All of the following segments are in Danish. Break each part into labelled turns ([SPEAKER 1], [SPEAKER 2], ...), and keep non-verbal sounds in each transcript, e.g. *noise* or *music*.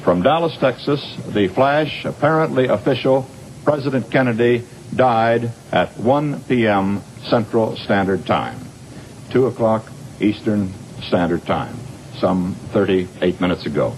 [SPEAKER 1] From Dallas, Texas, the flash, apparently official, President Kennedy died at 1 p.m. Central Standard Time, 2 o'clock Eastern Standard Time, some 38 minutes ago.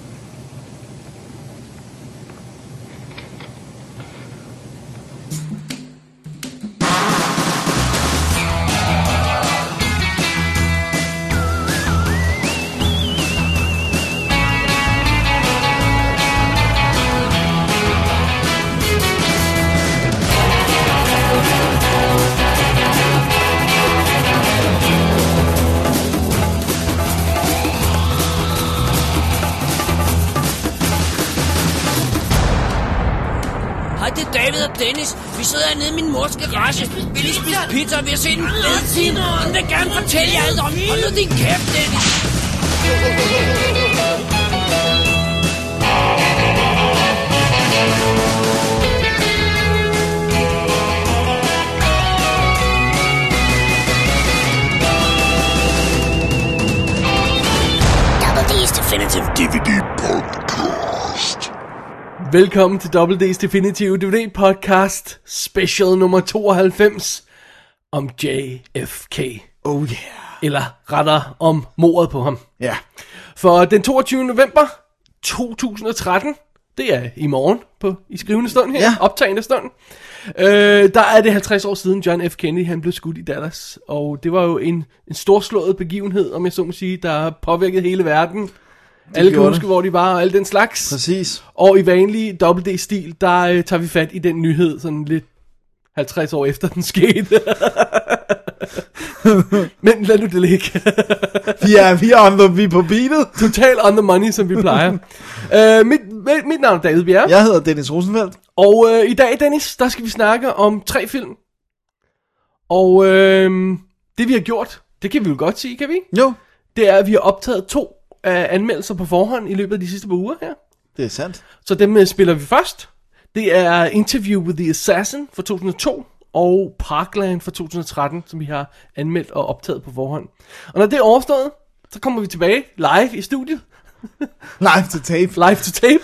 [SPEAKER 2] Hej, det er David og Dennis. Vi sidder hernede i min mors garage. Vi lige spise pizza, og vi har set en fed film. Hun vil gerne fortælle jer alt om. Hold nu din kæft, Dennis.
[SPEAKER 3] Double D's Definitive DVD Podcast.
[SPEAKER 4] Velkommen til WD's Definitive DVD Podcast, special nummer 92, om JFK.
[SPEAKER 5] Oh yeah.
[SPEAKER 4] Eller rettere, om mordet på ham.
[SPEAKER 5] Ja.
[SPEAKER 4] For den 22. november 2013, det er i morgen på, i skrivende stund her, ja.
[SPEAKER 5] Ja.
[SPEAKER 4] optagende stund, øh, der er det 50 år siden John F. Kennedy han blev skudt i Dallas. Og det var jo en, en storslået begivenhed, om jeg så må sige, der påvirkede hele verden. Alle kan
[SPEAKER 5] gjorde
[SPEAKER 4] huske,
[SPEAKER 5] det.
[SPEAKER 4] hvor de var og alt den slags.
[SPEAKER 5] Præcis.
[SPEAKER 4] Og i vanlig WD-stil, der øh, tager vi fat i den nyhed, sådan lidt 50 år efter den skete. *laughs* Men lad nu det ligge.
[SPEAKER 5] Vi er, vi er, on the, vi er på beatet.
[SPEAKER 4] Total on the money, som vi plejer. øh, mit, mit, mit navn er David Bjerre.
[SPEAKER 5] Jeg hedder Dennis Rosenfeldt.
[SPEAKER 4] Og øh, i dag, Dennis, der skal vi snakke om tre film. Og øh, det vi har gjort, det kan vi jo godt sige, kan vi? ikke?
[SPEAKER 5] Jo.
[SPEAKER 4] Det er, at vi har optaget to øh, anmeldelser på forhånd i løbet af de sidste par uger her.
[SPEAKER 5] Det er sandt.
[SPEAKER 4] Så dem øh, spiller vi først. Det er Interview with the Assassin fra 2002 og Parkland fra 2013, som vi har anmeldt og optaget på forhånd. Og når det er overstået, så kommer vi tilbage live i studiet,
[SPEAKER 5] Live to tape.
[SPEAKER 4] live to tape,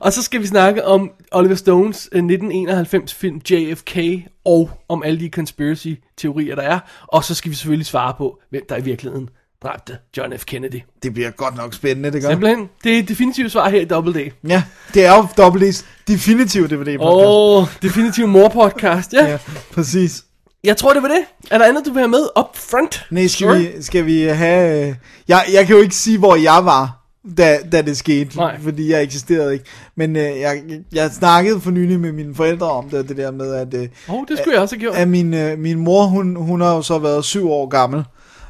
[SPEAKER 4] og så skal vi snakke om Oliver Stones 1991 film JFK og om alle de conspiracy-teorier, der er. Og så skal vi selvfølgelig svare på, hvem der i virkeligheden dræbte John F. Kennedy.
[SPEAKER 5] Det bliver godt nok spændende, det gør.
[SPEAKER 4] Simpelthen, det er definitivt svar her i Double D.
[SPEAKER 5] Ja, det er jo WD's definitive DVD podcast.
[SPEAKER 4] Åh, oh, definitivt mor-podcast, ja.
[SPEAKER 5] Ja, præcis.
[SPEAKER 4] Jeg tror, det var det. Er der andet, du vil have med up front?
[SPEAKER 5] Nej, skal,
[SPEAKER 4] Sure.
[SPEAKER 5] vi, skal vi have... øh, Jeg, jeg kan jo ikke sige, hvor jeg var, da, da det skete,
[SPEAKER 4] Nej.
[SPEAKER 5] fordi jeg eksisterede ikke. Men øh, jeg, jeg snakkede for nylig med mine forældre om det, det der med, at... Øh,
[SPEAKER 4] Åh, oh, det skulle jeg også have gjort.
[SPEAKER 5] at min, øh, min mor, hun, hun har jo så været syv år gammel,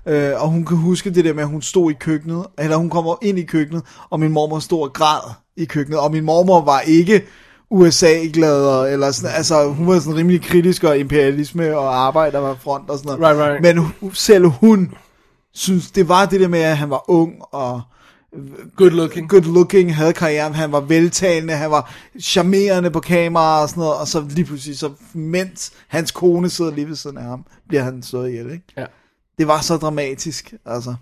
[SPEAKER 5] øh, og hun kan huske det der med, at hun stod i køkkenet, eller hun kommer ind i køkkenet, og min mormor stod og græd i køkkenet, og min mormor var ikke USA-glad, og- eller sådan, altså hun var sådan rimelig kritisk og imperialisme og arbejder var front og sådan noget.
[SPEAKER 4] Right, right.
[SPEAKER 5] Men hu- selv hun synes, det var det der med, at han var ung og
[SPEAKER 4] Good looking.
[SPEAKER 5] good looking, havde karrieren, han var veltalende, han var charmerende på kamera og sådan noget, og så lige pludselig, så mens hans kone sidder lige ved siden af ham, bliver han slået ihjel, ikke?
[SPEAKER 4] Ja.
[SPEAKER 5] Det var så dramatisk, altså.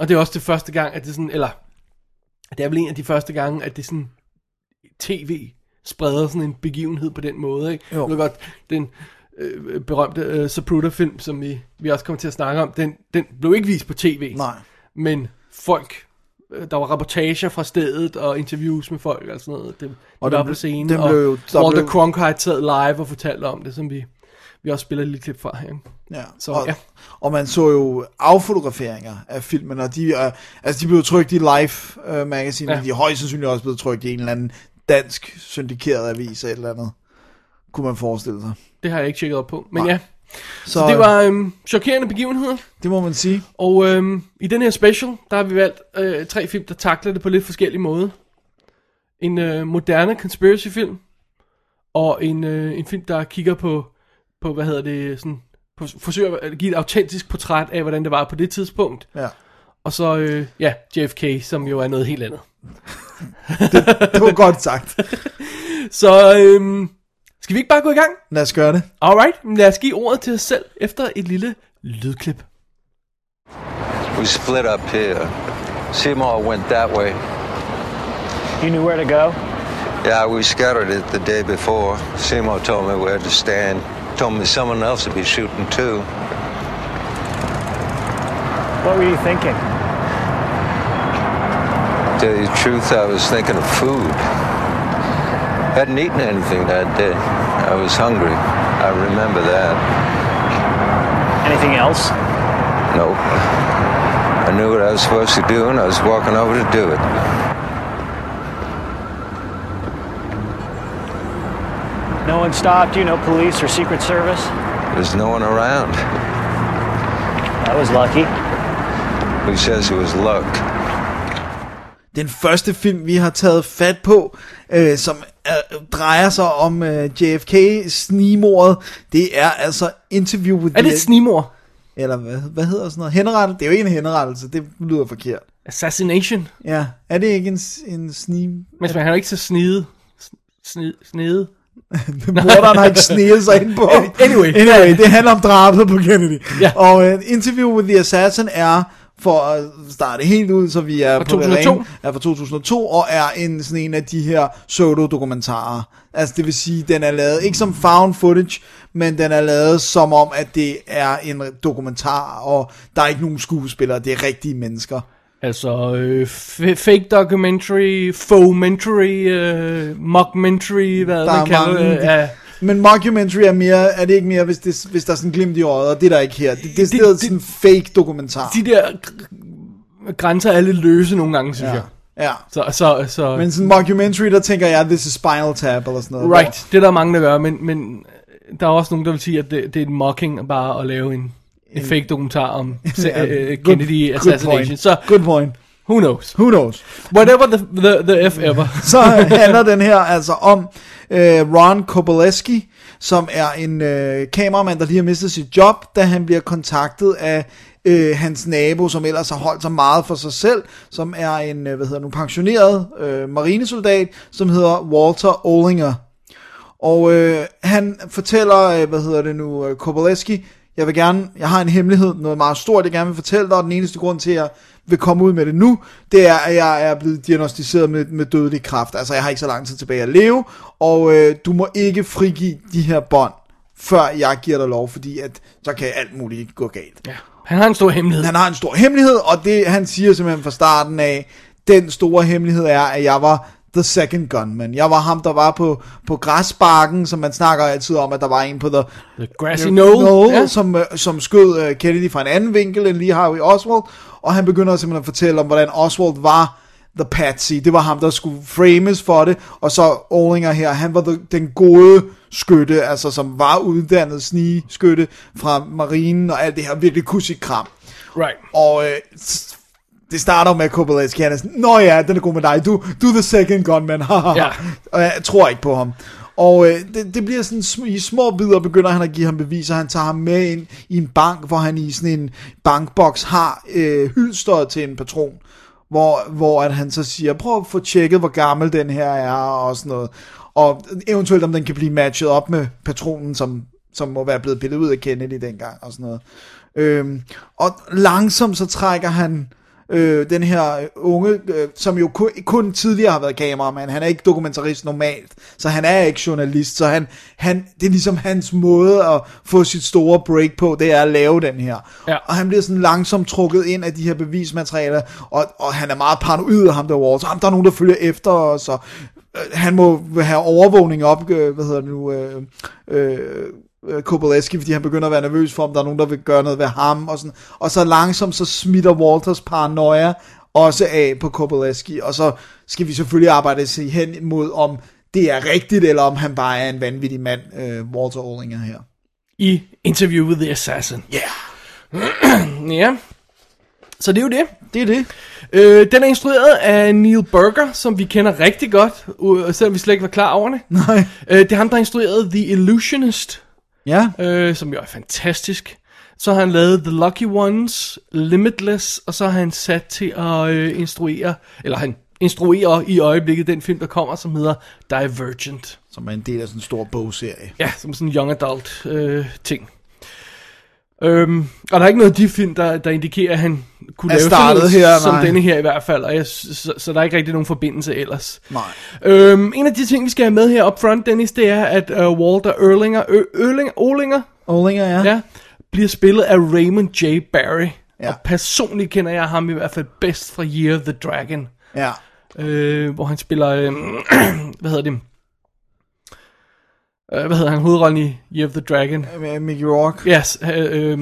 [SPEAKER 4] Og det er også det første gang, at det sådan, eller... Det er vel en af de første gange, at det sådan... TV spreder sådan en begivenhed på den måde, ikke?
[SPEAKER 5] Jo.
[SPEAKER 4] Det godt, den øh, berømte øh, Zapruder-film, som vi, vi også kommer til at snakke om, den, den blev ikke vist på tv.
[SPEAKER 5] Nej.
[SPEAKER 4] Men folk... øh, Der var rapportager fra stedet og interviews med folk og sådan noget. Det, og
[SPEAKER 5] Og
[SPEAKER 4] det
[SPEAKER 5] den
[SPEAKER 4] var på
[SPEAKER 5] blev-
[SPEAKER 4] scenen.
[SPEAKER 5] den
[SPEAKER 4] og
[SPEAKER 5] blev jo- der
[SPEAKER 4] Walter
[SPEAKER 5] blev-
[SPEAKER 4] Cronkite sad live og fortalte om det, som vi, vi også spiller et lille klip fra her. ikke?
[SPEAKER 5] Ja.
[SPEAKER 4] Så,
[SPEAKER 5] og,
[SPEAKER 4] ja.
[SPEAKER 5] og man så jo affotograferinger af filmen, og de, er, altså de blev trykt i Life øh, magazine,
[SPEAKER 4] Ja.
[SPEAKER 5] ja. men de er højst sandsynligt også blevet trykt i en eller anden dansk syndikeret avis eller et eller andet, kunne man forestille sig.
[SPEAKER 4] Det har jeg ikke tjekket op på. Men
[SPEAKER 5] Nej.
[SPEAKER 4] ja,
[SPEAKER 5] Så,
[SPEAKER 4] så det var øhm, chokerende begivenheder.
[SPEAKER 5] det må man sige.
[SPEAKER 4] Og øhm, i den her special, der har vi valgt øh, tre film, der takler det på lidt forskellige måder. En øh, moderne conspiracy-film, og en, øh, en film, der kigger på, på hvad hedder det, sådan, på, forsøger at give et autentisk portræt af, hvordan det var på det tidspunkt.
[SPEAKER 5] Ja.
[SPEAKER 4] Og så, øh, ja, JFK, som jo er noget helt andet.
[SPEAKER 5] Det var godt sagt.
[SPEAKER 4] Så øhm, skal vi ikke bare gå i gang?
[SPEAKER 5] Lad os gøre det.
[SPEAKER 4] Alright, men lad os give ordet til os selv efter et lille lydklip.
[SPEAKER 6] We split up here. Seymour went that way. You knew where to go?
[SPEAKER 7] Yeah, we scattered it the day before. Seymour told me where to stand. Told me someone else would be shooting too.
[SPEAKER 6] What were you thinking?
[SPEAKER 7] Tell you the truth, I was thinking of food. Hadn't eaten anything that day. I was hungry. I remember that.
[SPEAKER 6] Anything else?
[SPEAKER 7] Nope. I knew what I was supposed to do, and I was walking over to do it.
[SPEAKER 6] No one stopped you? No police or Secret Service?
[SPEAKER 7] There's no one around.
[SPEAKER 6] That was lucky.
[SPEAKER 7] Who says it was luck?
[SPEAKER 5] den første film, vi har taget fat på, øh, som øh, drejer sig om øh, JFK-snimordet, det er altså Interview with
[SPEAKER 4] Er det et
[SPEAKER 5] the...
[SPEAKER 4] snimor?
[SPEAKER 5] Eller hvad, hvad hedder sådan noget? Henrettelse? Det er jo ikke en henrettelse, det lyder forkert.
[SPEAKER 4] Assassination.
[SPEAKER 5] Ja, er det ikke en, s- en snim?
[SPEAKER 4] Men man har jo ikke så snide. Snide. snide.
[SPEAKER 5] Morderen har ikke sneget sig ind på.
[SPEAKER 4] Anyway.
[SPEAKER 5] anyway det handler om drabet på Kennedy.
[SPEAKER 4] Ja.
[SPEAKER 5] Og øh, Interview with the Assassin er, for at starte helt ud, så vi er
[SPEAKER 4] Fra
[SPEAKER 5] på det
[SPEAKER 4] 2002.
[SPEAKER 5] rene, er fra 2002, og er en, sådan en af de her pseudo-dokumentarer. Altså det vil sige, den er lavet ikke som found footage, men den er lavet som om, at det er en dokumentar, og der er ikke nogen skuespillere, det er rigtige mennesker.
[SPEAKER 4] Altså øh, f- fake documentary, fomentary, øh, mockumentary, hvad
[SPEAKER 5] Der er
[SPEAKER 4] man kalder
[SPEAKER 5] mange-
[SPEAKER 4] det. Ja.
[SPEAKER 5] Men mockumentary er mere, er det ikke mere, hvis, det, hvis der er sådan en glimt i øjet, og det er der ikke her. Det, det er
[SPEAKER 4] Det-
[SPEAKER 5] stedet
[SPEAKER 4] det-
[SPEAKER 5] sådan en fake dokumentar.
[SPEAKER 4] De der gr- grænser er lidt løse nogle gange, synes ja.
[SPEAKER 5] ja.
[SPEAKER 4] jeg.
[SPEAKER 5] ja.
[SPEAKER 4] Så, så, så
[SPEAKER 5] Men sådan en mockumentary, der tænker jeg, this is Spinal Tap, eller sådan noget.
[SPEAKER 4] right, det er der mange, der gør, men, men øh, der er også nogen, der vil sige, at det, det er en mocking bare at lave en, en fake dokumentar
[SPEAKER 5] *laughs*
[SPEAKER 4] om ja, øh,
[SPEAKER 5] good-
[SPEAKER 4] Kennedy
[SPEAKER 5] good
[SPEAKER 4] assassination.
[SPEAKER 5] point.
[SPEAKER 4] Så
[SPEAKER 5] Good point.
[SPEAKER 4] who knows?
[SPEAKER 5] Who knows?
[SPEAKER 4] Whatever the, the, the F
[SPEAKER 5] *laughs*
[SPEAKER 4] ever. *laughs*
[SPEAKER 5] Så handler den her altså om øh, Ron Koboleski, som er en øh, kameramand, der lige har mistet sit job, da han bliver kontaktet af øh, hans nabo, som ellers har holdt sig meget for sig selv, som er en, øh, hvad hedder nu, pensioneret øh, marinesoldat, som hedder Walter Olinger. Og øh, han fortæller, øh, hvad hedder det nu, øh, Koboleski, jeg vil gerne, jeg har en hemmelighed, noget meget stort, jeg gerne vil fortælle dig, og den eneste grund til, at jeg vil komme ud med det nu, det er, at jeg er blevet diagnostiseret med, med dødelig kræft. Altså, jeg har ikke så lang tid tilbage at leve, og øh, du må ikke frigive de her bånd, før jeg giver dig lov, fordi at, så kan alt muligt gå galt. Ja.
[SPEAKER 4] Han har en stor hemmelighed.
[SPEAKER 5] Han har en stor hemmelighed, og det han siger simpelthen fra starten af, den store hemmelighed er, at jeg var the second gunman. Jeg var ham, der var på, på græsbakken, som man snakker altid om, at der var en på the
[SPEAKER 4] The grassy knoll.
[SPEAKER 5] Knoll, som, øh, som skød øh, Kennedy fra en anden vinkel end lige Harvey Oswald, og han begynder simpelthen at fortælle om, hvordan Oswald var The Patsy. Det var ham, der skulle frames for det, og så Olinger her, han var the, den gode skytte, altså som var uddannet snigeskytte fra marinen og alt det her, virkelig kunne sit kram.
[SPEAKER 4] Right.
[SPEAKER 5] Og øh, s- det starter med Kobalanski, han er sådan, Nå ja, den er god med dig, du, du er the second gunman, *laughs*
[SPEAKER 4] Ja.
[SPEAKER 5] ja. Og jeg tror ikke på ham. Og øh, det, det bliver sådan, sm- i små bidder begynder han at give ham beviser, han tager ham med ind i en bank, hvor han i sådan en bankboks har øh, hylsteret til en patron. Hvor, hvor at han så siger, prøv at få tjekket, hvor gammel den her er, og sådan noget. Og eventuelt, om den kan blive matchet op med patronen, som, som må være blevet pillet ud af Kennedy dengang, og sådan noget. Øhm, og langsomt så trækker han øh, den her unge, øh, som jo kun, kun tidligere har været kameramand. Han er ikke dokumentarist normalt, så han er ikke journalist. Så han, han, det er ligesom hans måde at få sit store break på, det er at lave den her.
[SPEAKER 4] Ja.
[SPEAKER 5] Og han bliver sådan langsomt trukket ind af de her bevismaterialer, og, og han er meget paranoid, ham der Walter. Ham, der er nogen, der følger efter os, og øh, han må have overvågning op, øh, hvad hedder det nu, øh, øh, øh, Kobolevski, fordi han begynder at være nervøs for, om der er nogen, der vil gøre noget ved ham, og, sådan. og så langsomt så smitter Walters paranoia også af på Kobolevski, og så skal vi selvfølgelig arbejde sig hen mod, om det er rigtigt, eller om han bare er en vanvittig mand, øh, Walter Olinger her.
[SPEAKER 4] I Interview with the Assassin.
[SPEAKER 5] Ja, yeah,
[SPEAKER 4] *clears throat* Ja. Så det er jo det.
[SPEAKER 5] det er det.
[SPEAKER 4] Øh, den er instrueret af Neil Burger, som vi kender rigtig godt, u- selvom vi slet ikke var klar over det.
[SPEAKER 5] Nej.
[SPEAKER 4] Øh, det er ham, der instruerede The Illusionist,
[SPEAKER 5] *laughs* Ja,
[SPEAKER 4] øh, som jo er fantastisk. Så har han lavet The Lucky Ones, Limitless, og så har han sat til at øh, instruere, eller han instruerer i øjeblikket den film, der kommer, som hedder Divergent.
[SPEAKER 5] som er en del af sådan en stor bogserie.
[SPEAKER 4] Ja, som sådan en young adult øh, ting. Øhm, og der er ikke noget af de film, der, der indikerer, at han kunne
[SPEAKER 5] Er
[SPEAKER 4] lave sådan
[SPEAKER 5] startet
[SPEAKER 4] noget
[SPEAKER 5] her,
[SPEAKER 4] som
[SPEAKER 5] nej.
[SPEAKER 4] denne her i hvert fald, og jeg, så, så der er ikke rigtig nogen forbindelse ellers.
[SPEAKER 5] Nej.
[SPEAKER 4] Øhm, en af de ting, vi skal have med her up front, Dennis, det er, at uh, Walter Erlinger, Ø- Erlinger, Olinger,
[SPEAKER 5] Olinger, ja.
[SPEAKER 4] ja, bliver spillet af Raymond J. Barry.
[SPEAKER 5] Ja.
[SPEAKER 4] Og personligt kender jeg ham i hvert fald bedst fra Year of the Dragon,
[SPEAKER 5] ja.
[SPEAKER 4] øh, hvor han spiller, øh, *clears throat* hvad hedder det, øh, hvad hedder han, hovedrollen i Year of the Dragon?
[SPEAKER 5] Med Mickey Rourke.
[SPEAKER 4] Yes, øh, øh,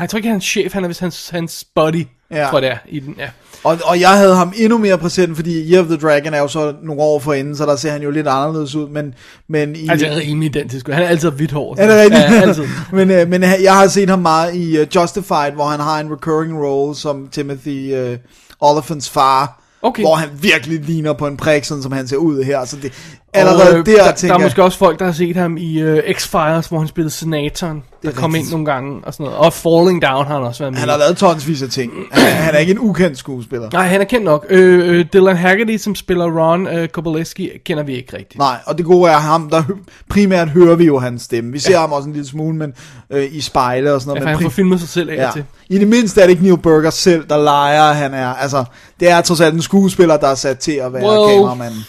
[SPEAKER 4] jeg tror ikke, han er hans chef, han er vist hans, hans buddy,
[SPEAKER 5] Ja.
[SPEAKER 4] ja. tror jeg det er, i den, ja.
[SPEAKER 5] Og, og jeg havde ham endnu mere præsent, fordi Year of the Dragon er jo så nogle år forinden, så der ser han jo lidt anderledes ud, men, men i...
[SPEAKER 4] Altså, han er rimelig identisk, han er altid hvidt hår.
[SPEAKER 5] er det rigtigt?
[SPEAKER 4] Ja, altid.
[SPEAKER 5] *laughs* men, øh, men han- jeg har set ham meget i uh, Justified, hvor han har en recurring role som Timothy uh, Oliphants far,
[SPEAKER 4] Okay.
[SPEAKER 5] hvor han virkelig ligner på en prik, sådan som han ser ud her. Så det, allerede
[SPEAKER 4] øh,
[SPEAKER 5] der,
[SPEAKER 4] der, der
[SPEAKER 5] tænker
[SPEAKER 4] er måske også folk, der har set ham i uh, X-Files, hvor han spillede senatoren, der
[SPEAKER 5] er
[SPEAKER 4] kom ind
[SPEAKER 5] rigtigt.
[SPEAKER 4] nogle gange og sådan noget. Og Falling Down har han også været med.
[SPEAKER 5] han
[SPEAKER 4] i.
[SPEAKER 5] har lavet tonsvis af ting. Han, er- han er ikke en ukendt skuespiller.
[SPEAKER 4] Nej, han er kendt nok. Øh, øh, Dylan Haggerty, som spiller Ron øh, Kobolewski, kender vi ikke rigtigt.
[SPEAKER 5] Nej, og det gode er ham, der hø- primært hører vi jo hans stemme. Vi ser ja. ham også en lille smule, men øh, i spejle og sådan
[SPEAKER 4] Ja,
[SPEAKER 5] noget.
[SPEAKER 4] for
[SPEAKER 5] men
[SPEAKER 4] han får
[SPEAKER 5] pri-
[SPEAKER 4] filmet sig selv af ja.
[SPEAKER 5] ja.
[SPEAKER 4] til.
[SPEAKER 5] I det mindste er det ikke Neil Burger selv, der leger, han er. Altså, det er trods alt en skuespiller, der er sat til at være
[SPEAKER 4] Well.
[SPEAKER 5] kameramanden.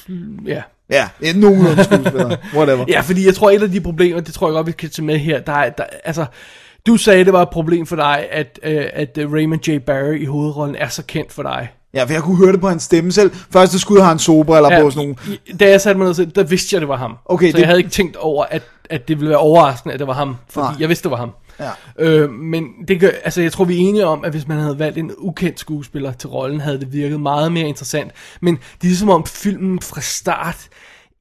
[SPEAKER 4] Ja.
[SPEAKER 5] Ja, en nogenlunde skuespiller. Whatever.
[SPEAKER 4] ja, fordi jeg tror, et af de problemer, det tror jeg godt, vi kan tage med her, der er, der, altså, du sagde, det var et problem for dig, at, øh, at øh, Raymond J. Barry i hovedrollen er så kendt for dig.
[SPEAKER 5] Ja, for jeg kunne høre det på hans stemme selv. Første skud har han sobriller ja. på sådan nogle...
[SPEAKER 4] i- i- da jeg satte mig ned og sagde, der vidste jeg, det var ham.
[SPEAKER 5] Okay,
[SPEAKER 4] så
[SPEAKER 5] det-
[SPEAKER 4] jeg havde ikke tænkt over, at, at det ville være overraskende, at det var ham. Fordi
[SPEAKER 5] Nej.
[SPEAKER 4] Nej. jeg vidste, det var ham.
[SPEAKER 5] Ja.
[SPEAKER 4] Øh, men det gør, altså, jeg tror, vi er enige om, at hvis man havde valgt en ukendt skuespiller til rollen, havde det virket meget mere interessant. Men det er som om filmen fra start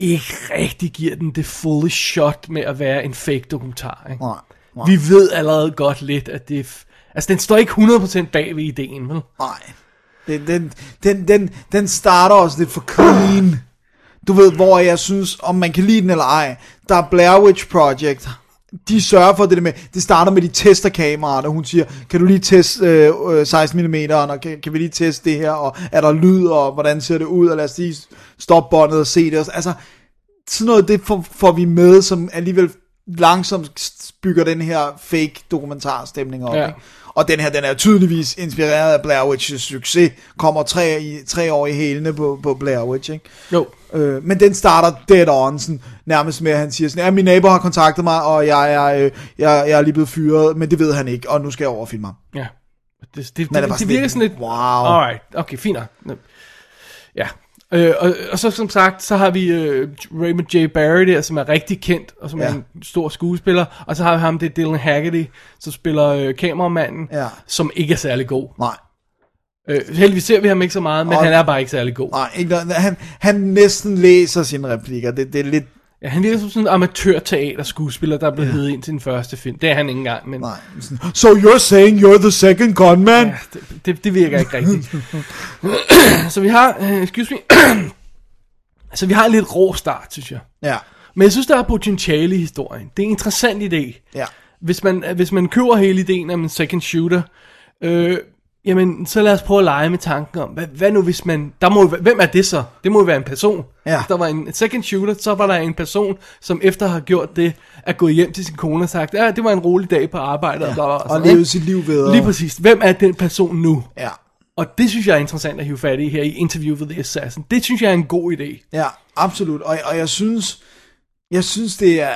[SPEAKER 4] ikke rigtig giver den det fulde shot med at være en fake dokumentar. Ikke?
[SPEAKER 5] Nej, nej.
[SPEAKER 4] Vi ved allerede godt lidt, at det... er f- Altså, den står ikke 100% bag ved ideen, vel?
[SPEAKER 5] Nej. Den, den, den, den, den starter også lidt for clean. Du ved, hvor jeg synes, om man kan lide den eller ej. Der er Blair Witch Project. De sørger for det der med, det starter med de tester kameraet, og hun siger, kan du lige teste øh, øh, 16 mm, og kan, kan vi lige teste det her, og er der lyd, og hvordan ser det ud, og lad os lige stoppe båndet og se det. Altså, sådan noget, det får, får vi med, som alligevel langsomt bygger den her fake dokumentarstemning op. Ja.
[SPEAKER 4] Ja.
[SPEAKER 5] Ikke? Og den her, den er tydeligvis inspireret af Blair Witch's succes, kommer tre, i, tre år i hælene på, på Blair Witch, ikke?
[SPEAKER 4] Jo.
[SPEAKER 5] Øh, men den starter dead on, sådan, nærmest med, at han siger sådan, ja, min nabo har kontaktet mig, og jeg er, øh, jeg, jeg er lige blevet fyret, men det ved han ikke, og nu skal jeg overfilme ham.
[SPEAKER 4] Ja. Det, det,
[SPEAKER 5] Men
[SPEAKER 4] det, det,
[SPEAKER 5] bare
[SPEAKER 4] det virker sådan lidt...
[SPEAKER 5] Wow.
[SPEAKER 4] Alright, okay, fint nok. Nå. Ja, øh, og, og så som sagt, så har vi øh, Raymond J. Barry der, som er rigtig kendt, og som ja.
[SPEAKER 5] Ja.
[SPEAKER 4] er en stor skuespiller. Og så har vi ham, det er Dylan Haggerty, som spiller øh, kameramanden,
[SPEAKER 5] Ja.
[SPEAKER 4] som ikke er særlig god.
[SPEAKER 5] Nej,
[SPEAKER 4] Øh, heldigvis ser vi ham ikke så meget, men
[SPEAKER 5] Og-
[SPEAKER 4] han er bare ikke særlig god.
[SPEAKER 5] nej, ikke, noget. han, han næsten læser sine replikker, det, det er lidt,
[SPEAKER 4] Ja, han virker som sådan en amatørteaterskuespiller, der er blevet ja. heddet ind til den første film. Det er han ikke engang, men
[SPEAKER 5] nej, sådan, so you're saying you're the second gunman?
[SPEAKER 4] ja, det, det, det virker ikke
[SPEAKER 5] *laughs*
[SPEAKER 4] rigtigt. så vi har, øh, excuse me, *clears throat* så vi har en lidt rå start, synes jeg.
[SPEAKER 5] Ja,
[SPEAKER 4] Men jeg synes, der er potentiale i historien. Det er en interessant idé.
[SPEAKER 5] ja,
[SPEAKER 4] Hvis man, hvis man køber hele ideen om en second shooter, øh, jamen, så lad os prøve at lege med tanken om, hvad, hvad nu hvis man... Der må, jo være- hvem er det så? Det må jo være en person.
[SPEAKER 5] Ja.
[SPEAKER 4] Hvis der var en second shooter, så var der en person, som efter at have gjort det, er gået hjem til sin kone og sagt, ja, det var en rolig dag på arbejde, ja. og, bla, bla, bla,
[SPEAKER 5] og
[SPEAKER 4] sådan, ikke?
[SPEAKER 5] lever sit liv videre.
[SPEAKER 4] Lige præcis. Hvem er den person nu?
[SPEAKER 5] Ja,
[SPEAKER 4] Og det synes jeg er interessant at hive fat i her i Interview with the Assassin. Det synes jeg er en god idé.
[SPEAKER 5] ja, absolut, og, og jeg synes, jeg synes, det er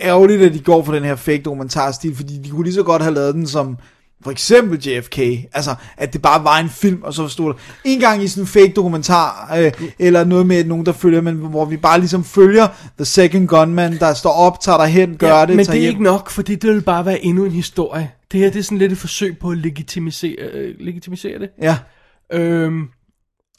[SPEAKER 5] ærgerligt, at de går for den her fake dokumentarstil, fordi de kunne lige så godt have lavet den som for eksempel JFK, altså at det bare var en film, og så stod der en gang i sådan en fake dokumentar, øh, eller noget med nogen, der følger, men hvor vi bare ligesom følger The Second Gunman, der står op, tager dig hen, gør det,
[SPEAKER 4] Men
[SPEAKER 5] tager
[SPEAKER 4] det er
[SPEAKER 5] hjem.
[SPEAKER 4] ikke nok, fordi det vil bare være endnu en historie. Det her det er sådan lidt et forsøg på at legitimisere, øh, legitimisere det.
[SPEAKER 5] Ja,
[SPEAKER 4] Øhm,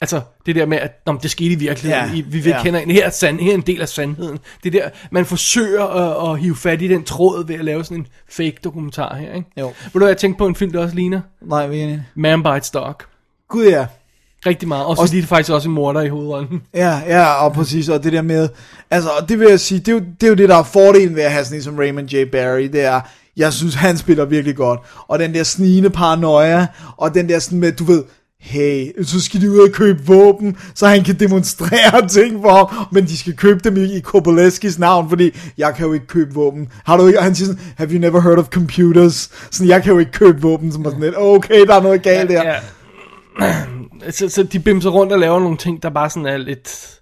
[SPEAKER 4] altså det der med, at Nå, men det skete i virkeligheden.
[SPEAKER 5] Ja,
[SPEAKER 4] Ja, I, vi
[SPEAKER 5] ja.
[SPEAKER 4] ja. kender en her, er sand, her er en del af sandheden. Det der, man forsøger at, at hive fat i den tråd ved at lave sådan en fake dokumentar her. Ikke?
[SPEAKER 5] Jo.
[SPEAKER 4] Ved du hvad, jeg tænkte på en film, der også ligner?
[SPEAKER 5] nej, vi er enige.
[SPEAKER 4] Man Bites Dog.
[SPEAKER 5] Gud ja.
[SPEAKER 4] Rigtig meget. Også, også fordi det er faktisk også en morder i hovedrollen.
[SPEAKER 5] Ja, ja, og præcis, og det der med, altså, og det vil jeg sige, det er, jo, det er jo det, der er fordelen ved at have sådan en som Raymond J. Barry, det er, jeg synes, han spiller virkelig godt, og den der snigende paranoia, og den der sådan med, du ved, hey, så skal de ud og købe våben, så han kan demonstrere *laughs* ting for ham, men de skal købe dem i, i Koboleskis navn, fordi jeg kan jo ikke købe våben. Har du ikke, og han siger sådan, have you never heard of computers? Sådan, jeg kan jo ikke købe våben, som er sådan lidt, okay, der er noget galt der.
[SPEAKER 4] Ja. *clears throat* så, så de bimser rundt og laver nogle ting, der bare sådan er lidt...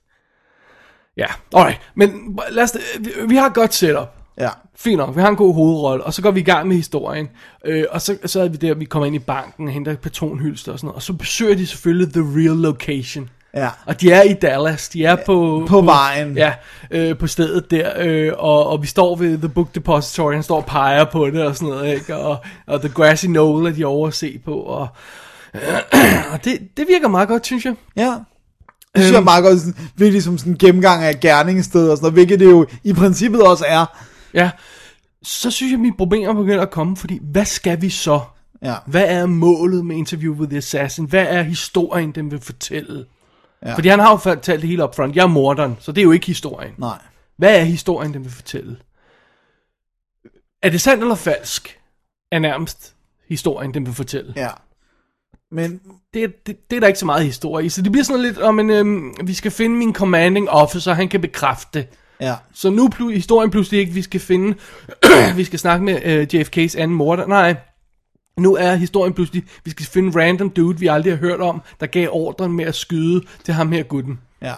[SPEAKER 4] Ja, alright. Men lad os, vi- vi har et godt setup.
[SPEAKER 5] Ja.
[SPEAKER 4] Fint nok, vi har en god hovedrolle, og så går vi i gang med historien. Øh, og så, så er vi der, vi kommer ind i banken og henter patronhylster og sådan noget. Og så besøger de selvfølgelig The Real Location.
[SPEAKER 5] Ja.
[SPEAKER 4] Og de er i Dallas, de er på...
[SPEAKER 5] på vejen.
[SPEAKER 4] Ja, øh, på stedet der, øh, og, og vi står ved The Book Depository, han står og peger på det og sådan noget, ikke? Og, og The Grassy Knoll er de over at se på, og, *clears throat* og det, det virker meget godt, synes jeg.
[SPEAKER 5] Ja. Øhm. Det synes jeg er meget godt, sådan, virkelig som sådan en gennemgang af gerningssted og sådan noget, hvilket det jo i princippet også er.
[SPEAKER 4] Ja, så synes jeg, mine problemer begynder at komme, fordi hvad skal vi så?
[SPEAKER 5] Ja.
[SPEAKER 4] Hvad er målet med Interview with the Assassin? Hvad er historien, den vil fortælle? Ja. Fordi han har jo fortalt det hele op front. Jeg er morderen, så det er jo ikke historien.
[SPEAKER 5] Nej.
[SPEAKER 4] Hvad er historien, den vil fortælle? Er det sandt eller falsk? Er nærmest historien, den vil fortælle. Ja.
[SPEAKER 5] Ja. Men
[SPEAKER 4] Det, er- det, det er der ikke så meget historie i. Så det bliver sådan lidt om, en, øhm, vi skal finde min commanding officer, han kan bekræfte det.
[SPEAKER 5] Ja,
[SPEAKER 4] Så nu er historien pludselig ikke, vi skal finde, *clears throat* vi skal snakke med øh, JFK's anden morder. Nej, nu er historien pludselig, vi skal finde random dude, vi aldrig har hørt om, der gav ordren med at skyde til ham her gutten.
[SPEAKER 5] ja.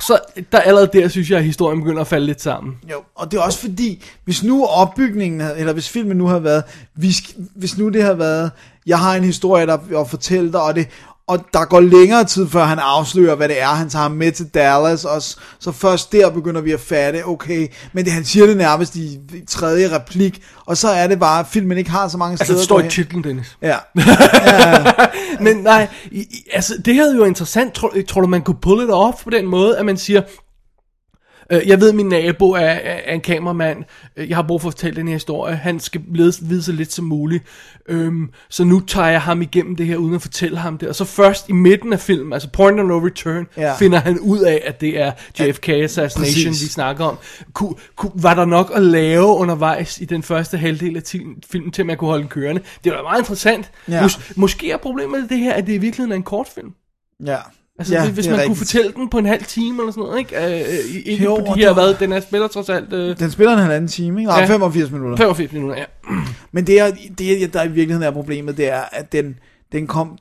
[SPEAKER 4] Så der allerede der, synes jeg, at historien begynder at falde lidt sammen.
[SPEAKER 5] Jo, og det er også fordi, hvis nu opbygningen, havde, eller hvis filmen nu har været, vi sk- hvis nu det har været, jeg har en historie, der at fortælle dig, og det, og der går længere tid, før han afslører, hvad det er, han tager ham med til Dallas, og s- så først der begynder vi at fatte, okay, men det, han siger det nærmest i i tredje replik, og så er det bare, at filmen ikke har så mange
[SPEAKER 4] Altså,
[SPEAKER 5] steder.
[SPEAKER 4] det
[SPEAKER 5] at
[SPEAKER 4] står
[SPEAKER 5] gå
[SPEAKER 4] i
[SPEAKER 5] hen.
[SPEAKER 4] titlen, Dennis.
[SPEAKER 5] Ja,
[SPEAKER 4] Men nej, i, i, altså, det her er jo interessant. Tror, tror du, man kunne pull it off på den måde, at man siger, øh, jeg ved, min nabo er, er, er en kameramand, Øh, jeg har brug for at fortælle den her historie, han skal ledes, vide så lidt som muligt, øhm, så nu tager jeg ham igennem det her, uden at fortælle ham det. Og så først i midten af filmen, altså Point of No Return,
[SPEAKER 5] Ja.
[SPEAKER 4] ja. finder han ud af, at det er JFK Assassination,
[SPEAKER 5] Præcis.
[SPEAKER 4] vi snakker om. Ku, ku, var der nok at lave undervejs i den første halvdel af ti- filmen, til man kunne holde den kørende? Det var meget interessant.
[SPEAKER 5] Ja.
[SPEAKER 4] Ja. Mås- måske er problemet med det her, at det i virkeligheden er en kortfilm.
[SPEAKER 5] ja.
[SPEAKER 4] Altså,
[SPEAKER 5] ja,
[SPEAKER 4] ja, hvis
[SPEAKER 5] det er
[SPEAKER 4] man
[SPEAKER 5] rigtigt.
[SPEAKER 4] kunne fortælle den på en halv time eller sådan noget, ikke? Øh, øh, i- ikke
[SPEAKER 5] Jo,
[SPEAKER 4] jo, på
[SPEAKER 5] og
[SPEAKER 4] de her,
[SPEAKER 5] der-
[SPEAKER 4] hvad, den er spiller trods alt øh,
[SPEAKER 5] Den spiller en halvanden time, ikke? Nej, ja.
[SPEAKER 4] Ja.
[SPEAKER 5] 85 minutter.
[SPEAKER 4] 85 minutter, ja.
[SPEAKER 5] Men det, er, det er- der i virkeligheden er problemet, det er, at den, den kom...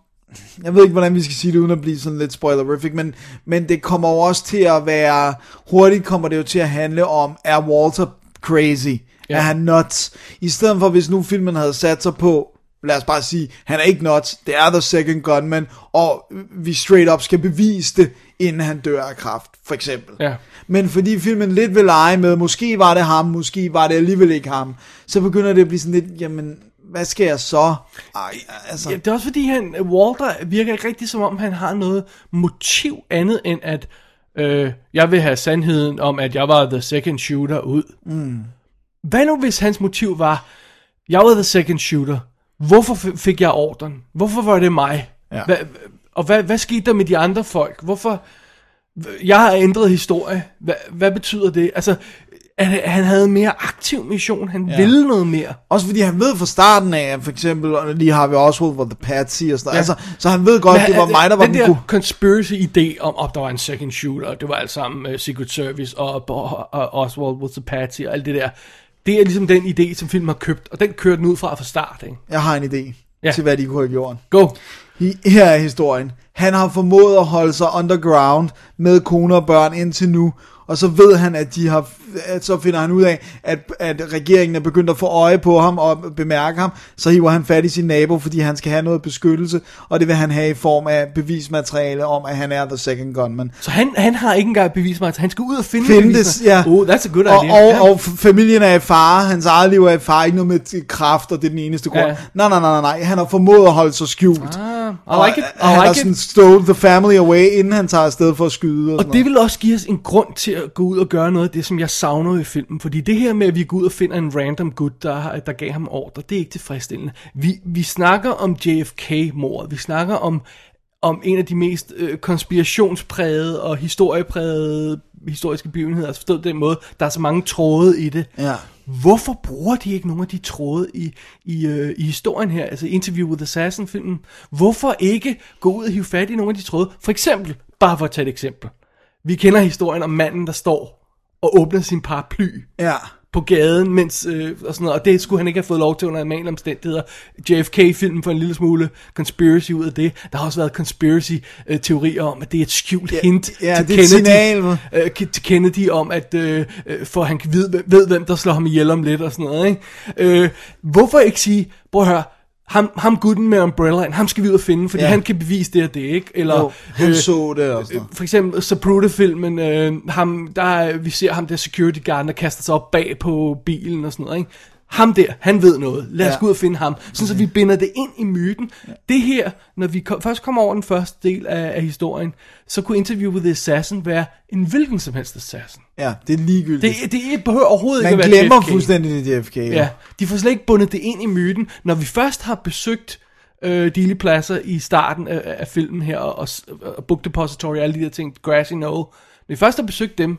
[SPEAKER 5] Jeg ved ikke, hvordan vi skal sige det, uden at blive sådan lidt spoilerific, men, men det kommer jo også til at være... Hurtigt kommer det jo til at handle om, er Walter crazy? Ja.
[SPEAKER 4] Ja.
[SPEAKER 5] Er han nuts? I stedet for, hvis nu filmen havde sat sig på, lad os bare sige, han er ikke nuts, det er The Second Gunman, og vi straight up skal bevise det, inden han dør af kraft, for eksempel.
[SPEAKER 4] Ja.
[SPEAKER 5] Men fordi filmen lidt vil lege med, måske var det ham, måske var det alligevel ikke ham, så begynder det at blive sådan lidt, jamen, hvad skal jeg så? Ej, altså,
[SPEAKER 4] ja. Det er også fordi, han, Walter virker ikke rigtig som om, han har noget motiv andet end at, øh, jeg vil have sandheden om, at jeg var the second shooter ud. Mm. Hvad nu, hvis hans motiv var, jeg var the second shooter, hvorfor f- fik jeg ordren? Hvorfor var det mig?
[SPEAKER 5] Ja.
[SPEAKER 4] Hva, og hvad, hvad skete der med de andre folk? Hvorfor... jeg har ændret historie. Hvad, hvad betyder det? Altså, at han havde en mere aktiv mission. Han ja. ville noget mere.
[SPEAKER 5] også fordi han ved fra starten af, at for eksempel, og lige har vi Oswald var The Patsy og sådan noget,
[SPEAKER 4] Ja.
[SPEAKER 5] altså, så han ved godt, det var mig, der var den,
[SPEAKER 4] den der
[SPEAKER 5] den gode.
[SPEAKER 4] conspiracy-idé om, at der var en second shooter, og det var alt sammen uh, Secret Service, og, og, og Oswald was a patsy, og alt det der. Det er ligesom den idé, som filmen har købt, og den kører den ud fra fra start, ikke?
[SPEAKER 5] Jeg har en idé ja.
[SPEAKER 4] Ja.
[SPEAKER 5] til, hvad de kunne have gjort.
[SPEAKER 4] Go!
[SPEAKER 5] Hi- Her er historien. Han har formået at holde sig underground med kone og børn indtil nu, og så ved han, at de har, at så finder han ud af, at, at regeringen er begyndt at få øje på ham og bemærke ham, så hiver han fat i sin nabo, fordi han skal have noget beskyttelse, og det vil han have i form af bevismateriale om, at han er the second gunman.
[SPEAKER 4] Så han, han har ikke engang bevismateriale. Han skal ud og finde,
[SPEAKER 5] Finde det,
[SPEAKER 4] bevismateriale.
[SPEAKER 5] ja.
[SPEAKER 4] Oh, that's a good
[SPEAKER 5] Og,
[SPEAKER 4] idea. Ja.
[SPEAKER 5] og, og f- familien er i fare, hans eget liv er i fare, ikke noget med t- kraft, og det er den eneste grund.
[SPEAKER 4] Ja. Ah.
[SPEAKER 5] Nej, nej, nej, nej, nej, han har formået at holde sig skjult.
[SPEAKER 4] I like it.
[SPEAKER 5] Og han
[SPEAKER 4] I
[SPEAKER 5] har
[SPEAKER 4] like it.
[SPEAKER 5] sådan stole the family away, inden han tager afsted for at skyde. Og, sådan
[SPEAKER 4] Og det vil også give os en grund til at gå ud og gøre noget af det, som jeg savner i filmen. Fordi det her med, at vi går ud og finder en random gut, der, har- der gav ham ordre, det er ikke tilfredsstillende. Vi, vi snakker om JFK-mordet. Vi snakker om, om en af de mest øh, konspirationsprægede og historieprægede historiske begivenheder, altså forstået på den måde, der er så mange tråde i det.
[SPEAKER 5] Ja.
[SPEAKER 4] Hvorfor bruger de ikke nogle af de tråde i, i, øh, i historien her, altså Interview with Assassin-filmen? Hvorfor ikke gå ud og hive fat i nogle af de tråde? For eksempel, bare for at tage et eksempel. Vi kender historien om manden, der står og åbner sin paraply
[SPEAKER 5] Ja.
[SPEAKER 4] på gaden, mens, øh, og sådan noget, og det skulle han ikke have fået lov til under normale omstændigheder. JFK-filmen for en lille smule conspiracy ud af det. Der har også været conspiracy-teorier om, at det er et skjult
[SPEAKER 5] Ja,
[SPEAKER 4] hint
[SPEAKER 5] ja,
[SPEAKER 4] til
[SPEAKER 5] det er et
[SPEAKER 4] Kennedy.
[SPEAKER 5] signal.
[SPEAKER 4] Øh, ke- til Kennedy om, at øh, øh, for han ved, ved, hvem der slår ham ihjel om lidt og sådan noget. Ikke? Øh, hvorfor ikke sige, prøv at høre, ham, ham gutten med umbrellaen, ham skal vi ud og finde, fordi ja.
[SPEAKER 5] Ja.
[SPEAKER 4] han kan bevise det og det, ikke? Eller, øh,
[SPEAKER 5] Jo, han så det og sådan noget.
[SPEAKER 4] for eksempel Zapruder-filmen, øh, ham, der, er- vi ser ham der security guard, der kaster sig op bag på bilen og sådan noget, ikke? Ham der, han ved noget. Lad os
[SPEAKER 5] Ja. Mm-hmm.
[SPEAKER 4] gå ud og finde ham. Sådan så vi binder det ind i myten. Det her, når vi kom, først kommer over den første del af, af historien, så kunne Interview with the Assassin være en hvilken som helst assassin.
[SPEAKER 5] Ja, det er ligegyldigt.
[SPEAKER 4] Det, det behøver overhovedet
[SPEAKER 5] Man
[SPEAKER 4] ikke at være
[SPEAKER 5] glemmer
[SPEAKER 4] JFK.
[SPEAKER 5] fuldstændig det JFK.
[SPEAKER 4] Ja, de får slet ikke bundet det ind i myten. Når vi først har besøgt øh, dealepladser i starten af, af filmen her, og, og, s- og Book Depository og alle de der ting, Grassy Knoll, når vi først har besøgt dem,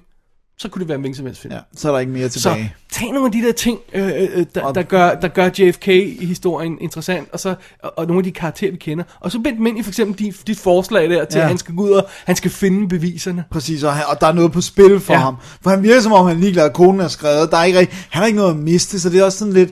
[SPEAKER 4] så kunne det være en hvilken som helst film.
[SPEAKER 5] ja. Så er der ikke mere
[SPEAKER 4] Så
[SPEAKER 5] tilbage.
[SPEAKER 4] tag nogle af de der ting, øh, øh, der,
[SPEAKER 5] Og-
[SPEAKER 4] der, gør, der gør JFK-historien interessant, og, så, og, og nogle af de karakterer, vi kender. Og så bind dem ind i for eksempel dit de forslag der til, ja.
[SPEAKER 5] Ja.
[SPEAKER 4] at han skal gå ud og han skal finde beviserne.
[SPEAKER 5] Præcis, og, han, og der er noget på spil for
[SPEAKER 4] Ja.
[SPEAKER 5] ja. ham. For han virker som om, han er ligeglad, at konen er skrevet. Der er ikke, rigtig- han har ikke noget at miste, så det er også sådan lidt,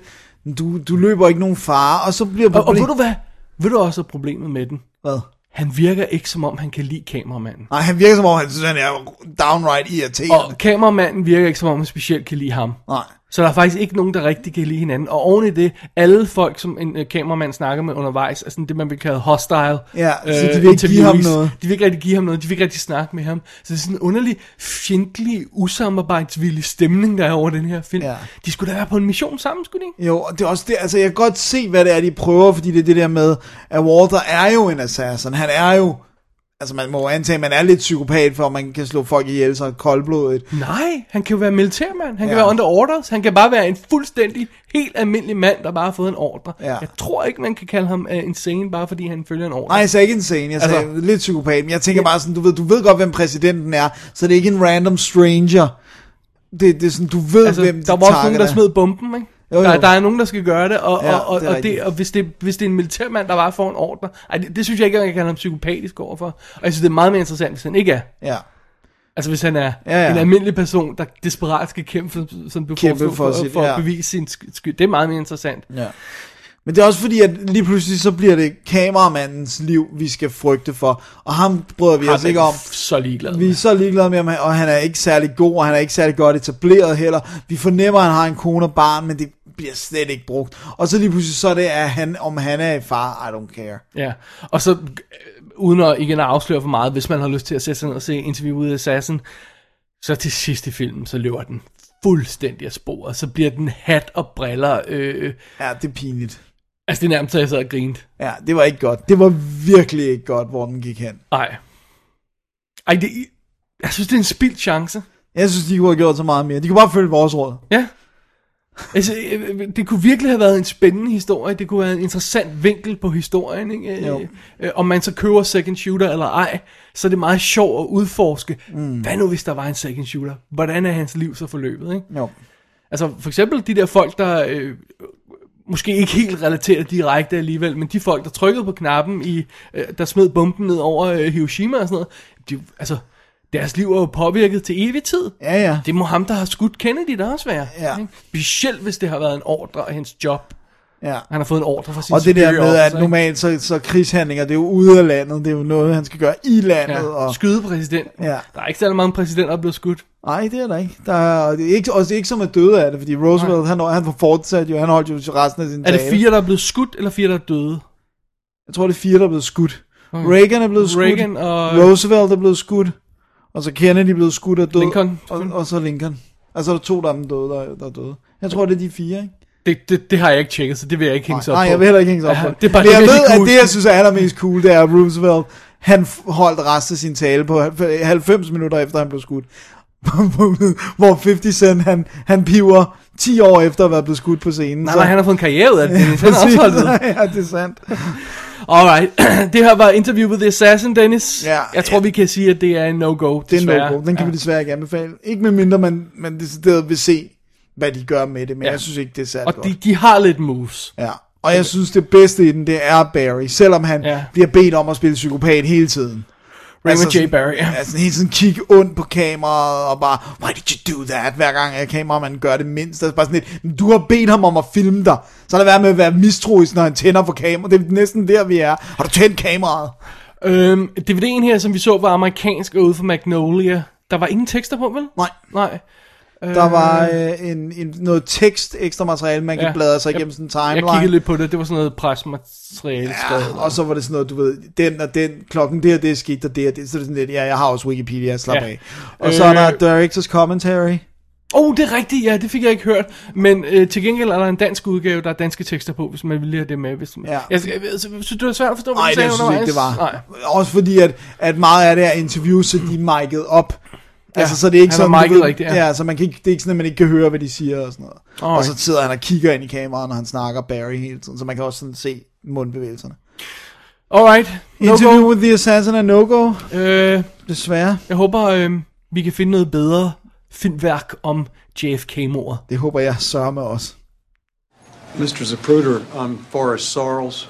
[SPEAKER 5] du, du løber ikke nogen fare, og så bliver
[SPEAKER 4] Og, og
[SPEAKER 5] problem-
[SPEAKER 4] ved du hvad? Ved du også er problemet med den?
[SPEAKER 5] Hvad?
[SPEAKER 4] Han virker ikke som om, han kan lide kameramanden.
[SPEAKER 5] Nej, han virker som om, han synes, han er downright irriterende.
[SPEAKER 4] Og kameramanden virker ikke som om, han specielt kan lide ham.
[SPEAKER 5] Nej.
[SPEAKER 4] Så der er faktisk ikke nogen, der rigtig kan lide hinanden. Og oven i det, alle folk, som en øh, kameramand snakker med undervejs, er sådan det, man vil kalde hostile. øh,
[SPEAKER 5] Ja, så de vil ikke give
[SPEAKER 4] interviewees.
[SPEAKER 5] ham noget.
[SPEAKER 4] De vil ikke rigtig give ham noget, de vil ikke rigtig snakke med ham. Så det er sådan en underlig, fjendtlig, usamarbejdsvillig stemning, der er over den her film.
[SPEAKER 5] Ja.
[SPEAKER 4] De skulle da være på en mission sammen, skulle de ikke?
[SPEAKER 5] Jo, og det er også det, altså jeg kan godt se, hvad det er, de prøver, fordi det er det der med, at Walter er jo en assassin, han er jo, altså man må jo antage, at man er lidt psykopat, for man kan slå folk ihjel så koldblodigt.
[SPEAKER 4] Mm. Nej, han kan jo være militærmand, han ja. kan
[SPEAKER 5] Ja.
[SPEAKER 4] være under orders, han kan bare være en fuldstændig, helt almindelig mand, der bare har fået en ordre.
[SPEAKER 5] Ja.
[SPEAKER 4] Jeg tror ikke, man kan kalde ham uh, insane, bare fordi han følger en ordre.
[SPEAKER 5] Nej, jeg sagde ikke insane, jeg sagde
[SPEAKER 4] Altså-
[SPEAKER 5] altså, lidt psykopat, men jeg tænker bare sådan, du ved, du ved godt, hvem præsidenten er, så det er ikke en random stranger. Det, det er sådan, du ved,
[SPEAKER 4] altså,
[SPEAKER 5] hvem de
[SPEAKER 4] der var også nogen,
[SPEAKER 5] takker
[SPEAKER 4] der
[SPEAKER 5] er.
[SPEAKER 4] smed bomben, ikke? Jo,
[SPEAKER 5] Jo,
[SPEAKER 4] jo.
[SPEAKER 5] jo.
[SPEAKER 4] Der, der er nogen, der skal gøre det, og,
[SPEAKER 5] Ja,
[SPEAKER 4] og, og,
[SPEAKER 5] det er
[SPEAKER 4] og, det,
[SPEAKER 5] rigtigt.
[SPEAKER 4] og hvis, det, hvis det er en militærmand, der bare får en ordre, ej, det, det synes jeg ikke, man kan kalde ham psykopatisk overfor. Og jeg synes, det er meget mere interessant, hvis han ikke er.
[SPEAKER 5] Ja,
[SPEAKER 4] Altså hvis han er ja,
[SPEAKER 5] Ja,
[SPEAKER 4] ja.
[SPEAKER 5] ja.
[SPEAKER 4] en almindelig person, der desperat skal kæmpe, som du
[SPEAKER 5] Kæmpe
[SPEAKER 4] foreslog,
[SPEAKER 5] for
[SPEAKER 4] for,
[SPEAKER 5] sit-
[SPEAKER 4] for at
[SPEAKER 5] ja.
[SPEAKER 4] bevise sin sky- skyld. Det er meget mere interessant.
[SPEAKER 5] ja. Men det er også fordi, at lige pludselig så bliver det kameramandens liv, vi skal frygte for, og ham bryder vi
[SPEAKER 4] Har
[SPEAKER 5] os
[SPEAKER 4] man
[SPEAKER 5] ikke om.
[SPEAKER 4] Altså, Så ligeglad
[SPEAKER 5] Vi er
[SPEAKER 4] med.
[SPEAKER 5] så ligeglade med ham, og han er ikke særlig god, og han er ikke særlig godt etableret heller. Vi fornemmer, at han har en kone og barn, men det bliver slet ikke brugt. Og så lige pludselig så er det, at han, om han er i far, I don't care.
[SPEAKER 4] Ja. Og så, øh, uden at igen at afsløre for meget, hvis man har lyst til at sætte sig ned og se Interview with Assassin, så til sidst i filmen, så løber den fuldstændig af sporet. Så bliver den hat og briller. Øh,
[SPEAKER 5] Ja, det er pinligt.
[SPEAKER 4] altså, det er nærmest, at jeg sad og grinte.
[SPEAKER 5] Ja, det var ikke godt. Det var virkelig ikke godt, hvor den gik hen.
[SPEAKER 4] Ej. Ej, det, jeg synes, det er en spildt chance.
[SPEAKER 5] Jeg synes, de kunne have gjort så meget mere. De kunne bare følge vores råd.
[SPEAKER 4] Ja. Altså, øh, det kunne virkelig have været en spændende historie. Det kunne være en interessant vinkel på historien. Ikke?
[SPEAKER 5] Jo.
[SPEAKER 4] Øh, Om man så køber second shooter eller ej, så er det meget sjovt at udforske. Mm. Hvad nu, hvis der var en second shooter? Hvordan er hans liv så forløbet? Ikke?
[SPEAKER 5] Jo.
[SPEAKER 4] Altså, for eksempel de der folk, der øh, måske ikke helt relaterer direkte alligevel, men de folk, der trykkede på knappen, i, øh, der smed bomben ned over øh, Hiroshima og sådan noget, de, altså, deres liv er jo påvirket til evig tid.
[SPEAKER 5] Ja, ja.
[SPEAKER 4] Det må ham, der har skudt Kennedy, der også være.
[SPEAKER 5] Ja.
[SPEAKER 4] ikke? Specielt hvis det har været en ordre af hans job.
[SPEAKER 5] ja.
[SPEAKER 4] Han har fået en ordre fra sin
[SPEAKER 5] Og det der
[SPEAKER 4] superior
[SPEAKER 5] med, at
[SPEAKER 4] officer, ikke?
[SPEAKER 5] normalt så, så krigshandlinger, det er jo ude af landet. Det er jo noget, han skal gøre i landet.
[SPEAKER 4] Ja,
[SPEAKER 5] Og...
[SPEAKER 4] skyde præsident.
[SPEAKER 5] Ja.
[SPEAKER 4] Der er ikke særlig mange præsidenter, der er blevet skudt.
[SPEAKER 5] Nej, det er der ikke. Der er, det er ikke også ikke som er døde af det, fordi Roosevelt, han, han fortsatte jo, han holdt jo resten af sin
[SPEAKER 4] Er
[SPEAKER 5] tale.
[SPEAKER 4] det fire, der er blevet skudt, eller fire, der er døde?
[SPEAKER 5] Jeg tror, det er fire, der er blevet skudt. Okay. Reagan er blevet skudt.
[SPEAKER 4] Reagan og-
[SPEAKER 5] Roosevelt er blevet skudt. Og så Kennedy er blevet skudt og død.
[SPEAKER 4] Lincoln.
[SPEAKER 5] Og, og så Lincoln. Altså, der er to, der er dem døde, der, der er døde. Jeg tror, det er de fire, ikke?
[SPEAKER 4] Det, det, det har jeg ikke tjekket, så det vil jeg ikke hænge så op
[SPEAKER 5] Nej,
[SPEAKER 4] på.
[SPEAKER 5] jeg vil heller ikke hænge sig op
[SPEAKER 4] Ja,
[SPEAKER 5] på
[SPEAKER 4] det er bare-
[SPEAKER 5] Men jeg
[SPEAKER 4] det er virkelig
[SPEAKER 5] ved,
[SPEAKER 4] cool.
[SPEAKER 5] at det, jeg synes er allermest cool, det er, at Roosevelt, han f- holdt resten af sin tale på halv- 90 minutter efter, han blev skudt. *laughs* Hvor 50 Cent, han, han piver 10 år efter at være blevet skudt på scenen. *laughs*
[SPEAKER 4] Nej, nej, han har fået en karriere ud af det. Dennis. Han har også holdt ud.
[SPEAKER 5] Ja, det er sandt.
[SPEAKER 4] Alright, *clears throat* det her var Interview with the Assassin, Dennis.
[SPEAKER 5] Ja.
[SPEAKER 4] Jeg tror, vi kan sige, at det er en no-go,
[SPEAKER 5] Det er
[SPEAKER 4] desværre.
[SPEAKER 5] en no Den kan
[SPEAKER 4] ja.
[SPEAKER 5] ja. vi desværre ikke anbefale. Ikke med mindre man, man decideret vil se, hvad de gør med det. Men
[SPEAKER 4] Ja.
[SPEAKER 5] ja. jeg synes ikke, det er særlig
[SPEAKER 4] Og
[SPEAKER 5] godt.
[SPEAKER 4] de, de har lidt moves.
[SPEAKER 5] Ja. Og jeg synes, det bedste i den, det er Barry. Selvom han
[SPEAKER 4] Ja.
[SPEAKER 5] ja. bliver bedt om at spille psykopat hele tiden.
[SPEAKER 4] Raymond J.
[SPEAKER 5] sådan-
[SPEAKER 4] Barry, ja.
[SPEAKER 5] Altså hele tiden kigge ondt på kameraet og bare, why did you do that? Hver gang at kameramanden gør det mindst. Altså bare sådan lidt, "Men du har bedt ham om at filme dig. Så er der været med at være mistroisk, når han tænder for kameraet. Det er næsten der, vi er. Har du tændt kameraet?
[SPEAKER 4] Øhm, DVD'en her, som vi så, var amerikansk og ude fra Magnolia. Der var ingen tekster på, vel?
[SPEAKER 5] Nej.
[SPEAKER 4] Nej.
[SPEAKER 5] Der var øh, en, en, noget tekst, ekstra materiale, man kan
[SPEAKER 4] Ja.
[SPEAKER 5] bladre sig
[SPEAKER 4] Jeg-
[SPEAKER 5] igennem sådan en
[SPEAKER 4] Jeg
[SPEAKER 5] timeline.
[SPEAKER 4] kiggede lidt på det, det var sådan noget presmateriale. skrevet.
[SPEAKER 5] Ja, og så var det sådan noget, du ved, den og den, klokken der, det er sket, og det og det, så er det sådan lidt, ja, jeg har også Wikipedia, slap
[SPEAKER 4] Ja.
[SPEAKER 5] ja. af. Og øh, så er
[SPEAKER 4] Øh.
[SPEAKER 5] der director's commentary.
[SPEAKER 4] Åh, oh, det er rigtigt, ja, det fik jeg ikke hørt. Men øh, til gengæld er der en dansk udgave, der er danske tekster på, hvis man vil lige have det med. Hvis man...
[SPEAKER 5] Ja.
[SPEAKER 4] jeg, jeg, jeg, synes du, det var svært at forstå, hvad
[SPEAKER 5] Nej,
[SPEAKER 4] du sagde
[SPEAKER 5] det synes jeg ikke, det var.
[SPEAKER 4] Nej.
[SPEAKER 5] Også fordi, at, at meget af det er interviews, så de er mic'et op. Ja, altså, så det er ikke
[SPEAKER 4] han
[SPEAKER 5] sådan,
[SPEAKER 4] var
[SPEAKER 5] du
[SPEAKER 4] mic'et rigtigt, ja.
[SPEAKER 5] ja. så man kan ikke, det er ikke sådan, at man ikke kan høre, hvad de siger og sådan noget.
[SPEAKER 4] Alright.
[SPEAKER 5] Og så sidder han og kigger ind i kameraet, når han snakker Barry hele tiden, så man kan også sådan se mundbevægelserne.
[SPEAKER 4] Alright,
[SPEAKER 5] No
[SPEAKER 4] no
[SPEAKER 5] Interview
[SPEAKER 4] go.
[SPEAKER 5] with the Assassin er no-go,
[SPEAKER 4] Øh,
[SPEAKER 5] desværre.
[SPEAKER 4] jeg håber, øh, vi kan finde noget bedre filmværk om JFK-mordet.
[SPEAKER 5] Det håber jeg sørger med os.
[SPEAKER 8] Mr. Zapruder, I'm Forrest Sarles,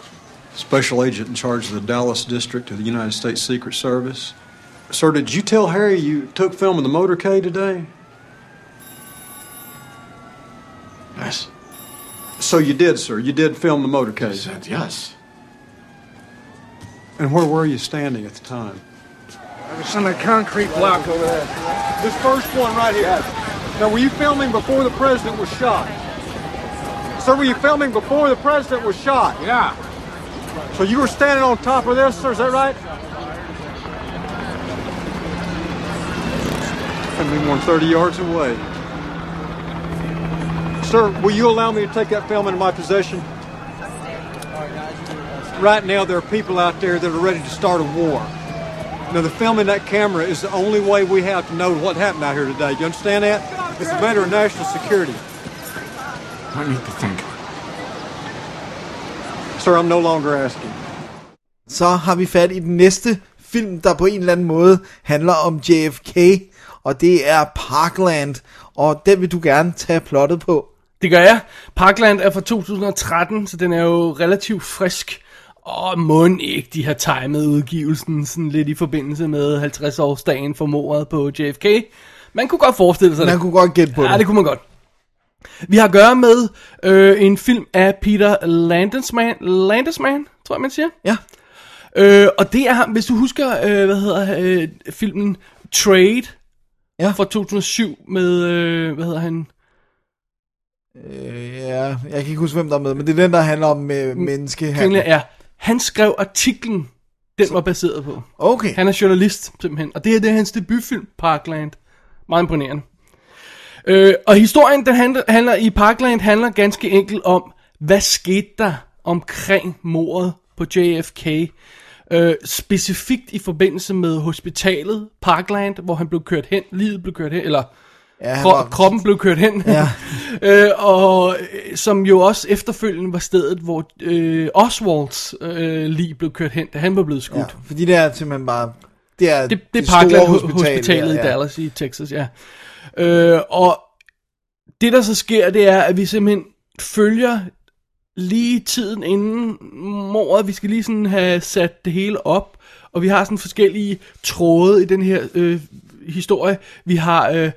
[SPEAKER 8] Special Agent in charge of the Dallas District of the United States Secret Service. Sir, did you tell Harry you took film in the motorcade today?
[SPEAKER 9] Yes.
[SPEAKER 8] So you did, sir. You did film the motorcade.
[SPEAKER 9] He said yes.
[SPEAKER 8] And where were you standing at the time?
[SPEAKER 9] It's on a concrete block over there.
[SPEAKER 8] This first one right here. Now, were you filming before the president was shot? Sir, were you filming before the president was shot?
[SPEAKER 9] Yeah.
[SPEAKER 8] So you were standing on top of this, sir, is that right? Couldn't be more than 30 yards away. Sir, will you allow me to take that film into my possession? Right now, there are people out there that are ready to start a war. Now, the film in that camera is the only way we have to know what happened out here today. You understand that? It's a matter of national security.
[SPEAKER 9] I need to think.
[SPEAKER 8] Sir, I'm no longer asking.
[SPEAKER 5] så har vi fat i den næste film, der på en eller anden måde handler om JFK, og det er Parkland, og den vil du gerne tage plottet på.
[SPEAKER 4] Det gør jeg. Parkland er fra 2013, så den er jo relativt frisk. Og må ikke, de har timet udgivelsen sådan lidt i forbindelse med 50-årsdagen for mordet på JFK. Man kunne godt forestille sig
[SPEAKER 5] Man
[SPEAKER 4] det.
[SPEAKER 5] kunne godt gætte på
[SPEAKER 4] Ja, det
[SPEAKER 5] det.
[SPEAKER 4] kunne man godt. Vi har at gøre med øh, en film af Peter Landesman, Landesman tror jeg man siger.
[SPEAKER 5] Ja,
[SPEAKER 4] Øh, og det er ham, hvis du husker, øh, hvad hedder øh, filmen Trade
[SPEAKER 5] Ja.
[SPEAKER 4] fra 2007 med, øh, hvad hedder han?
[SPEAKER 5] øh, ja, jeg kan ikke huske, hvem der er med, men det er den, der handler om øh,
[SPEAKER 4] Kringle,
[SPEAKER 5] menneskehandel.
[SPEAKER 4] Mm, ja. Han skrev artiklen, den var baseret på.
[SPEAKER 5] Okay,
[SPEAKER 4] Han er journalist, simpelthen. Og det her det er hans debutfilm, Parkland. Meget imponerende. Øh, og historien, den handler, handler i Parkland, handler ganske enkelt om, hvad skete der omkring mordet på JFK? Øh, specifikt i forbindelse med hospitalet Parkland, hvor han blev kørt hen, livet blev kørt hen, eller
[SPEAKER 5] ja, han
[SPEAKER 4] Kro-
[SPEAKER 5] var,
[SPEAKER 4] kroppen blev kørt hen.
[SPEAKER 5] Ja.
[SPEAKER 4] *laughs* øh, og øh, som jo også efterfølgende var stedet, hvor øh, Oswalds øh, lige blev kørt hen, da han var blevet skudt.
[SPEAKER 5] ja, fordi det er simpelthen bare, det er
[SPEAKER 4] Det, det, det er
[SPEAKER 5] store
[SPEAKER 4] Parkland
[SPEAKER 5] hospital,
[SPEAKER 4] hospital, hospitalet
[SPEAKER 5] ja,
[SPEAKER 4] ja, i
[SPEAKER 5] ja.
[SPEAKER 4] Dallas i Texas, ja. Øh, og det der så sker, det er, at vi simpelthen følger lige tiden inden mordet. Vi skal lige sådan have sat det hele op, og vi har sådan forskellige tråde i den her øh, historie. Vi har, øh,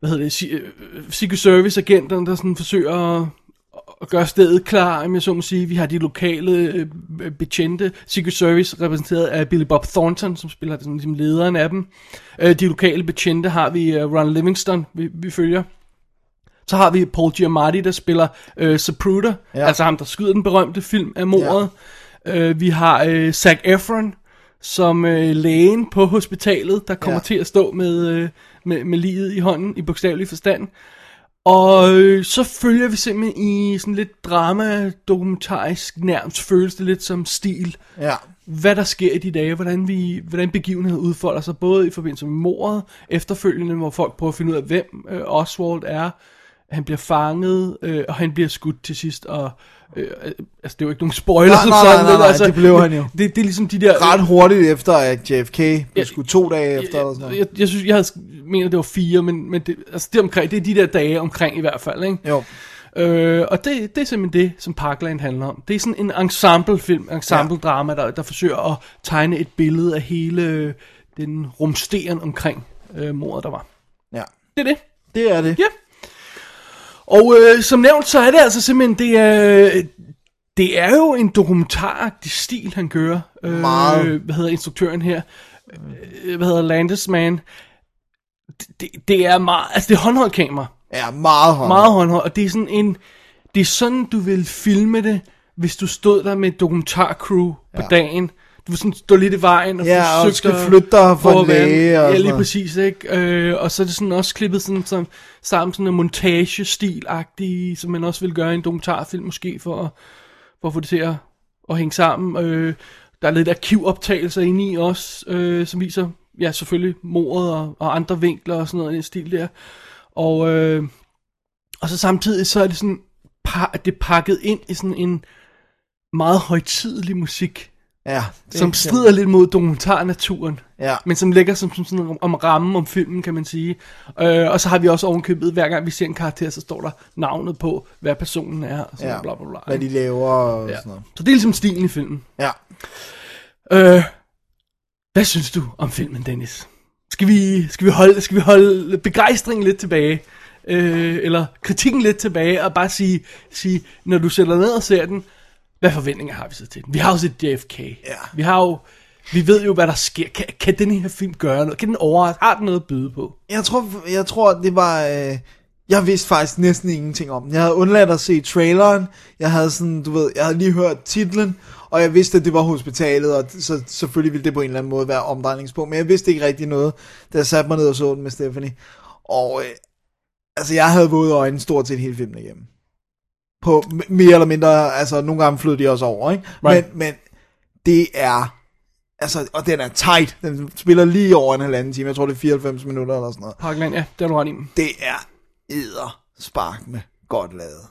[SPEAKER 4] hvad hedder det, si- øh, Secret Service-agenterne, der sådan forsøger at at gøre stedet klar, om jeg så må sige. Vi har de lokale øh, betjente, Secret Service, repræsenteret af Billy Bob Thornton, som spiller sådan, ligesom lederen af dem. Øh, de lokale betjente har vi øh, Ron Livingston, vi, vi følger. Så har vi Paul Giamatti, der spiller øh, Zapruder, ja.
[SPEAKER 5] Ja.
[SPEAKER 4] altså ham, der skyder den berømte film af mordet. Ja. Øh, vi har øh, Zac Efron, som øh, lægen på hospitalet, der kommer ja.
[SPEAKER 5] Ja.
[SPEAKER 4] til at stå med, øh, med, med livet i hånden, i bogstavelig forstand. Og øh, så følger vi simpelthen i sådan lidt drama-dokumentarisk nærmest føles det lidt som stil.
[SPEAKER 5] Ja,
[SPEAKER 4] Hvad der sker i de dage, hvordan, vi, hvordan begivenheden udfolder sig, både i forbindelse med mordet, efterfølgende, hvor folk prøver at finde ud af, hvem øh, Oswald er, han bliver fanget, øh, og han bliver skudt til sidst, og øh, altså det er jo ikke nogen spoiler
[SPEAKER 5] Nej,
[SPEAKER 4] som
[SPEAKER 5] nej,
[SPEAKER 4] sådan,
[SPEAKER 5] nej, nej,
[SPEAKER 4] vel,
[SPEAKER 5] nej,
[SPEAKER 4] altså,
[SPEAKER 5] det blev han jo.
[SPEAKER 4] Det, det er ligesom de der...
[SPEAKER 5] Ret hurtigt efter, at JFK blev
[SPEAKER 4] Ja.
[SPEAKER 5] skudt to dage efter, eller sådan
[SPEAKER 4] jeg,
[SPEAKER 5] noget.
[SPEAKER 4] jeg, jeg, synes, jeg havde, sk- mener, det var fire, men, men det, altså det, er omkring, det er de der dage omkring i hvert fald, ikke?
[SPEAKER 5] Jo.
[SPEAKER 4] Øh, og det, det er simpelthen det, som Parkland handler om. Det er sådan en ensemblefilm, ensemble-drama, der, der forsøger at tegne et billede af hele øh, den rumsteren omkring øh, mordet, der var.
[SPEAKER 5] Ja.
[SPEAKER 4] Det er det.
[SPEAKER 5] Det er det.
[SPEAKER 4] Ja. Og øh, som nævnt, så er det altså simpelthen, det er, det er jo en dokumentaragtig stil, han kører. Øh,
[SPEAKER 5] Meget.
[SPEAKER 4] Hvad hedder instruktøren her? Øh, Hvad hedder Landesman? Det- Det, det er meget, altså det er håndholdt kamera.
[SPEAKER 5] Ja, meget hårdt.
[SPEAKER 4] Meget håndholdt, og det er sådan en, det er sådan, du vil filme det, hvis du stod der med et dokumentarcrew på
[SPEAKER 5] Ja.
[SPEAKER 4] dagen. Du vil sådan stå lidt i vejen og
[SPEAKER 5] Ja, og
[SPEAKER 4] forsøgte
[SPEAKER 5] skal
[SPEAKER 4] at-
[SPEAKER 5] flytte dig for
[SPEAKER 4] at
[SPEAKER 5] en
[SPEAKER 4] være-
[SPEAKER 5] læge og
[SPEAKER 4] Ja,
[SPEAKER 5] sådan
[SPEAKER 4] lige
[SPEAKER 5] noget.
[SPEAKER 4] præcis, ikke? Øh, og så er det sådan også klippet sådan, sådan, sammen sådan en montagestil-agtig, som man også vil gøre i en dokumentarfilm måske, for at, for at få det til at, at hænge sammen. Øh, der er lidt arkivoptagelser inde i også, øh, som viser, ja, selvfølgelig mordet og, og andre vinkler og sådan noget i den stil der. Og, øh, og så samtidig så er det sådan, pa- det er pakket ind i sådan en meget højtidelig musik,
[SPEAKER 5] Ja. det-
[SPEAKER 4] som strider lidt mod dokumentarnaturen,
[SPEAKER 5] Ja.
[SPEAKER 4] men som ligger som, som sådan om- om rammen om filmen, kan man sige. Øh, og så har vi også ovenkøbet, hver gang vi ser en karakter, så står der navnet på, hvad personen er, og sådan
[SPEAKER 5] Ja.
[SPEAKER 4] ja. bla bla bla.
[SPEAKER 5] Hvad de laver og
[SPEAKER 4] ja.
[SPEAKER 5] sådan noget.
[SPEAKER 4] Så det er ligesom stilen i filmen.
[SPEAKER 5] Ja.
[SPEAKER 4] Øh, hvad synes du om filmen, Dennis? Skal vi, skal vi, holde, skal vi holde begejstringen lidt tilbage? Øh, eller kritikken lidt tilbage, og bare sige, sige, når du sætter dig ned og ser den, hvad forventninger har vi så til den? Vi har jo set JFK.
[SPEAKER 5] Ja.
[SPEAKER 4] Vi har jo, vi ved jo, hvad der sker. Kan, kan den her film gøre noget? Kan den overraske? Har den noget at byde på?
[SPEAKER 5] Jeg tror, jeg tror det var... Øh, jeg vidste faktisk næsten ingenting om den. Jeg havde undladt at se traileren. Jeg havde sådan, du ved, jeg havde lige hørt titlen, og jeg vidste, at det var hospitalet, og så selvfølgelig ville det på en eller anden måde være omdrejningspunkt, men jeg vidste ikke rigtig noget, da jeg satte mig ned og så den med Stephanie. Og øh, altså, jeg havde våde øjnene stort set hele filmen igennem. På m- mere eller mindre, altså nogle gange flød de også over, ikke?
[SPEAKER 4] Right.
[SPEAKER 5] Men, men det er Altså, og den er tight. Den spiller lige over en halvanden time. Jeg tror, det er 94 minutter eller sådan noget.
[SPEAKER 4] Parkland, ja, det har du ret i.
[SPEAKER 5] Det er spark med godt lavet.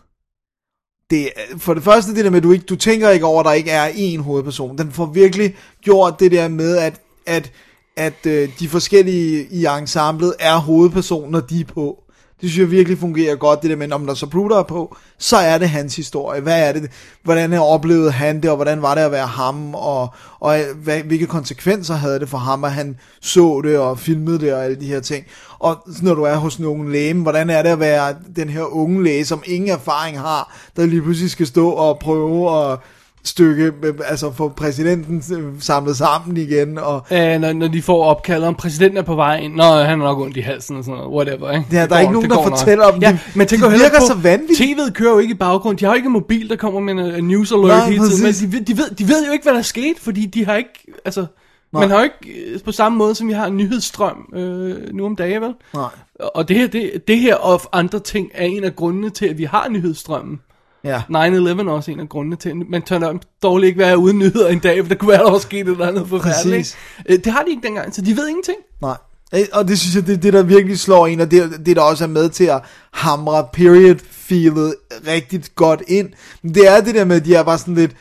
[SPEAKER 5] Det er, for det første det der med, at du, ikke, du tænker ikke over, at der ikke er én hovedperson. Den får virkelig gjort det der med, at, at, at øh, de forskellige i ensemblet er hovedpersonen, når de er på. Det synes jeg virkelig fungerer godt, det der med, om der så Bruder er på, så er det hans historie. Hvad er det? Hvordan oplevede han det, og hvordan var det at være ham, og, og hvad, hvilke konsekvenser havde det for ham, at han så det og filmede det og alle de her ting. Og så når du er hos nogen læge, hvordan er det at være den her unge læge, som ingen erfaring har, der lige pludselig skal stå og prøve at stykke, øh, altså få præsidenten øh, samlet sammen igen, og
[SPEAKER 4] Øh, når, når de får opkaldet om præsidenten er på vej ind, Nå, øh, han har nok ondt i halsen og sådan noget, whatever, ikke?
[SPEAKER 5] Ja, der er
[SPEAKER 4] Det går-
[SPEAKER 5] ikke
[SPEAKER 4] det
[SPEAKER 5] nogen, der
[SPEAKER 4] går nok.
[SPEAKER 5] fortæller om det.
[SPEAKER 4] ja, men tænk
[SPEAKER 5] Det
[SPEAKER 4] jo heller
[SPEAKER 5] virker
[SPEAKER 4] på,
[SPEAKER 5] så vanvittigt.
[SPEAKER 4] TV'et kører jo ikke i baggrund, de har jo ikke en mobil, der kommer med en øh, news alert
[SPEAKER 5] Nej,
[SPEAKER 4] hele tiden, men
[SPEAKER 5] præcis.
[SPEAKER 4] de, ved- de, ved, de ved jo ikke, hvad der er sket, fordi de har ikke, altså, man har jo ikke øh, på samme måde, som vi har en nyhedsstrøm øh, nu om dagen, vel?
[SPEAKER 5] Nej.
[SPEAKER 4] Og det her, det, det her og andre ting er en af grundene til, at vi har nyhedsstrømmen.
[SPEAKER 5] ja.
[SPEAKER 4] 9-11 er også en af grundene til, man tør dårligt ikke være uden nyheder en dag, for der kunne være, der var sket et eller andet forfærdeligt.
[SPEAKER 5] Præcis.
[SPEAKER 4] Øh, Det har de ikke dengang, så de ved ingenting.
[SPEAKER 5] Nej. Øh, Og det synes jeg, det er det, der virkelig slår en, og det, det der også er med til at hamre period feelet rigtig godt ind. Men det er det der med, at de er bare sådan lidt,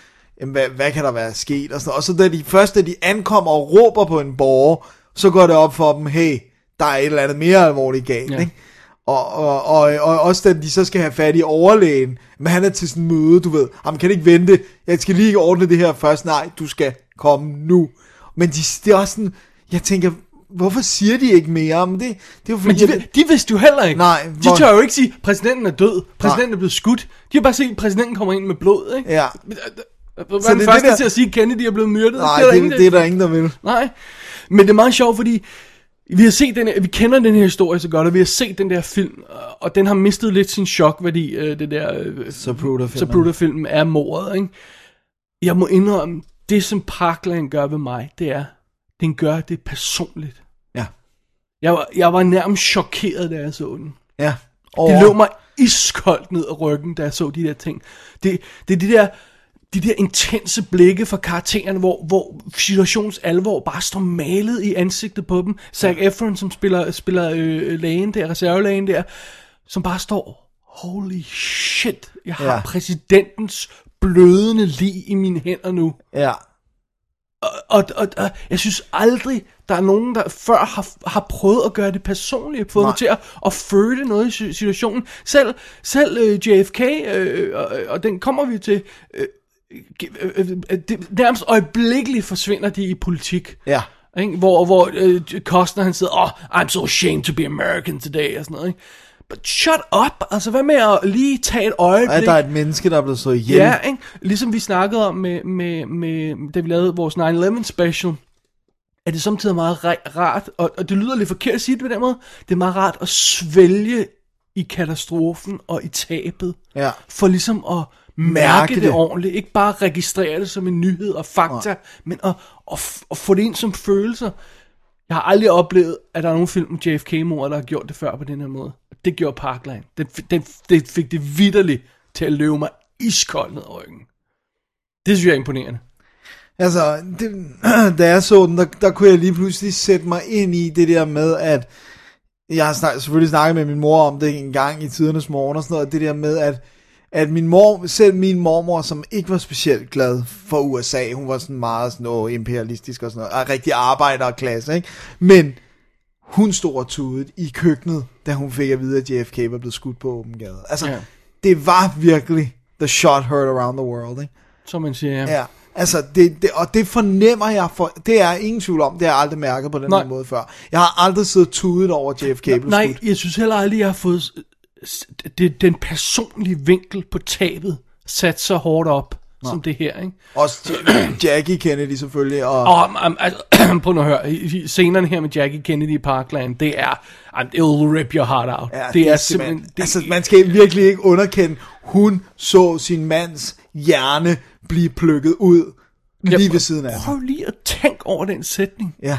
[SPEAKER 5] jamen, hvad, hvad kan der være sket? Og, sådan, noget. og så da de først, da de ankommer og råber på en borger, så går det op for dem, hey, der er et eller andet mere alvorligt galt,
[SPEAKER 4] Ja.
[SPEAKER 5] ja. ikke? Og, og, og, og også da de så skal have fat i overlægen, men han er til sådan en møde, du ved, han kan ikke vente, jeg skal lige ordne det her først, nej, du skal komme nu. Men de, det er også sådan, jeg tænker, hvorfor siger de ikke mere? Men det, det er jo
[SPEAKER 4] Men
[SPEAKER 5] fordi,
[SPEAKER 4] de, ved- de vidste jo heller ikke.
[SPEAKER 5] Nej,
[SPEAKER 4] de
[SPEAKER 5] hvor-
[SPEAKER 4] tør jo ikke sige, præsidenten er død, præsidenten er blevet skudt. De har bare set, at præsidenten kommer ind med blod, ikke? *laughs* øh,
[SPEAKER 5] ja,
[SPEAKER 4] Hvad
[SPEAKER 5] Så
[SPEAKER 4] er den
[SPEAKER 5] det er
[SPEAKER 4] første
[SPEAKER 5] det der-
[SPEAKER 4] til at sige, at Kennedy er blevet myrdet?
[SPEAKER 5] nej,
[SPEAKER 4] er der
[SPEAKER 5] det,
[SPEAKER 4] ingen,
[SPEAKER 5] det, det, er der ingen, der vil.
[SPEAKER 4] Nej, men det er meget sjovt, fordi vi har set den her, vi kender den her historie så godt, og vi har set den der film, og- og den har mistet lidt sin chokværdi, øh, det der øh,
[SPEAKER 5] Zapruder-filmen.
[SPEAKER 4] Zapruder-filmen er mordet, ikke? Jeg må indrømme, det som Parkland gør ved mig, det er, den gør det personligt.
[SPEAKER 5] Ja.
[SPEAKER 4] Jeg var, jeg var nærmest chokeret, da jeg så den.
[SPEAKER 5] Ja.
[SPEAKER 4] Det lå mig iskoldt ned ad ryggen, da jeg så de der ting. Det, det er de der, de der intense blikke fra karaktererne, hvor, hvor situations alvor bare står malet i ansigtet på dem. Zac Efron, som spiller, spiller øh, lægen der, reservelægen der, som bare står holy shit, jeg har
[SPEAKER 5] Ja.
[SPEAKER 4] ja. præsidentens blødende lig i mine hænder nu.
[SPEAKER 5] Ja.
[SPEAKER 4] Og, og, og jeg synes aldrig, der er nogen, der før har, har prøvet at gøre det personligt, fået
[SPEAKER 5] Nej.
[SPEAKER 4] mig til at, at føle noget i si- situationen. Selv, selv øh, JFK, øh, og, og den kommer vi til, øh, øh, øh, øh, det, nærmest øjeblikkeligt forsvinder de i politik.
[SPEAKER 5] Ja.
[SPEAKER 4] Ikke? Hvor, hvor øh, Costner han sidder, oh, I'm so ashamed to be American today, og sådan noget. Ikke? But shut up, altså hvad med at lige tage et øjeblik?
[SPEAKER 5] At der er et menneske, der er blevet slået ihjel.
[SPEAKER 4] Ja, ikke? ligesom vi snakkede om, med, med, med, da vi lavede vores 9-11 special, er det samtidig meget ra- rart, og, og det lyder lidt forkert at sige det på den måde, det er meget rart at svælge i katastrofen og i tabet,
[SPEAKER 5] Ja.
[SPEAKER 4] for ligesom at mærke,
[SPEAKER 5] Mærke
[SPEAKER 4] mærke det.
[SPEAKER 5] det.
[SPEAKER 4] det ordentligt, ikke bare registrere det som en nyhed og fakta,
[SPEAKER 5] Nej.
[SPEAKER 4] men at, at, f- at få det ind som følelser. Jeg har aldrig oplevet, at der er nogen film med JFK-mor, der har gjort det før på den her måde. Det gjorde Parkland. Den, f- den, f- det fik det vidderligt til at løbe mig iskold ned over ryggen. Det synes jeg er imponerende.
[SPEAKER 5] Altså, det, *clears throat* da jeg så den, der, der kunne jeg lige pludselig sætte mig ind i det der med, at jeg har snak, selvfølgelig snakket med min mor om det en gang i tidernes morgen og sådan noget, det der med, at, at min mor, selv min mormor, som ikke var specielt glad for USA, hun var sådan meget sådan, åh, imperialistisk og sådan noget, og rigtig arbejderklasse, ikke? Men hun stod og tudet i køkkenet, da hun fik at vide, at JFK var blevet skudt på åben gade. Altså, ja.
[SPEAKER 4] Ja.
[SPEAKER 5] det var virkelig the shot heard around the world, ikke?
[SPEAKER 4] Som man siger, ja.
[SPEAKER 5] Ja, altså, det, det, og det fornemmer jeg, for, det er ingen tvivl om, det har jeg aldrig mærket på den
[SPEAKER 4] Nej.
[SPEAKER 5] her måde før. Jeg har aldrig siddet og tudet over JFK blev
[SPEAKER 4] Nej,
[SPEAKER 5] skudt.
[SPEAKER 4] jeg synes heller aldrig, jeg har fået s- s- det, den personlige vinkel på tabet sat så hårdt op, Nej. som det her, ikke?
[SPEAKER 5] Også J- *clears throat* Jackie Kennedy selvfølgelig, og
[SPEAKER 4] Og um, um, altså, *clears throat* prøv nu at høre, i- i- scenerne her med Jackie Kennedy i Parkland, det er, um, it'll rip your heart out.
[SPEAKER 5] ja,
[SPEAKER 4] det er simpelthen, det,
[SPEAKER 5] altså, man skal virkelig ikke underkende, hun så sin mands hjerne blive plukket ud lige ved siden af ham.
[SPEAKER 4] prøv lige at tænke over den sætning.
[SPEAKER 5] Ja,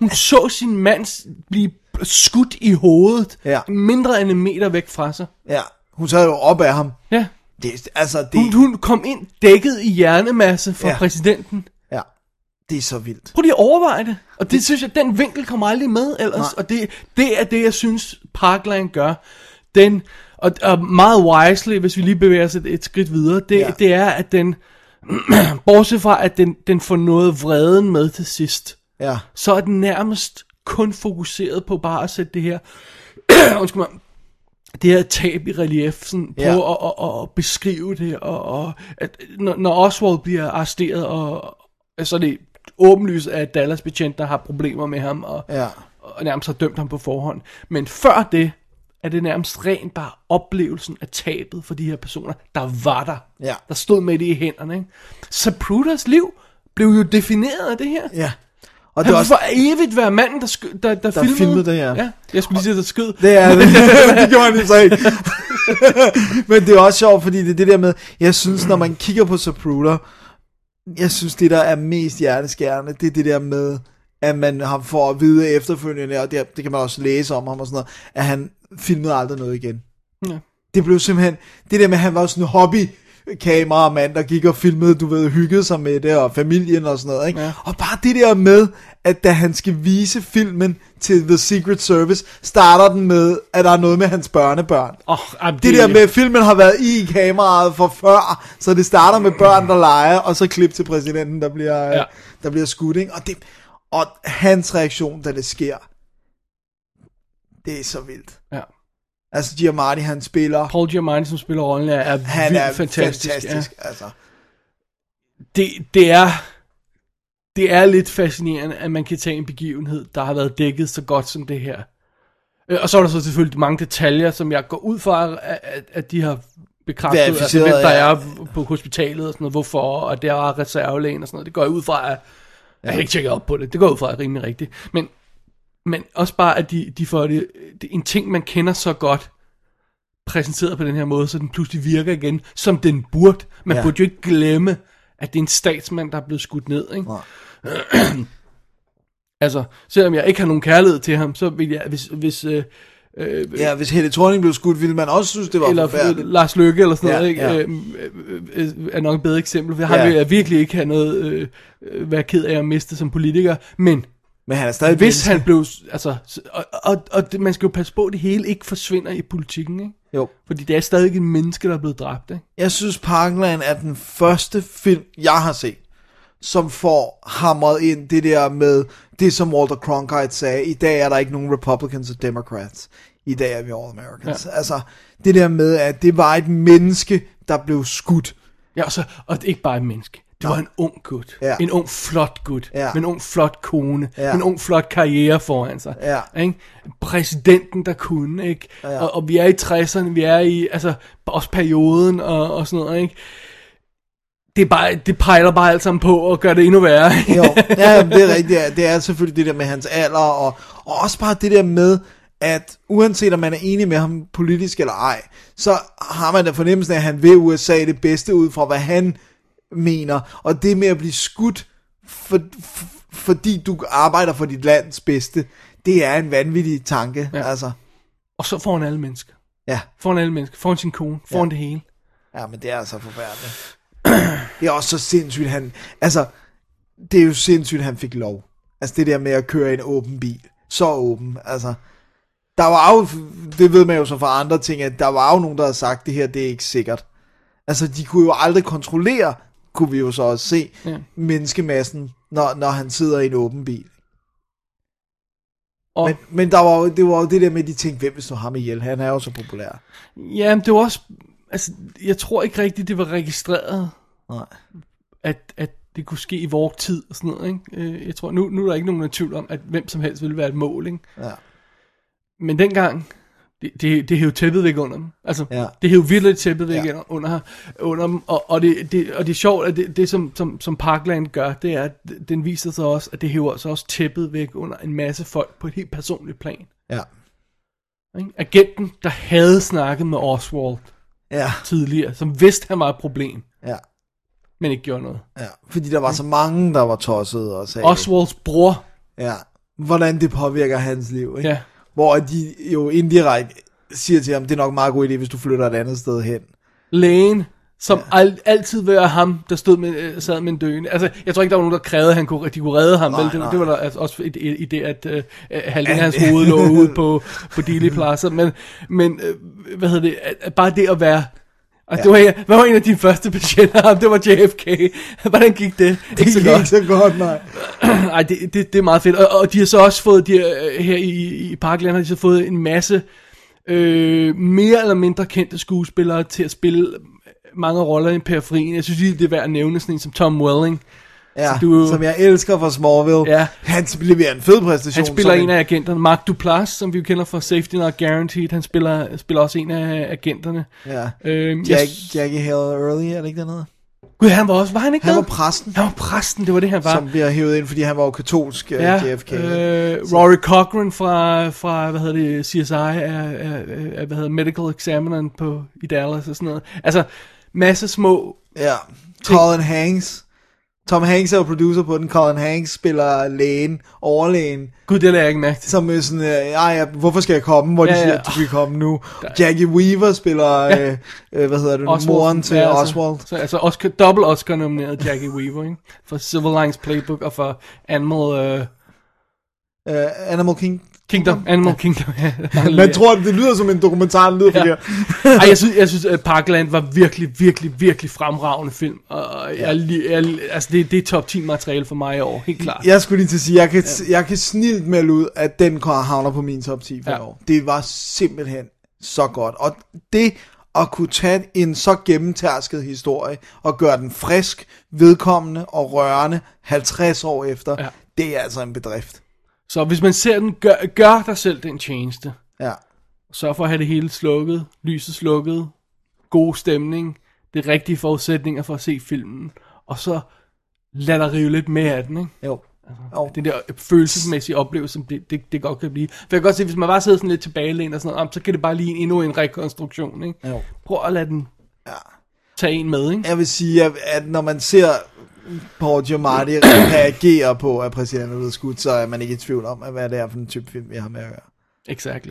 [SPEAKER 4] Hun
[SPEAKER 5] Altså-
[SPEAKER 4] så sin mand blive skudt i hovedet,
[SPEAKER 5] Ja.
[SPEAKER 4] mindre end en meter væk fra sig.
[SPEAKER 5] ja. Hun sad jo op af ham.
[SPEAKER 4] Ja.
[SPEAKER 5] Det, altså, det,
[SPEAKER 4] Hun, hun kom ind dækket i hjernemasse fra
[SPEAKER 5] Ja.
[SPEAKER 4] ja. præsidenten.
[SPEAKER 5] ja, det er så vildt.
[SPEAKER 4] Prøv lige at overveje det. Og det synes jeg, den vinkel kommer aldrig med ellers. Nej. Og det, det er det, jeg synes, Parkland gør. Den, og, og meget wisely, hvis vi lige bevæger os et, et skridt videre, det,
[SPEAKER 5] Ja.
[SPEAKER 4] ja. det er, at den, *clears throat* bortset fra, at den, den får noget vreden med til sidst,
[SPEAKER 5] Ja,
[SPEAKER 4] så er den nærmest kun fokuseret på bare at sætte det her, *clears throat* undskyld mig, det her tab i relief, sådan,
[SPEAKER 5] Ja.
[SPEAKER 4] prøve at, at, at, beskrive det, og, og at, når, når Oswald bliver arresteret, og, og så er det åbenlyst, at Dallas betjent, der har problemer med ham, og,
[SPEAKER 5] ja,
[SPEAKER 4] og nærmest har dømt ham på forhånd. Men før det, er det nærmest rent bare oplevelsen af tabet for de her personer, der var der.
[SPEAKER 5] Ja.
[SPEAKER 4] Der stod med det i hænderne. Ikke? Zaprudas liv blev jo defineret af det her.
[SPEAKER 5] ja. Og
[SPEAKER 4] Han vil for evigt være manden, der, skød, der, der, der filmede.
[SPEAKER 5] filmede det, ja.
[SPEAKER 4] ja. Jeg skulle lige sige, der skød.
[SPEAKER 5] Det *laughs* er det. det gjorde han jo så ikke. *laughs* Men det er også sjovt, fordi det er det der med, jeg synes, når man kigger på Zapruder, jeg synes, det der er mest hjerteskærende, det er det der med, at man har får at vide efterfølgende, og det, det kan man også læse om ham og sådan noget, at han filmede aldrig noget igen.
[SPEAKER 4] Ja.
[SPEAKER 5] Det blev simpelthen, det der med, at han var sådan en hobby kameramand, der gik og filmede, du ved, hyggede sig med det, og familien og sådan noget, ikke? Ja. Og bare det der med, at da han skal vise filmen til The Secret Service, starter den med, at der er noget med hans børnebørn.
[SPEAKER 4] Oh, jamen,
[SPEAKER 5] Det der med, at filmen har været i kameraet for før, så det starter med børn, der leger, og så klip til præsidenten, der bliver, ja.
[SPEAKER 4] Ja.
[SPEAKER 5] der bliver skudt, ikke? Og, det, og hans reaktion, da det sker, det er så vildt.
[SPEAKER 4] Ja.
[SPEAKER 5] Altså, Giamatti, han spiller
[SPEAKER 4] Paul Giamatti, som spiller rollen, er, er
[SPEAKER 5] han
[SPEAKER 4] vildt
[SPEAKER 5] er
[SPEAKER 4] fantastisk.
[SPEAKER 5] fantastisk, fantastisk ja. altså.
[SPEAKER 4] det, det er det er lidt fascinerende, at man kan tage en begivenhed, der har været dækket så godt som det her. Øh, Og så er der så selvfølgelig mange detaljer, som jeg går ud fra, at, at, at de har bekræftet, altså, hvem
[SPEAKER 5] Verificeret,
[SPEAKER 4] der
[SPEAKER 5] ja.
[SPEAKER 4] er på hospitalet og sådan noget, hvorfor, og der er reservelægen og sådan noget. Det går jeg ud fra, at jeg har ikke tjekket op på det. Det går jeg ud fra, at er rimelig rigtigt. Men, men også bare, at de, de får det, det, en ting, man kender så godt, præsenteret på den her måde, så den pludselig virker igen, som den burde. Man
[SPEAKER 5] Ja.
[SPEAKER 4] ja. burde jo ikke glemme, at det er en statsmand, der er blevet skudt ned. Ikke?
[SPEAKER 5] Nej.
[SPEAKER 4] *clears throat* altså, selvom jeg ikke har nogen kærlighed til ham, så vil jeg, hvis, hvis øh, øh,
[SPEAKER 5] Ja, hvis Helle Thorning blev skudt, ville man også synes, det var
[SPEAKER 4] eller øh,
[SPEAKER 5] forfærdeligt.
[SPEAKER 4] Lars Løkke eller sådan
[SPEAKER 5] Ja,
[SPEAKER 4] noget, ikke?
[SPEAKER 5] ja.
[SPEAKER 4] Ja. Øh, øh, øh, er nok et bedre eksempel, for han
[SPEAKER 5] Ja.
[SPEAKER 4] ja. vil jeg virkelig ikke have noget, øh, øh, være ked af at miste som politiker, men
[SPEAKER 5] Men han er stadig
[SPEAKER 4] hvis
[SPEAKER 5] menneske.
[SPEAKER 4] han blev, altså, s- og, og, og det, man skal jo passe på, at det hele ikke forsvinder i politikken, ikke?
[SPEAKER 5] Jo.
[SPEAKER 4] Fordi det er stadig et menneske, der er blevet dræbt, ikke?
[SPEAKER 5] Jeg synes Parkland er den første film, jeg har set, som får hamret ind det der med det, som Walter Cronkite sagde, i dag er der ikke nogen Republicans og Democrats. I dag er vi all Americans. Ja. Altså, det der med, at det var et menneske, der blev skudt.
[SPEAKER 4] Ja, og, så, og det er ikke bare et menneske. Det var en ung gut.
[SPEAKER 5] Ja.
[SPEAKER 4] En ung, flot gut.
[SPEAKER 5] Ja.
[SPEAKER 4] Med en ung, flot kone.
[SPEAKER 5] Ja.
[SPEAKER 4] En ung, flot karriere foran sig.
[SPEAKER 5] Ja.
[SPEAKER 4] Ikke? Præsidenten, der kunne. Ikke? Ja. Og, og vi er i 60'erne, vi er i altså, også perioden og, og sådan noget. Ikke? Det, er bare, det pejler bare alt sammen på og gør det endnu værre.
[SPEAKER 5] jo, ja, jamen, det er rigtigt. Det er, det er selvfølgelig det der med hans alder, og, og også bare det der med, at uanset om man er enig med ham politisk eller ej, så har man da fornemmelsen af, at han vil USA det bedste ud fra, hvad han mener. Og det med at blive skudt, for, for, fordi du arbejder for dit lands bedste, det er en vanvittig tanke. Ja.
[SPEAKER 4] Ja.
[SPEAKER 5] Altså,
[SPEAKER 4] Og så får han alle mennesker.
[SPEAKER 5] ja.
[SPEAKER 4] Får han alle mennesker. Får han sin kone. Får han det hele.
[SPEAKER 5] Ja, men det er altså forfærdeligt. *clears throat* Det er også så sindssygt, han... Altså, det er jo sindssygt, han fik lov. Altså, det der med at køre i en åben bil. Så åben, altså. Der var jo... Det ved man jo så fra andre ting, at der var jo nogen, der havde sagt, det her, det er ikke sikkert. Altså, de kunne jo aldrig kontrollere, kunne vi jo så også se, ja.
[SPEAKER 4] Ja.
[SPEAKER 5] menneskemassen, når, når han sidder i en åben bil.
[SPEAKER 4] Og,
[SPEAKER 5] Men, men der var jo, det var jo det der med, at de tænkte, hvem vil slå ham ihjel? Han er jo så populær.
[SPEAKER 4] Ja, men det var også... Altså, jeg tror ikke rigtigt, det var registreret,
[SPEAKER 5] Nej.
[SPEAKER 4] at, at det kunne ske i vores tid og sådan noget. Ikke? Øh, Jeg tror, nu, nu er der ikke nogen der er i tvivl om, at hvem som helst ville være et mål. Ikke?
[SPEAKER 5] Ja.
[SPEAKER 4] Men dengang, det, det, det hævde tæppet væk under dem. Altså,
[SPEAKER 5] Ja.
[SPEAKER 4] det hævde virkelig tæppet væk
[SPEAKER 5] Ja.
[SPEAKER 4] ja. under, under dem. Og, og, det, det, og det er sjovt, at det, det som, som, som Parkland gør, det er, at den viser sig også, at det hæver altså også tæppet væk under en masse folk på et helt personligt plan.
[SPEAKER 5] Ja.
[SPEAKER 4] Ikke? Agenten, der havde snakket med Oswald,
[SPEAKER 5] Ja,
[SPEAKER 4] tidligere, som vidste, han var et problem,
[SPEAKER 5] ja.
[SPEAKER 4] men ikke gjorde noget.
[SPEAKER 5] Ja, fordi der var så mange, der var tossede og sagde,
[SPEAKER 4] Oswalds bror,
[SPEAKER 5] ja, hvordan det påvirker hans liv. Ikke?
[SPEAKER 4] ja,
[SPEAKER 5] Hvor de jo indirekte siger til ham, det er nok en meget god idé, hvis du flytter et andet sted hen.
[SPEAKER 4] lægen, som ja. al- altid var ham, der stod med, øh, sad med en døende. Altså, jeg tror ikke, der var nogen, der krævede, at han kunne, at de kunne redde ham.
[SPEAKER 5] Nej,
[SPEAKER 4] Nej, vel? Det,
[SPEAKER 5] nej.
[SPEAKER 4] det var der altså, også et, et, i det, at øh, øh, halvdelen af hans hoved *laughs* lå ude på, på Dealey Plaza. Men, men øh, hvad hedder det, at, at bare det at være... Og ja. det var, en- hvad var en af dine første patienter? *laughs* Ham, Det var JFK. Hvordan gik det?
[SPEAKER 5] Det gik ikke så godt, nej.
[SPEAKER 4] Ej, det, det, det er meget fedt. Og, og de har så også fået, de, har, øh, her i, i Parkland, har de så fået en masse øh, mere eller mindre kendte skuespillere til at spille mange roller i periferien. Jeg synes lige, det er værd at nævne sådan en som Tom Welling.
[SPEAKER 5] Ja,
[SPEAKER 4] Så du-
[SPEAKER 5] som jeg elsker fra Smallville.
[SPEAKER 4] Ja.
[SPEAKER 5] Han leverer en fed præstation.
[SPEAKER 4] Han spiller
[SPEAKER 5] som
[SPEAKER 4] en af agenterne, Mark Duplass, som vi jo kender fra Safety Not Guaranteed. Han spiller, spiller også en af agenterne.
[SPEAKER 5] Ja.
[SPEAKER 4] Øhm, jeg,
[SPEAKER 5] Jack, Jackie Hale Early, er det ikke dernede?
[SPEAKER 4] Gud, han var også, var han ikke
[SPEAKER 5] Han
[SPEAKER 4] med?
[SPEAKER 5] var præsten,
[SPEAKER 4] han var præsten, det var det, han var.
[SPEAKER 5] som bliver hævet ind, fordi han var jo katolsk ja, JFK.
[SPEAKER 4] Øh, Rory Cochran fra, fra, hvad hedder det, CSI, er, er, er hvad hedder medical examineren på, i Dallas og sådan noget. Altså, masse små,
[SPEAKER 5] Ja. Colin Hanks. Tom Hanks er jo producer på den. Colin Hanks spiller lægen, overlægen.
[SPEAKER 4] gud, det lader jeg ikke mærke til.
[SPEAKER 5] som er sådan, øh, ej, ja, hvorfor skal jeg komme, hvor de ja,
[SPEAKER 4] Ja,
[SPEAKER 5] ja.
[SPEAKER 4] ja.
[SPEAKER 5] siger, at du skal komme nu. Jackie Weaver spiller, ja. øh, øh, hvad hedder det, nu, moren til
[SPEAKER 4] ja,
[SPEAKER 5] ja,
[SPEAKER 4] altså,
[SPEAKER 5] Oswald.
[SPEAKER 4] Så, altså, Oscar, dobbelt Oscar nomineret
[SPEAKER 5] *laughs*
[SPEAKER 4] Jackie Weaver, ikke? For Silver Linings Playbook og for Animal, uh,
[SPEAKER 5] Øh, Animal King.
[SPEAKER 4] Kingdom, Animal Kingdom. *laughs* ja.
[SPEAKER 5] Man tror, det lyder som en dokumentar, det lyder ja.
[SPEAKER 4] Ja.
[SPEAKER 5] forkert.
[SPEAKER 4] Ej, jeg synes, jeg synes at Parkland var virkelig, virkelig, virkelig fremragende film. Og jeg, li- jeg, altså, det, det er top 10 materiale for mig i år, helt klart.
[SPEAKER 5] Jeg skulle lige til at sige, jeg kan, ja. jeg kan snilt melde ud, at den kommer havner på min top 10 for ja.
[SPEAKER 4] Ja.
[SPEAKER 5] år. Det var simpelthen så godt. Og det at kunne tage en så gennemtærsket historie og gøre den frisk, vedkommende og rørende 50 år efter, ja.
[SPEAKER 4] Ja.
[SPEAKER 5] det er altså en bedrift.
[SPEAKER 4] Så hvis man ser den, gør, gør dig selv den tjeneste.
[SPEAKER 5] Ja.
[SPEAKER 4] Sørg for at have det hele slukket, lyset slukket, god stemning, det rigtige forudsætninger for at se filmen, og så lad dig rive lidt med af den, ikke?
[SPEAKER 5] Jo. Jo.
[SPEAKER 4] Den der følelsesmæssige oplevelse, som det, det, det godt kan blive. For jeg kan godt se, hvis man bare sidder sådan lidt tilbagelænet og sådan noget, "Jamen, så kan det bare lige endnu en rekonstruktion, ikke?
[SPEAKER 5] Jo.
[SPEAKER 4] Prøv at lade den tage en med, ikke?
[SPEAKER 5] Jeg vil sige, at, at når man ser Paul Giamatti reagere på, at præsidenten er blevet skudt, så er man ikke i tvivl om, at hvad det er for en type film, vi har med at gøre.
[SPEAKER 4] Exactly.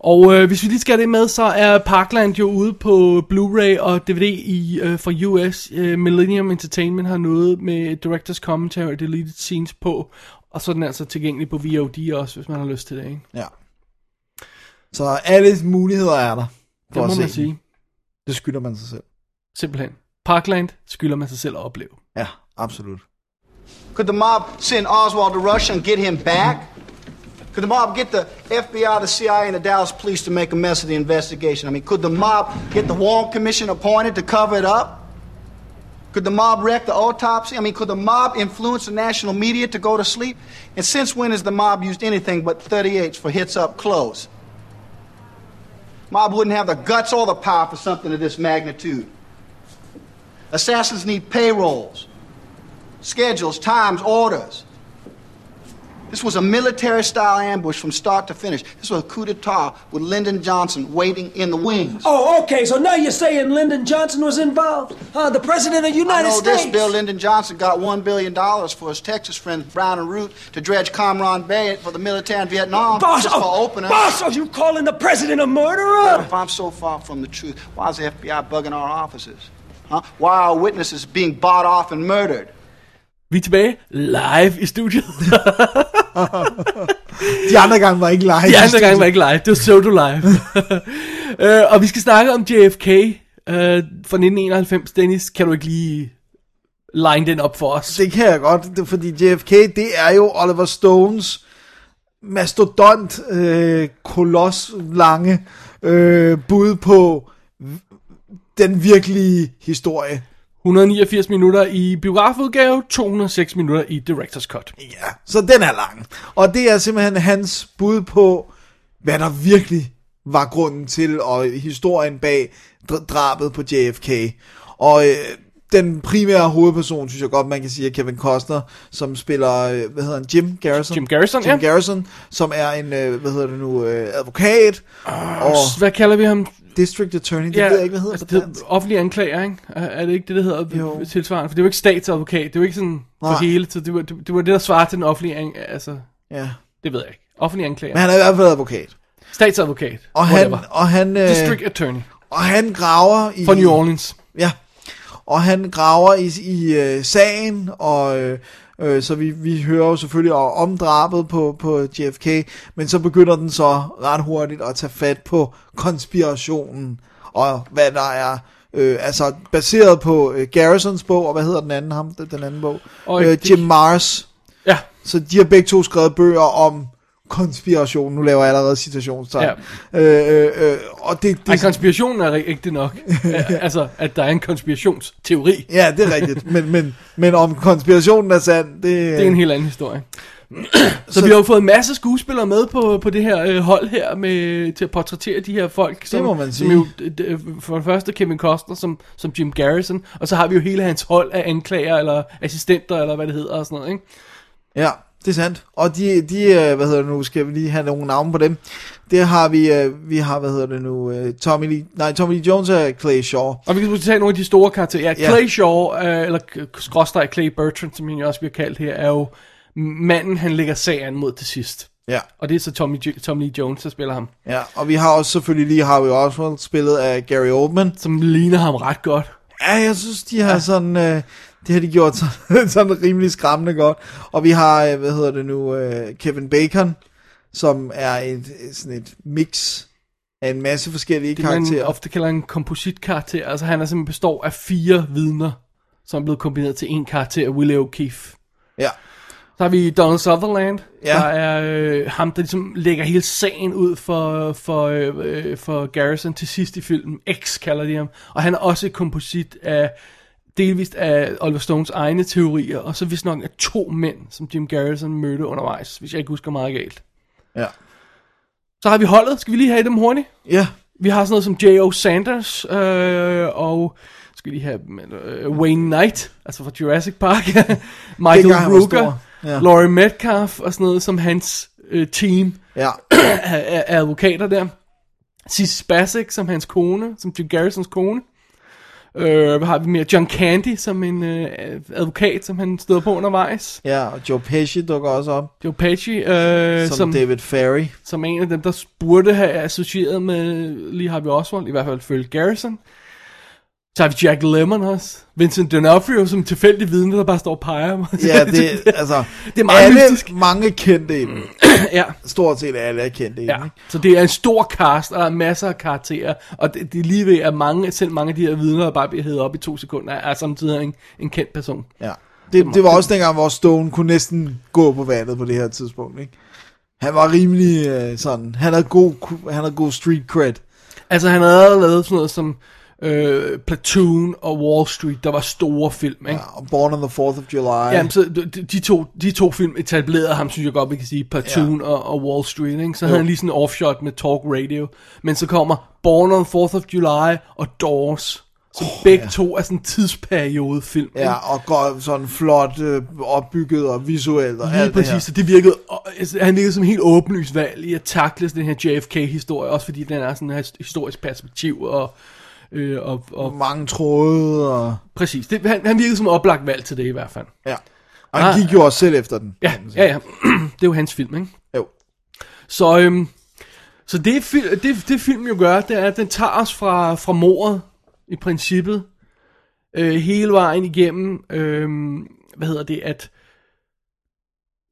[SPEAKER 4] Og øh, hvis vi lige skal have det med, så er Parkland jo ude på Blu-ray og DVD i øh, fra US. Øh, Millennium Entertainment har noget med Directors Commentary og Deleted Scenes på. Og så er den altså tilgængelig på VOD også, hvis man har lyst til det. Ikke?
[SPEAKER 5] Ja. Så alle muligheder er der.
[SPEAKER 4] det
[SPEAKER 5] for at
[SPEAKER 4] må
[SPEAKER 5] se
[SPEAKER 4] man
[SPEAKER 5] den.
[SPEAKER 4] sige.
[SPEAKER 5] Det skylder man sig selv.
[SPEAKER 4] Simpelthen. Parkland skylder man sig selv at opleve.
[SPEAKER 5] Ja, absolut.
[SPEAKER 10] Could the mob send Oswald to Russia and get him back? Could the mob get the FBI, the CIA, and the Dallas police to make a mess of the investigation? I mean, could the mob get the Warren Commission appointed to cover it up? Could the mob wreck the autopsy? I mean, could the mob influence the national media to go to sleep? And since when has the mob used anything but 38s for hits up close? Mob wouldn't have the guts or the power for something of this magnitude. Assassins need payrolls schedules, times, orders. This was a military style ambush from start to finish. This was a coup d'etat with Lyndon Johnson waiting in the wings.
[SPEAKER 11] Oh, okay. So now you're saying Lyndon Johnson was involved? Huh? The president of the
[SPEAKER 10] I
[SPEAKER 11] United
[SPEAKER 10] know
[SPEAKER 11] States.
[SPEAKER 10] this bill, Lyndon Johnson got $1 billion for his Texas friends Brown and Root to dredge Comron Bay for the military in Vietnam
[SPEAKER 11] Boss,
[SPEAKER 10] just for
[SPEAKER 11] oh,
[SPEAKER 10] opening.
[SPEAKER 11] boss, are you calling the president a murderer?
[SPEAKER 10] If I'm so far from the truth, why is the FBI bugging our offices? Huh? Why are witnesses being bought off and murdered?
[SPEAKER 4] Vi er tilbage live i
[SPEAKER 5] *laughs*
[SPEAKER 4] studiet.
[SPEAKER 5] De andre gange var ikke live.
[SPEAKER 4] De andre gange var ikke live, det var pseudo live. *laughs* øh, og vi skal snakke om JFK øh, fra 1991. Dennis, kan du ikke lige line den op for os?
[SPEAKER 5] Det kan jeg godt, det, fordi JFK, det er jo Oliver Stones mastodont, øh, kolos lange øh, bud på den virkelige historie.
[SPEAKER 4] 189 minutter i biografudgave, 206 minutter i director's cut.
[SPEAKER 5] Ja, så den er lang. Og det er simpelthen hans bud på, hvad der virkelig var grunden til, og historien bag dr- drabet på JFK. Og øh, den primære hovedperson, synes jeg godt, man kan sige, er Kevin Costner, som spiller, øh, hvad hedder han, Jim Garrison?
[SPEAKER 4] Jim Garrison,
[SPEAKER 5] Jim
[SPEAKER 4] ja.
[SPEAKER 5] Garrison, som er en, øh, hvad hedder det nu, øh, advokat, og
[SPEAKER 4] Hvad kalder vi ham?
[SPEAKER 5] district attorney, det ja, ved jeg ikke, hvad hedder
[SPEAKER 4] Ah, altså,
[SPEAKER 5] det på dansk.
[SPEAKER 4] det offentlig anklager, ikke? Er, er det ikke det, der hedder
[SPEAKER 5] Jo.
[SPEAKER 4] jo. tilsvarende? For det er jo ikke statsadvokat, det er jo ikke sådan
[SPEAKER 5] Nej.
[SPEAKER 4] for hele, så det var det, det var det, der svarer til den offentlige an, altså,
[SPEAKER 5] Ja.
[SPEAKER 4] det ved jeg ikke. Offentlig anklager.
[SPEAKER 5] Men han er i hvert fald advokat.
[SPEAKER 4] Statsadvokat.
[SPEAKER 5] Og han,
[SPEAKER 4] whatever.
[SPEAKER 5] og han, øh,
[SPEAKER 4] District Attorney
[SPEAKER 5] og han graver i...
[SPEAKER 4] for New Orleans.
[SPEAKER 5] Ja, og han graver i, i øh, sagen, og øh, øh, så vi, vi hører jo selvfølgelig o- om drabet på, på JFK, men så begynder den så ret hurtigt at tage fat på konspirationen, og hvad der er, øh, altså baseret på øh, Garrisons bog, og hvad hedder den anden, ham, den anden bog,
[SPEAKER 4] Og
[SPEAKER 5] øh,
[SPEAKER 4] det-
[SPEAKER 5] Jim Mars.
[SPEAKER 4] Ja,
[SPEAKER 5] Så de har begge to skrevet bøger om konspiration, nu laver jeg allerede citationstegn. Ja. Øh, øh, øh, og det, det,
[SPEAKER 4] Ej, konspirationen er rigtigt
[SPEAKER 5] *laughs*
[SPEAKER 4] nok. Ja, altså, at der er en konspirationsteori.
[SPEAKER 5] Ja, det er rigtigt. Men, men, men om konspirationen er sand, det,
[SPEAKER 4] Det er en helt anden historie.
[SPEAKER 5] *clears throat*
[SPEAKER 4] så, så vi har jo fået en masse skuespillere med på, på det her øh, hold her med, til at portrættere de her folk. Som,
[SPEAKER 5] må man
[SPEAKER 4] Som
[SPEAKER 5] sige.
[SPEAKER 4] jo, d- d- for det første Kevin Costner som, som Jim Garrison, og så har vi jo hele hans hold af anklager eller assistenter eller hvad det hedder og sådan noget. Ikke?
[SPEAKER 5] Ja, det er sandt. Og de, de øh, hvad hedder det nu, skal vi lige have nogle navne på dem. Det har vi, øh, vi har, hvad hedder det nu, øh, Tommy Lee, nej, Tommy Lee Jones og Clay Shaw.
[SPEAKER 4] Og vi kan måske tage nogle af de store karakterer. Ja,
[SPEAKER 5] Ja.
[SPEAKER 4] Clay Shaw, øh, eller k- skråstreg Clay Bertrand, som han jo også bliver kaldt her, er jo manden, han lægger sagen mod til sidst.
[SPEAKER 5] Ja.
[SPEAKER 4] Og det er så Tommy, J- Tommy Lee Jones, der spiller ham.
[SPEAKER 5] Ja, og vi har også selvfølgelig lige Harvey Oswald, spillet af Gary Oldman.
[SPEAKER 4] Som ligner ham ret godt.
[SPEAKER 5] Ja, jeg synes, de har sådan, øh, det har de gjort *laughs* sådan, sådan rimelig skræmmende godt. Og vi har, øh, hvad hedder det nu, øh, Kevin Bacon, som er et, sådan et mix af en masse forskellige
[SPEAKER 4] Det man
[SPEAKER 5] karakterer.
[SPEAKER 4] ofte kalder en kompositkarakter. Altså han er simpelthen består af fire vidner, som er blevet kombineret til en karakter, Willie O'Keefe.
[SPEAKER 5] Ja.
[SPEAKER 4] Så har vi Donald Sutherland,
[SPEAKER 5] Ja.
[SPEAKER 4] ja. der er øh, ham, der ligesom lægger hele sagen ud for, for, øh, øh, for Garrison til sidst i filmen. X kalder de ham. Og han er også et komposit af delvist af Oliver Stones egne teorier, og så vist nok af to mænd, som Jim Garrison mødte undervejs, hvis jeg ikke husker meget galt.
[SPEAKER 5] Ja.
[SPEAKER 4] Så har vi holdet. Skal vi lige have dem hurtigt?
[SPEAKER 5] Ja,
[SPEAKER 4] Vi har sådan noget som J.O. Sanders, øh, og skal vi lige have øh, Wayne Knight, altså fra Jurassic Park, *laughs* Michael
[SPEAKER 5] Dengang han var
[SPEAKER 4] Rooker,
[SPEAKER 5] stor, ja.
[SPEAKER 4] Laurie Metcalf og sådan noget som hans øh, team
[SPEAKER 5] ja,
[SPEAKER 4] af, af advokater der. Sis Spasek som hans kone, som Jim Garrisons kone. Øh, hvad har vi mere? John Candy som en øh, advokat, som han stod på undervejs.
[SPEAKER 5] ja, og Joe Pesci dukker også op,
[SPEAKER 4] Joe Pesci, øh,
[SPEAKER 5] som, som
[SPEAKER 4] som,
[SPEAKER 5] David
[SPEAKER 4] *laughs*
[SPEAKER 5] Ferry.
[SPEAKER 4] som en af dem, der burde have associeret med lige Harvey Oswald, i hvert fald følge Garrison. Så har vi Jack Lemmon også. Vincent D'Onofrio som tilfældig vidne, der bare står og peger. *laughs*
[SPEAKER 5] Ja, det, altså,
[SPEAKER 4] det er meget
[SPEAKER 5] alle,
[SPEAKER 4] mystisk.
[SPEAKER 5] mange kendte i den.
[SPEAKER 4] ja.
[SPEAKER 5] Stort set alle er kendte i den.
[SPEAKER 4] Ja, så det er en stor cast, og der er masser af karakterer, og det, det er lige ved, at mange, selv mange af de her vidner, der bare bliver hævet op i to sekunder, er samtidig en, en kendt person.
[SPEAKER 5] Ja. Det, det var også dengang, hvor Stone kunne næsten gå på vandet på det her tidspunkt, ikke? Han var rimelig øh, sådan, han havde god, ku- han havde god street cred.
[SPEAKER 4] Altså, han havde lavet sådan noget som øh, Platoon og Wall Street, der var store film, ikke?
[SPEAKER 5] Ja, og Born on the 4th of July.
[SPEAKER 4] Jamen, så de, de, to, de to film etablerede ham, synes jeg godt, vi kan sige, Platoon ja. og, og Wall Street, ikke? Så
[SPEAKER 5] Jo.
[SPEAKER 4] havde han lige sådan en offshot med Talk Radio, men så kommer Born on 4th of July og Doors, som oh, begge ja. to er sådan en tidsperiodefilm, ikke?
[SPEAKER 5] ja, og går sådan flot øh, opbygget og visuelt og
[SPEAKER 4] Lige
[SPEAKER 5] alt
[SPEAKER 4] præcis,
[SPEAKER 5] det her.
[SPEAKER 4] så det virkede, og- altså, han virkede som en helt åbenlyst valg i at takle den her JFK-historie, også fordi den er sådan et historisk perspektiv, og, øh, og, og
[SPEAKER 5] Mange tråde og...
[SPEAKER 4] præcis, det, han, han virkede som oplagt valg til det i hvert fald.
[SPEAKER 5] Ja. Og han
[SPEAKER 4] Ah.
[SPEAKER 5] gik jo også selv efter den.
[SPEAKER 4] Ja, ja, *clears throat* ja, det er jo hans film, ikke?
[SPEAKER 5] Jo.
[SPEAKER 4] Så, øhm, så det, fil- det, det film jo gør, det er, at den tager os fra, fra mordet, i princippet, øh, hele vejen igennem, øh, hvad hedder det, at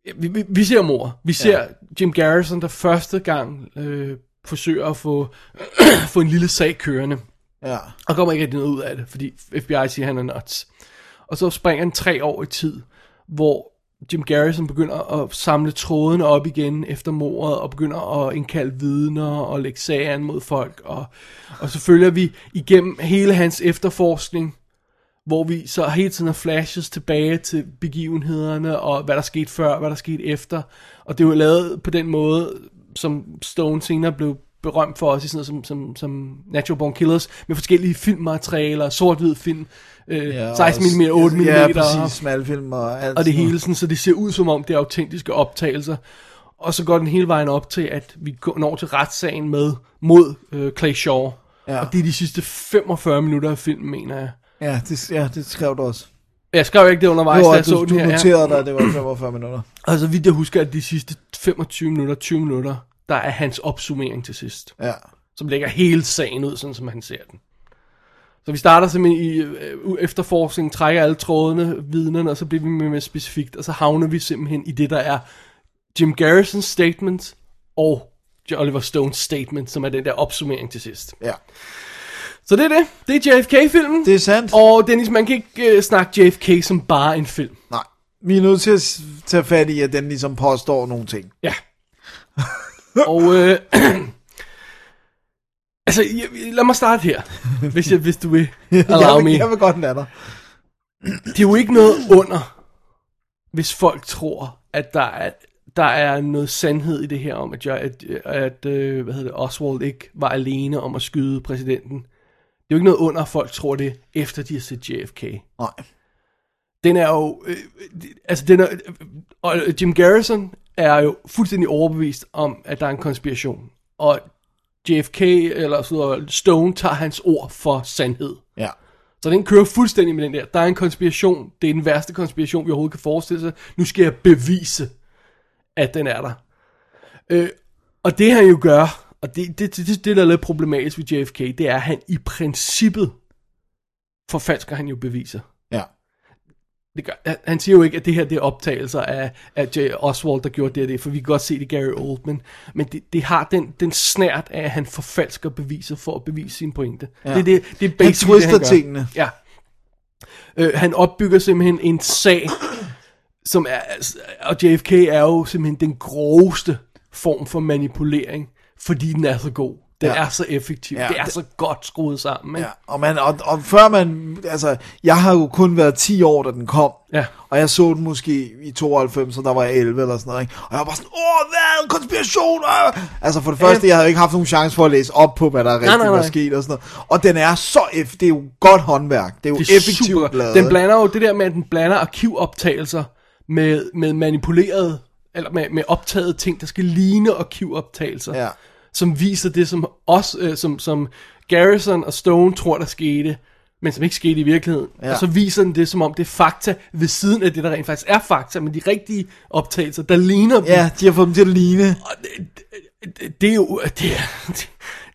[SPEAKER 4] ja, vi, vi, vi ser mor. Vi ser ja. Jim Garrison, der første gang øh, forsøger at få, *clears throat* få en lille sag kørende,
[SPEAKER 5] Ja.
[SPEAKER 4] og kommer ikke rigtig noget ud af det, fordi FBI siger, at han er nuts. Og så springer han tre år i tid, hvor Jim Garrison begynder at samle trådene op igen efter mordet, og begynder at indkalde vidner og lægge sager an mod folk. Og, og så følger vi igennem hele hans efterforskning, hvor vi så hele tiden har flashes tilbage til begivenhederne, og hvad der skete før, hvad der skete efter. Og det er jo lavet på den måde, som Stone senere blev berømt for også i sådan noget som, som, som Natural Born Killers, med forskellige filmmaterialer, sort-hvid film, øh,
[SPEAKER 5] Ja, og
[SPEAKER 4] 16 mm, 8 mm,
[SPEAKER 5] Ja, præcis, smalfilm og alt
[SPEAKER 4] og det
[SPEAKER 5] sådan noget.
[SPEAKER 4] hele, sådan, så det ser ud som om det er autentiske optagelser. Og så går den hele vejen op til, at vi går- når til retssagen med mod øh, Clay Shaw.
[SPEAKER 5] Ja.
[SPEAKER 4] Og det er de sidste 45 minutter af filmen, mener jeg.
[SPEAKER 5] Ja det, ja, det skrev du også.
[SPEAKER 4] Jeg skrev ikke det undervejs, da
[SPEAKER 5] Jo,
[SPEAKER 4] jeg så
[SPEAKER 5] du,
[SPEAKER 4] den
[SPEAKER 5] du
[SPEAKER 4] her. ja.
[SPEAKER 5] noterede dig, at det var 45 minutter.
[SPEAKER 4] Og så vidt jeg husker, at de sidste 25 minutter, 20 minutter, der er hans opsummering til sidst.
[SPEAKER 5] Ja.
[SPEAKER 4] Som lægger hele sagen ud, sådan som han ser den. Så vi starter simpelthen i øh, u- efterforskningen, trækker alle trådene, vidnerne, og så bliver vi med mere specifikt, og så havner vi simpelthen i det, der er Jim Garrisons statement og J. Oliver Stones statement, som er den der opsummering til sidst.
[SPEAKER 5] Ja.
[SPEAKER 4] Så det er det. Det er JFK-filmen.
[SPEAKER 5] Det er sandt.
[SPEAKER 4] Og Dennis, man kan ikke øh, snakke JFK som bare en film.
[SPEAKER 5] Nej. Vi er nødt til at s- tage fat i, at den ligesom påstår nogle ting. *laughs*
[SPEAKER 4] Ja. Og øh, *clears throat* altså, jeg- lad mig starte her, hvis, jeg, hvis du
[SPEAKER 5] *laughs*
[SPEAKER 4] vil allow
[SPEAKER 5] jeg,
[SPEAKER 4] me.
[SPEAKER 5] vil, jeg vil godt lade dig.
[SPEAKER 4] Det er jo ikke noget under, hvis folk tror, at der er, der er noget sandhed i det her om, at, jeg, at, at øh, hvad hedder det, Oswald ikke var alene om at skyde præsidenten. Det er jo ikke noget under, at folk tror det, efter de har set JFK.
[SPEAKER 5] Nej.
[SPEAKER 4] Den er jo, øh, det- altså den er, øh, og Jim Garrison er jo fuldstændig overbevist om, at der er en konspiration. Og JFK, eller sådan noget, Stone, tager hans ord for sandhed.
[SPEAKER 5] Ja.
[SPEAKER 4] Så den kører fuldstændig med den der. Der er en konspiration. Det er den værste konspiration, vi overhovedet kan forestille sig. Nu skal jeg bevise, at den er der. Øh, og det han jo gør, og det, det, det, det, det der er lidt problematisk ved JFK, det er, at han i princippet forfalsker han jo beviser.
[SPEAKER 5] Ja.
[SPEAKER 4] Det gør, han- han siger jo ikke, at det her det er optagelser af, af J. Oswald, der gjorde det og det, for vi kan godt se det er Gary Oldman. Men det, det har den, den snært af, at han forfalsker beviser for at bevise sin pointe.
[SPEAKER 5] Ja.
[SPEAKER 4] Det, er det, det er
[SPEAKER 5] Han
[SPEAKER 4] basically det,
[SPEAKER 5] twister
[SPEAKER 4] gør.
[SPEAKER 5] tingene.
[SPEAKER 4] Ja. Øh, han opbygger simpelthen en sag, som er, altså, og JFK er jo simpelthen den groveste form for manipulering, fordi den er så god. Den
[SPEAKER 5] Ja.
[SPEAKER 4] er så effektiv.
[SPEAKER 5] Ja.
[SPEAKER 4] Ja. Det er så godt skruet sammen. Ikke?
[SPEAKER 5] Ja, og, man, og, og før man, altså, jeg har jo kun været 10 år, da den kom,
[SPEAKER 4] Ja.
[SPEAKER 5] og jeg så den måske i 92, så der var jeg 11 eller sådan noget, ikke? og jeg var bare sådan, åh, hvad, en konspiration, øh! Altså for det første, jeg havde jo ikke haft nogen chance for at læse op på, hvad der rigtig
[SPEAKER 4] nej,
[SPEAKER 5] var
[SPEAKER 4] nej.
[SPEAKER 5] sket og sådan noget, og den er så, eff- det er jo godt håndværk, det er jo
[SPEAKER 4] Det er
[SPEAKER 5] effektivt
[SPEAKER 4] super
[SPEAKER 5] lavet.
[SPEAKER 4] godt. Den blander jo det der med, at den blander arkivoptagelser med, med manipulerede, eller med, med optaget ting, der skal ligne arkivoptagelser.
[SPEAKER 5] Ja.
[SPEAKER 4] Som viser det, som, os, øh, som, som Garrison og Stone tror, der skete, men som ikke skete i virkeligheden.
[SPEAKER 5] Ja.
[SPEAKER 4] Og så viser den det, som om det er fakta ved siden af det, der rent faktisk er fakta, men de rigtige optagelser, der ligner dem.
[SPEAKER 5] Ja, de har fået dem til at ligne.
[SPEAKER 4] Og det, det- det, det er jo... Det er,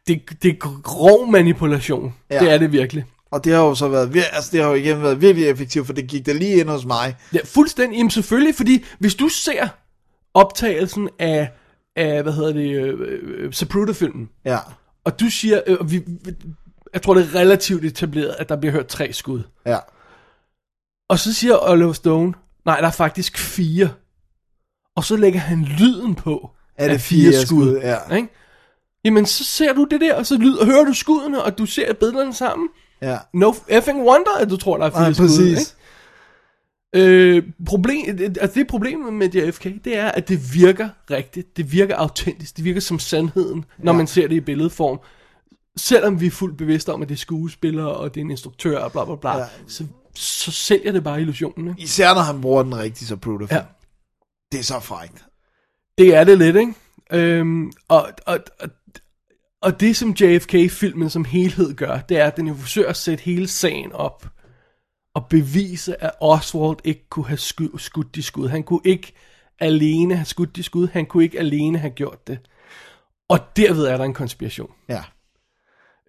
[SPEAKER 4] det, det er grov manipulation.
[SPEAKER 5] Ja.
[SPEAKER 4] Ja. Det er det virkelig.
[SPEAKER 5] Og det har jo så været, vir- altså det har jo igen været virkelig effektivt, for det gik der lige ind hos mig.
[SPEAKER 4] Ja, fuldstændig. Jamen selvfølgelig, fordi hvis du ser optagelsen af, af hvad hedder det, øh, øh, Zapruder-filmen,
[SPEAKER 5] ja.
[SPEAKER 4] og du siger, øh, vi, vi- jeg tror det er relativt etableret, at der bliver hørt tre skud.
[SPEAKER 5] Ja.
[SPEAKER 4] Og så siger Oliver Stone, nej, der er faktisk fire. Og så lægger han lyden på.
[SPEAKER 5] Er det
[SPEAKER 4] af
[SPEAKER 5] fire skud? Ja.
[SPEAKER 4] Ikke? Jamen, så ser du det der, og så lyder, hører du skuddene, og du ser billederne sammen.
[SPEAKER 5] Ja.
[SPEAKER 4] No effing wonder, at du tror, der er fire
[SPEAKER 5] Nej,
[SPEAKER 4] skud.
[SPEAKER 5] præcis.
[SPEAKER 4] Ikke? Øh, problem, det- altså det problemet med JFK, det er, at det virker rigtigt, det virker autentisk, det virker som sandheden, når
[SPEAKER 5] Ja.
[SPEAKER 4] man ser det i billedform. Selvom vi er fuldt bevidste om, at det er skuespillere, og det er en instruktør, og bla bla bla,
[SPEAKER 5] Ja.
[SPEAKER 4] ja. så, så sælger det bare illusionen. Ikke?
[SPEAKER 5] Især når han bruger den rigtige Zapruder film.
[SPEAKER 4] Ja.
[SPEAKER 5] Ja. Det er så frækt.
[SPEAKER 4] Det er det lidt, ikke? Øhm, og, og, og, og det, som JFK-filmen som helhed gør, det er, at den jo forsøger at sætte hele sagen op og bevise, at Oswald ikke kunne have skud, skudt de skud. Han kunne ikke alene have skudt de skud. Han kunne ikke alene have gjort det. Og derved er der en konspiration.
[SPEAKER 5] Ja.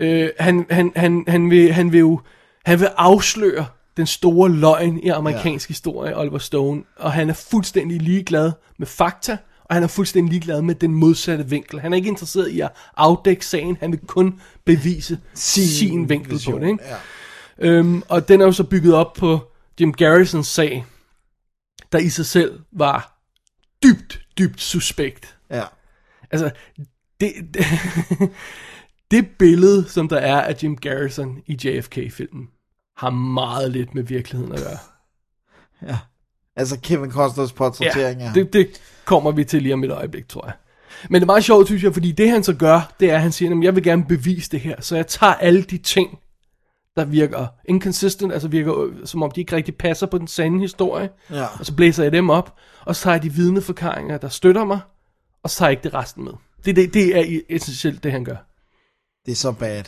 [SPEAKER 4] Øh, han, han, han, han, vil, han vil jo han vil afsløre den store løgn i amerikansk ja. historie, Oliver Stone, og han er fuldstændig ligeglad med fakta, og han er fuldstændig ligeglad med den modsatte vinkel. Han er ikke interesseret i at afdække sagen, han vil kun bevise sin, sin vinkel på det. Ikke? Ja. Øhm, og den er jo så bygget op på Jim Garrisons sag, der i sig selv var dybt, dybt suspekt.
[SPEAKER 5] Ja.
[SPEAKER 4] Altså, det, *laughs* det, det billede, som der er af Jim Garrison i JFK-filmen, har meget lidt med virkeligheden at gøre.
[SPEAKER 5] Ja. Altså Kevin Costners portrættering af ham.
[SPEAKER 4] det, det kommer vi til lige om et øjeblik, tror jeg. Men det er meget sjovt, synes jeg, fordi det han så gør, det er, at han siger, at jeg vil gerne bevise det her, så jeg tager alle de ting, der virker inconsistent, altså virker øh, som om de ikke rigtig passer på den sande historie,
[SPEAKER 5] Ja.
[SPEAKER 4] og så blæser jeg dem op, og så tager jeg de vidneforklaringer, der støtter mig, og så tager jeg ikke det resten med. Det, det, det er i- essentielt, det han gør.
[SPEAKER 5] Det er så bad.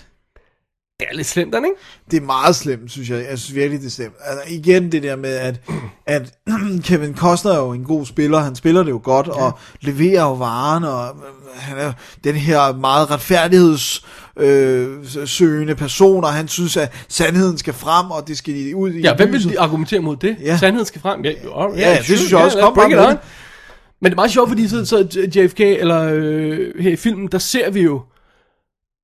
[SPEAKER 4] Det er lidt slemt, er det ikke?
[SPEAKER 5] Det er meget slemt, synes jeg. Jeg synes virkelig, det er slemt. Altså, igen det der med, at, at *clears throat* Kevin Costner er jo en god spiller. Han spiller det jo godt, ja. og leverer jo varen, og øh, han er den her meget retfærdighedssøgende øh, søgende person, og han synes, at sandheden skal frem, og det skal de ud i
[SPEAKER 4] Ja, hvem
[SPEAKER 5] lyset.
[SPEAKER 4] vil argumentere mod det?
[SPEAKER 5] Ja.
[SPEAKER 4] Ja. Sandheden skal frem. Ja, jo, alright,
[SPEAKER 5] Ja, det synes jeg også.
[SPEAKER 4] let's
[SPEAKER 5] Kom
[SPEAKER 4] bring
[SPEAKER 5] bare
[SPEAKER 4] it
[SPEAKER 5] med
[SPEAKER 4] on. Men det er meget sjovt, fordi så, så JFK, eller øh, her i filmen, der ser vi jo,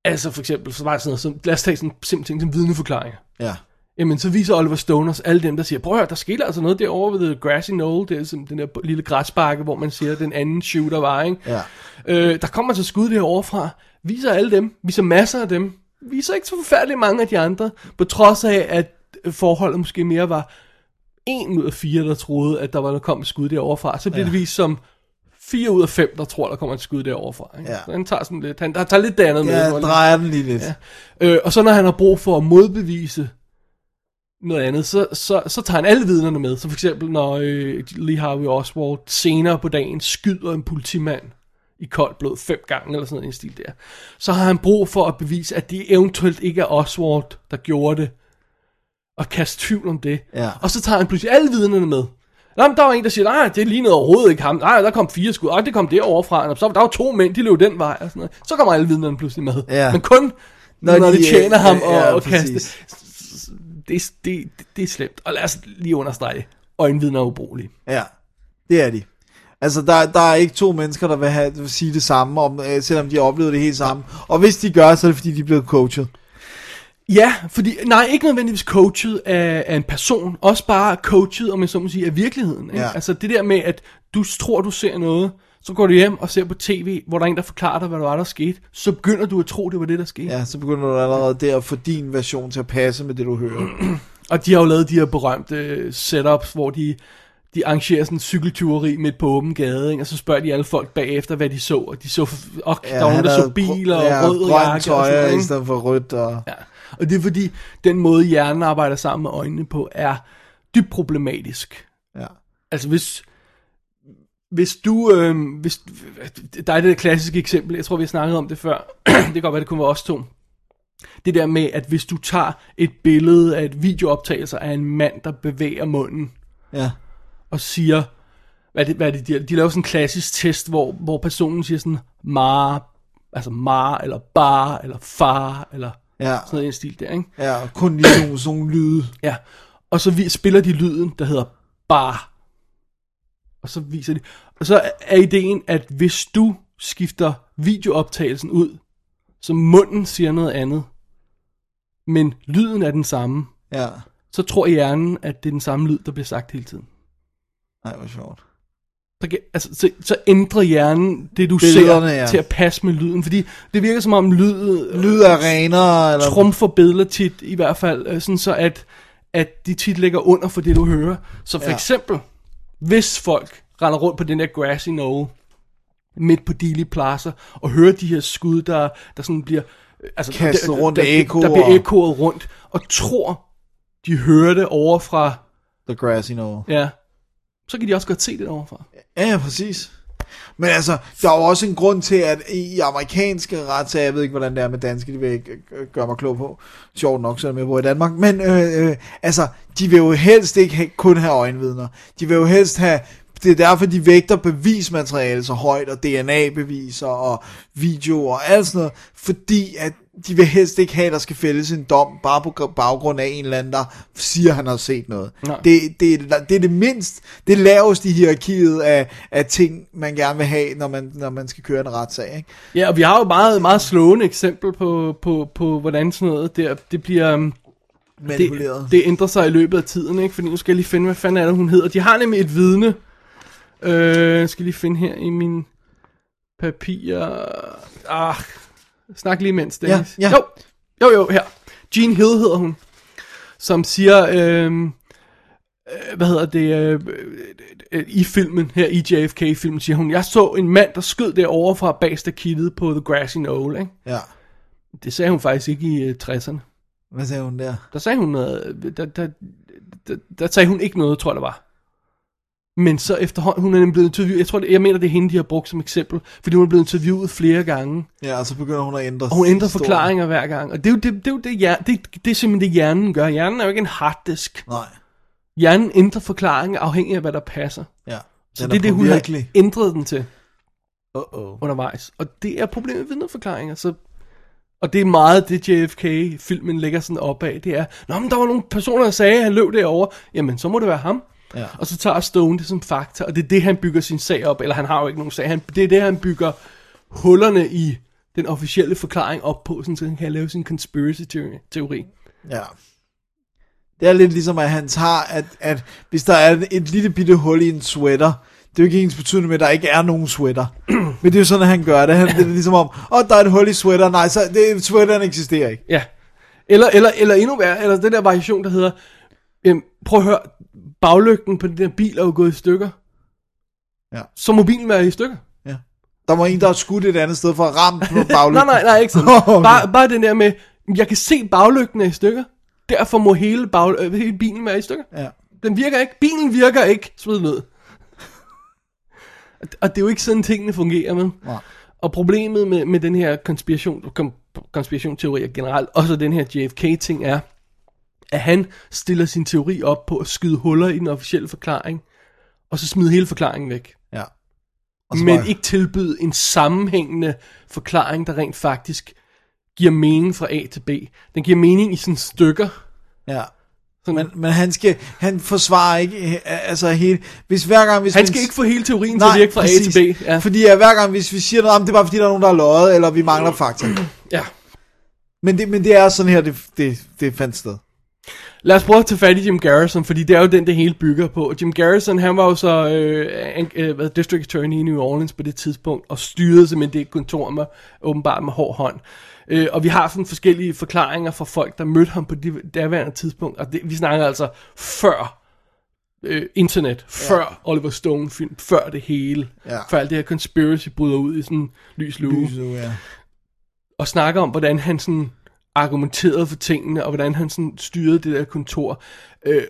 [SPEAKER 4] altså for eksempel, så var der sådan noget, som, lad os tage sådan en simpel ting som vidneforklaringer.
[SPEAKER 5] Ja.
[SPEAKER 4] Jamen, så viser Oliver Stone os alle dem, der siger, prøv at høre, der skete altså noget derovre ved The Grassy Knoll, det er sådan den der lille græsbakke, hvor man siger, den anden shooter var, ikke?
[SPEAKER 5] Ja.
[SPEAKER 4] Øh, der kommer så skud derovre fra, viser alle dem, viser masser af dem, viser ikke så forfærdeligt mange af de andre, på trods af, at forholdet måske mere var en ud af fire, der troede, at der var der kom et skud derovre fra, så bliver ja. det vist som fire ud af fem, der tror, der kommer et skud derovre fra. Ikke?
[SPEAKER 5] Ja.
[SPEAKER 4] Så han tager sådan lidt, han der tager lidt det andet med.
[SPEAKER 5] Ja,
[SPEAKER 4] hvor-
[SPEAKER 5] drejer den lige lidt. Ja.
[SPEAKER 4] Øh, og så når han har brug for at modbevise noget andet, så, så, så tager han alle vidnerne med. Så for eksempel når øh, Lee Harvey Oswald senere på dagen skyder en politimand i koldt blod fem gange eller sådan noget i den stil der, så har han brug for at bevise, at det eventuelt ikke er Oswald, der gjorde det, og kaste tvivl om det.
[SPEAKER 5] Ja.
[SPEAKER 4] Og så tager han pludselig alle vidnerne med. Nå, men der var en, der siger, nej, det lignede overhovedet ikke ham. Nej, der kom fire skud, og det kom derovre fra. Og så der var to mænd, de løb den vej og sådan noget. Så kommer alle vidnerne pludselig med.
[SPEAKER 5] Ja.
[SPEAKER 4] Men kun, når, når de, øh, tjener ham og,
[SPEAKER 5] ja,
[SPEAKER 4] og kaster.
[SPEAKER 5] præcis.
[SPEAKER 4] Det, er- det, det, det er slemt. Og lad os lige understrege det. Øjenvidner er ubrugelige.
[SPEAKER 5] Ja, det er de. Altså, der, der er ikke to mennesker, der vil, have, vil sige det samme, om, øh, selvom de har oplevet det helt samme. Og hvis de gør, så er det fordi, de er blevet coachet.
[SPEAKER 4] Ja, fordi, nej, ikke nødvendigvis coachet af, af en person, også bare coachet, om jeg så må sige, af virkeligheden. Ikke?
[SPEAKER 5] Ja.
[SPEAKER 4] Altså det der med, at du tror, du ser noget, så går du hjem og ser på tv, hvor der er en, der forklarer dig, hvad der var, der skete, så begynder du at tro, det var det, der skete.
[SPEAKER 5] Ja, så begynder du allerede der at få din version til at passe med det, du hører.
[SPEAKER 4] Og de har jo lavet de her berømte øh, setups, hvor de, de arrangerer sådan en cykeltyveri midt på åben gade, ikke? og så spørger de alle folk bagefter, hvad de så, og de så, og ja, der var nogen, der så biler, og rød
[SPEAKER 5] grønt
[SPEAKER 4] jakke, og
[SPEAKER 5] tøj
[SPEAKER 4] sådan noget,
[SPEAKER 5] i
[SPEAKER 4] ikke?
[SPEAKER 5] stedet for rødt. Og...
[SPEAKER 4] Ja. Og det er fordi, den måde hjernen arbejder sammen med øjnene på, er dybt problematisk.
[SPEAKER 5] Ja.
[SPEAKER 4] Altså hvis, hvis du, øh, hvis, der er det der klassiske eksempel, jeg tror vi har snakket om det før, *clears throat* det kan godt være, det kun var os to. Det der med, at hvis du tager et billede af et videooptagelse af en mand, der bevæger munden,
[SPEAKER 5] Ja.
[SPEAKER 4] og siger, hvad er det, hvad er det, de, de laver sådan en klassisk test, hvor, hvor personen siger sådan, ma, altså ma, eller bar, eller far, eller
[SPEAKER 5] Ja.
[SPEAKER 4] Sådan noget i en stil der, ikke?
[SPEAKER 5] Ja, kun lige nogle, sådan nogle lyde.
[SPEAKER 4] Ja, og så vi, spiller de lyden, der hedder bar. Og så viser de. Og så er ideen, at hvis du skifter videooptagelsen ud, så munden siger noget andet, men lyden er den samme,
[SPEAKER 5] Ja.
[SPEAKER 4] så tror hjernen, at det er den samme lyd, der bliver sagt hele tiden.
[SPEAKER 5] Nej, hvor sjovt.
[SPEAKER 4] Så, kan- altså, så, så ændrer hjernen det, du
[SPEAKER 5] Billederne,
[SPEAKER 4] ser,
[SPEAKER 5] ja.
[SPEAKER 4] til at passe med lyden. Fordi det virker som om lyd,
[SPEAKER 5] Lyd er renere, eller...
[SPEAKER 4] trumfer billeder tit, i hvert fald, øh, sådan så at, at de tit ligger under for det, du hører. Så for
[SPEAKER 5] Ja.
[SPEAKER 4] ja. eksempel, hvis folk render rundt på den der grass i Norge, midt på Dealey Plaza, og hører de her skud, der, der sådan bliver... øh, Altså,
[SPEAKER 5] Kastet rundt af
[SPEAKER 4] der, der, der
[SPEAKER 5] ekkoer.
[SPEAKER 4] bliver ekkoet rundt, og tror, de hører det over fra...
[SPEAKER 5] The grass, you know.
[SPEAKER 4] Ja, så kan de også godt se det overfra.
[SPEAKER 5] Ja, ja, præcis. Men altså, der er jo også en grund til, at i amerikanske retssager, jeg ved ikke, hvordan det er med danske, det vil jeg ikke øh, gøre mig klog på. Sjovt nok, så er jeg med på i Danmark. Men øh, øh, altså, de vil jo helst ikke have, kun have øjenvidner. De vil jo helst have, det er derfor, de vægter bevismateriale så højt, og DNA-beviser, og video og alt sådan noget, fordi at de vil helst ikke have, at der skal fældes en dom, bare på gr- baggrund af en eller anden, der siger, at han har set noget.
[SPEAKER 4] Nej.
[SPEAKER 5] Det, det, er- det er det mindst, det laveste i hierarkiet af, af ting, man gerne vil have, når man, når man skal køre en retssag. Ikke?
[SPEAKER 4] Ja, og vi har jo meget, meget slående eksempel på, på, på hvordan sådan noget der, det bliver... øhm,
[SPEAKER 5] Manipuleret.
[SPEAKER 4] Det, det ændrer sig i løbet af tiden, ikke? Fordi nu skal jeg lige finde, hvad fanden er det, hun hedder. De har nemlig et vidne. Øh, jeg skal lige finde her i mine papirer. Ah, snak lige imens, Dennis.
[SPEAKER 5] Ja, ja.
[SPEAKER 4] Jo, jo, jo, her. Jean Hill hedder hun. Som siger, øh, øh, hvad hedder det, øh, øh, i filmen her, i JFK-filmen, siger hun, jeg så en mand, der skød derovre fra bag stakittet på The Grassy Knoll, ikke?
[SPEAKER 5] Ja.
[SPEAKER 4] Det sagde hun faktisk ikke i øh, 60'erne.
[SPEAKER 5] Hvad sagde hun der?
[SPEAKER 4] Der sagde hun noget, der, der, der, der sagde hun ikke noget, tror jeg det var. Men så efterhånden, hun er nemlig blevet interviewet, jeg tror, det, jeg mener, det er hende, de har brugt som eksempel, fordi hun er blevet interviewet flere gange,
[SPEAKER 5] Ja, og så begynder hun at ændre
[SPEAKER 4] og hun ændrer
[SPEAKER 5] historien.
[SPEAKER 4] forklaringer hver gang, og det er jo det, det, er jo det, hjer- det, det er simpelthen det, hjernen gør. Hjernen er jo ikke en harddisk.
[SPEAKER 5] Nej,
[SPEAKER 4] Hjernen ændrer forklaringen afhængig af, hvad der passer.
[SPEAKER 5] ja.
[SPEAKER 4] Så
[SPEAKER 5] Den
[SPEAKER 4] det er det, hun
[SPEAKER 5] påvirkelig.
[SPEAKER 4] har ændret den til
[SPEAKER 5] Uh-oh.
[SPEAKER 4] undervejs. Og det er problemet med vidneforklaringer, så... Og det er meget det, JFK-filmen lægger sådan op af. Det er, Nå, men der var nogle personer, der sagde, at han løb derovre. Jamen, så må det være ham.
[SPEAKER 5] Ja.
[SPEAKER 4] Og så tager Stone det som fakta, og det er det, han bygger sin sag op. Eller han har jo ikke nogen sag. Han, det er det, han bygger hullerne i den officielle forklaring op på, sådan, så han kan lave sin conspiracy-teori.
[SPEAKER 5] Ja. Det er lidt ligesom, at han tager, at, at hvis der er et, et lille bitte hul i en sweater, det er jo ikke ens betydende med, at der ikke er nogen sweater. *clears throat* Men det er jo sådan, at han gør det. Han, det er ligesom om, åh, der er et hul i sweater. Nej, så det, sweateren eksisterer ikke.
[SPEAKER 4] Ja. Eller, eller, eller endnu værre, eller den der variation, der hedder, øhm, prøv at høre, baglygten på den der bil er jo gået i stykker.
[SPEAKER 5] Ja.
[SPEAKER 4] Så må bilen være i stykker.
[SPEAKER 5] Ja. Der var en, der har skudt et andet sted for at ramme på baglygten.
[SPEAKER 4] *laughs* nej, nej, nej, ikke
[SPEAKER 5] *laughs*
[SPEAKER 4] sådan.
[SPEAKER 5] Okay.
[SPEAKER 4] bare, bare den der med, jeg kan se baglygten er i stykker, derfor må hele, bag, øh, hele bilen være i stykker.
[SPEAKER 5] Ja.
[SPEAKER 4] Den virker ikke, bilen virker ikke, smid ned. Og- Og det er jo ikke sådan, tingene fungerer, men.
[SPEAKER 5] Nej.
[SPEAKER 4] Og problemet med, med den her konspiration, kom, konspirationsteorier generelt, og så den her JFK-ting er, at han stiller sin teori op på at skyde huller i den officielle forklaring, og så smide hele forklaringen væk.
[SPEAKER 5] Ja. Og så
[SPEAKER 4] Men
[SPEAKER 5] bare-
[SPEAKER 4] ikke tilbyde en sammenhængende forklaring, der rent faktisk giver mening fra A til B. Den giver mening i sådan stykker.
[SPEAKER 5] Ja.
[SPEAKER 4] Sådan,
[SPEAKER 5] Men, men han, skal, han forsvarer ikke øh, altså hele... Hvis hver gang... Hvis
[SPEAKER 4] han
[SPEAKER 5] man-
[SPEAKER 4] skal ikke få hele teorien til at virke fra
[SPEAKER 5] præcis.
[SPEAKER 4] A til B. Ja.
[SPEAKER 5] Fordi at hver gang, hvis vi siger noget, "Ah, men det er bare fordi, der er nogen, der har løjet, eller vi mangler fakta.
[SPEAKER 4] ja.
[SPEAKER 5] Men det, men det er sådan her, det, det, det fandt sted.
[SPEAKER 4] Lad os prøve at tage fat i Jim Garrison, fordi det er jo den, det hele bygger på. Jim Garrison, han var jo så øh, an, øh, hvad, district attorney i New Orleans på det tidspunkt, og styrede simpelthen det kontor med, åbenbart med hård hånd. Øh, og vi har sådan forskellige forklaringer fra folk, der mødte ham på det daværende tidspunkt, og det, vi snakker altså før øh, internet, før Oliver Stone-film, før det hele,
[SPEAKER 5] Ja.
[SPEAKER 4] før alt det her conspiracy bryder ud i sådan en lys lue
[SPEAKER 5] Lyset, ja.
[SPEAKER 4] og snakker om, hvordan han sådan argumenterede for tingene, og hvordan han sådan styrede det der kontor. Øh,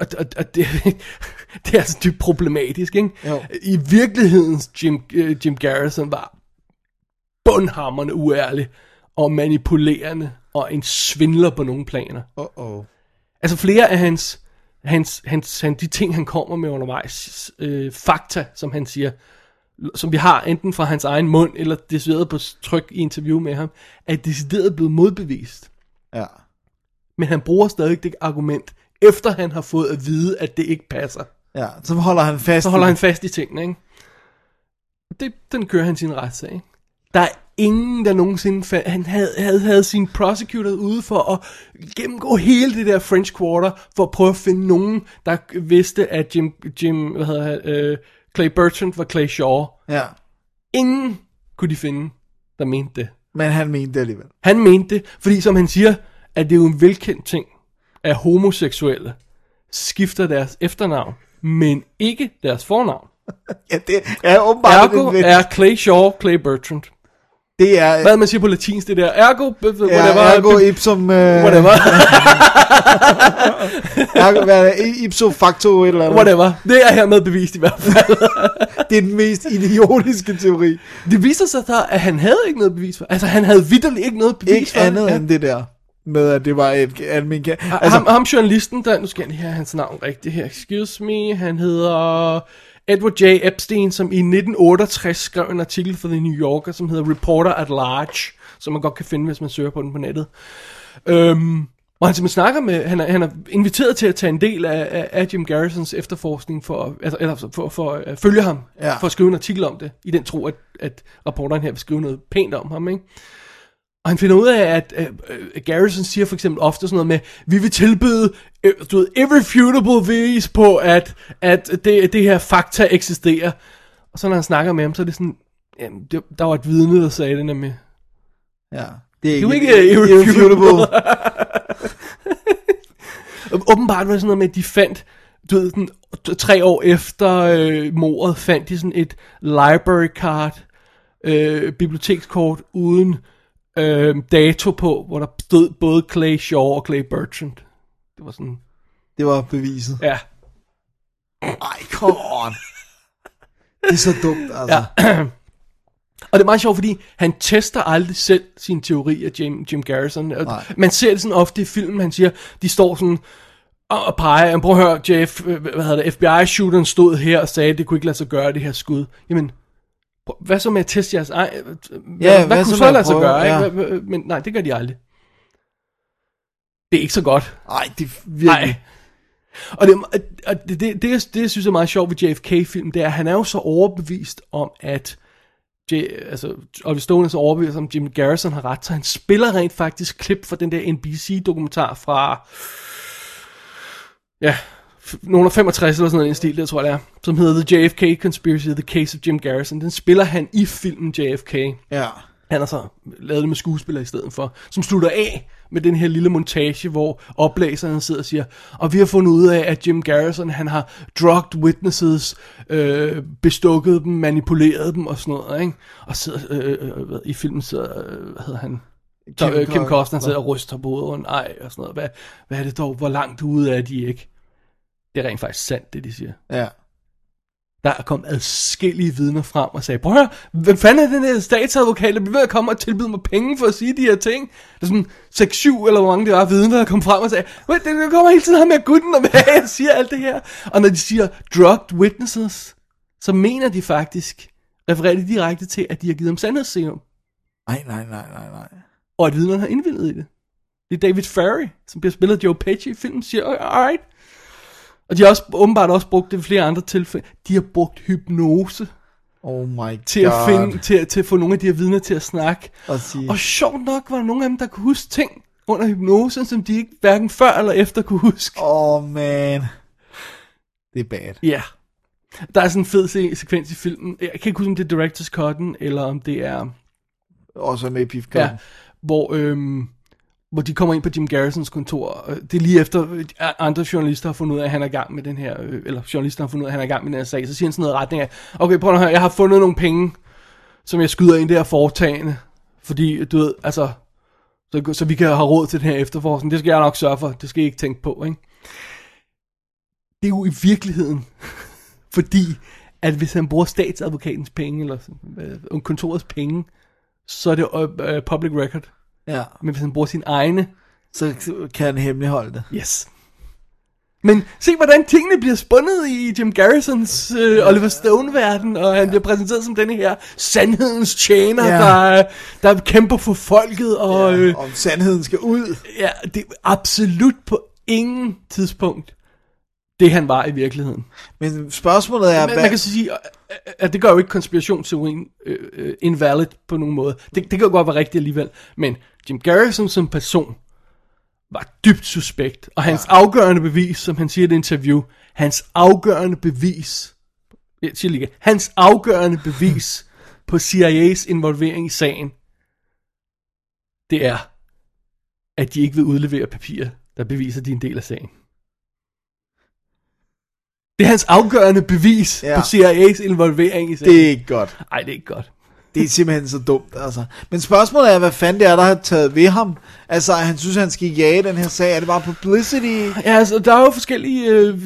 [SPEAKER 4] og, og, og det, *laughs* det er altså dybt problematisk, ikke?
[SPEAKER 5] Jo.
[SPEAKER 4] I virkeligheden, Jim, øh, Jim Garrison var bundhammerne uærlig, og manipulerende, og en svindler på nogle planer.
[SPEAKER 5] Uh-oh.
[SPEAKER 4] Altså flere af hans, hans, hans, hans de ting, han kommer med undervejs, øh, fakta, som han siger, som vi har enten fra hans egen mund, eller decideret på tryk i interview med ham, er decideret blevet modbevist.
[SPEAKER 5] Ja.
[SPEAKER 4] Men han bruger stadig det argument, efter han har fået at vide, at det ikke passer.
[SPEAKER 5] Ja, så holder han fast
[SPEAKER 4] Så
[SPEAKER 5] i
[SPEAKER 4] holder
[SPEAKER 5] det.
[SPEAKER 4] han fast i tingene, ikke? Det, den kører han sin retssag, ikke? Der er ingen, der nogensinde fandt... Han havde, havde, havde sin prosecutor ude for at gennemgå hele det der French Quarter, for at prøve at finde nogen, der vidste, at Jim... Jim hvad hedder han, øh, Clay Bertrand var Clay Shaw.
[SPEAKER 5] Ja,
[SPEAKER 4] Ingen kunne de finde, der mente det.
[SPEAKER 5] men han mente det alligevel.
[SPEAKER 4] Han mente det, fordi som han siger, at det er jo en velkendt ting, at homoseksuelle skifter deres efternavn, men ikke deres fornavn.
[SPEAKER 5] Ja, det er åbenbart
[SPEAKER 4] Ergo
[SPEAKER 5] en-
[SPEAKER 4] er Clay Shaw, Clay Bertrand.
[SPEAKER 5] Det er...
[SPEAKER 4] Hvad man siger på latinsk, det der. Ergo, b- b-
[SPEAKER 5] Ja,
[SPEAKER 4] whatever.
[SPEAKER 5] ergo ipsum... Øh,
[SPEAKER 4] Whatever.
[SPEAKER 5] *laughs* ergo, hvad er det? Ipso facto et eller andet.
[SPEAKER 4] whatever. Det er hermed bevist i hvert fald. *laughs*
[SPEAKER 5] Det er den mest idiotiske teori.
[SPEAKER 4] Det viser sig så, at han havde ikke noget bevis for. Altså, han havde vidderligt ikke noget bevis
[SPEAKER 5] Ikke
[SPEAKER 4] for.
[SPEAKER 5] andet
[SPEAKER 4] at-
[SPEAKER 5] end det der. Med at det var et almindeligt...
[SPEAKER 4] Altså, ham, ham journalisten, der, nu skal jeg lige have hans navn rigtigt her, excuse me, han hedder Edward J. Epstein, som i 1968 skrev en artikel for The New Yorker, som hedder Reporter at Large, som man godt kan finde, hvis man søger på den på nettet. Øhm, og han simpelthen snakker med, han er, han er inviteret til at tage en del af, af, af Jim Garrisons efterforskning, for, at- altså, eller for, for, for at følge ham,
[SPEAKER 5] Ja.
[SPEAKER 4] for at skrive en artikel om det, i den tro, at, at reporteren her vil skrive noget pænt om ham, ikke? Og han finder ud af, at øh, øh, Garrison siger for eksempel ofte sådan noget med, vi vil tilbyde øh, du ved, irrefutable bevis på, at, at det, det her fakta eksisterer. Og så når han snakker med ham, så er det sådan, jamen, det, der var et vidne, der sagde det nemlig.
[SPEAKER 5] Ja. Det er
[SPEAKER 4] Det er jo ikke irrefutable.
[SPEAKER 5] irrefutable.
[SPEAKER 4] Og Åbenbart var det sådan noget med, at de fandt, du ved, den, tre år efter øh, mordet, fandt de sådan et library card, øh, bibliotekskort, uden øh, dato på, hvor der stod både Clay Shaw og Clay Bertrand. Det var sådan,
[SPEAKER 5] Det var beviset.
[SPEAKER 4] ja.
[SPEAKER 5] Ej, come on. Det er så dumt, altså. Ja.
[SPEAKER 4] Og det er meget sjovt, fordi han tester aldrig selv sin teori af Jim, Jim Garrison. Og
[SPEAKER 5] Nej.
[SPEAKER 4] man ser det sådan ofte i filmen, han siger, de står sådan og og peger, "Jamen, prøv at høre, Jeff, øh, hvad hedder det, FBI-shooteren stod her og sagde, at det kunne ikke lade sig gøre, det her skud. Jamen, prøv- hvad så med at teste jeres egen... Hvad,
[SPEAKER 5] Ja,
[SPEAKER 4] hvad
[SPEAKER 5] hvad
[SPEAKER 4] kunne
[SPEAKER 5] så
[SPEAKER 4] så
[SPEAKER 5] med at
[SPEAKER 4] lade sig
[SPEAKER 5] prøve?
[SPEAKER 4] gøre?
[SPEAKER 5] Ja.
[SPEAKER 4] Ikke? Hvad- hvad- Men nej, det gør de aldrig. Det er ikke så godt.
[SPEAKER 5] Ej, det er
[SPEAKER 4] Nej.
[SPEAKER 5] virkelig...
[SPEAKER 4] Og, det, og det, det, det, jeg- det, jeg synes er meget sjovt ved JFK-filmen, det er, at han er jo så overbevist om, at J, altså, Oliver Stone er så overbevist om, at Jim Garrison har ret, så han spiller rent faktisk klip fra den der NBC-dokumentar fra, ja, f- nogle af 65 eller sådan noget i den stil, der tror jeg det er, som hedder The JFK Conspiracy, The Case of Jim Garrison. Den spiller han i filmen JFK.
[SPEAKER 5] Ja.
[SPEAKER 4] Han har så lavet det med skuespillere i stedet for, som slutter af med den her lille montage, hvor oplæseren sidder og siger, og vi har fundet ud af, at Jim Garrison, han har drugged witnesses, øh, bestukket dem, manipuleret dem og sådan noget, ikke? Og sidder, øh, øh, hvad- i filmen sidder, øh, hvad hedder han? Kim, øh, Kim Costner sidder og ryster på hovedet, og en ej, og sådan noget. Hvad, hvad er det dog? Hvor langt ude er de ikke? Det er rent faktisk sandt, det de siger.
[SPEAKER 5] Ja.
[SPEAKER 4] Der er kommet adskillige vidner frem og sagde, prøv at høre, hvem fanden er den der statsadvokat, der bliver ved at komme og tilbyde mig penge for at sige de her ting? Der er sådan 6-7 eller hvor mange det var vidner, der kom frem og sagde, "Wait, det det kommer hele tiden ham med gutten, og hvad jeg siger alt det her. Og når de siger drugged witnesses, så mener de faktisk, refererer de direkte til, at de har givet ham sandhedsserum,
[SPEAKER 5] Nej, nej, nej, nej, nej.
[SPEAKER 4] og at vidnerne har indvildet i det. Det er David Ferry, som bliver spillet af Joe Pesci i filmen, siger, "Oh, alright. Og de har også, åbenbart også brugt det i flere andre tilfælde. De har brugt hypnose
[SPEAKER 5] Oh my
[SPEAKER 4] til at,
[SPEAKER 5] god.
[SPEAKER 4] finde, til, at- til at få nogle af de her vidner til at snakke.
[SPEAKER 5] Og sige-
[SPEAKER 4] og sjovt nok var der nogle af dem, der kunne huske ting under hypnosen, som de ikke hverken før eller efter kunne huske.
[SPEAKER 5] Oh man. Det er bad.
[SPEAKER 4] Ja. Der er sådan en fed se- sekvens i filmen. Jeg kan ikke huske, om det er Directors Cut'en, eller om det er...
[SPEAKER 5] Også med Pif
[SPEAKER 4] Ja, hvor, øhm, hvor de kommer ind på Jim Garrisons kontor. og Det er lige efter, øh, andre journalister har fundet ud af, at han er i gang med den her, øh, eller journalister har fundet ud af, at han er i gang med den her sag. Så siger han sådan noget i retning af, okay, prøv at høre, jeg har fundet nogle penge, som jeg skyder ind i det her foretagende. Fordi, du ved, altså, så, så vi kan have råd til den her efterforskning. Det skal jeg nok sørge for. Det skal I ikke tænke på, ikke? Det er jo i virkeligheden, *laughs* fordi at hvis han bruger statsadvokatens penge, eller øh, kontorets penge, så er det øh, øh, public record.
[SPEAKER 5] Ja.
[SPEAKER 4] Men hvis han bruger sin egne,
[SPEAKER 5] Så kan han hemmeligholde det.
[SPEAKER 4] yes. Men se, hvordan tingene bliver spundet i Jim Garrisons øh, Oliver Stone-verden, og han bliver præsenteret som denne her sandhedens tjener,
[SPEAKER 5] Ja.
[SPEAKER 4] ja. der, øh, der kæmper for folket. Og, ja,
[SPEAKER 5] Om sandheden skal ud.
[SPEAKER 4] Ja, det er absolut på ingen tidspunkt det, han var i virkeligheden.
[SPEAKER 5] Men spørgsmålet er,
[SPEAKER 4] man, man kan så sige, at- at det gør jo ikke konspirationsteorien øh, øh, invalid på nogen måde. Det, det kan jo godt være rigtigt alligevel. Men Jim Garrison som person var dybt suspekt. Og hans ja. afgørende bevis, som han siger i et interview, hans afgørende bevis, jeg siger lige, igen, hans afgørende bevis på CIA's involvering i sagen, det er, at de ikke vil udlevere papirer, der beviser, at de er en del af sagen. Det er hans afgørende bevis ja. på
[SPEAKER 5] Ja.
[SPEAKER 4] CIA's involvering i sagen.
[SPEAKER 5] det er ikke godt.
[SPEAKER 4] Ej, det er ikke godt.
[SPEAKER 5] Det er simpelthen så dumt, altså. Men spørgsmålet er, hvad fanden det er, der har taget ved ham? Altså, han synes, han skal jage den her sag. Er det bare publicity?
[SPEAKER 4] Ja, altså, der er jo forskellige øh,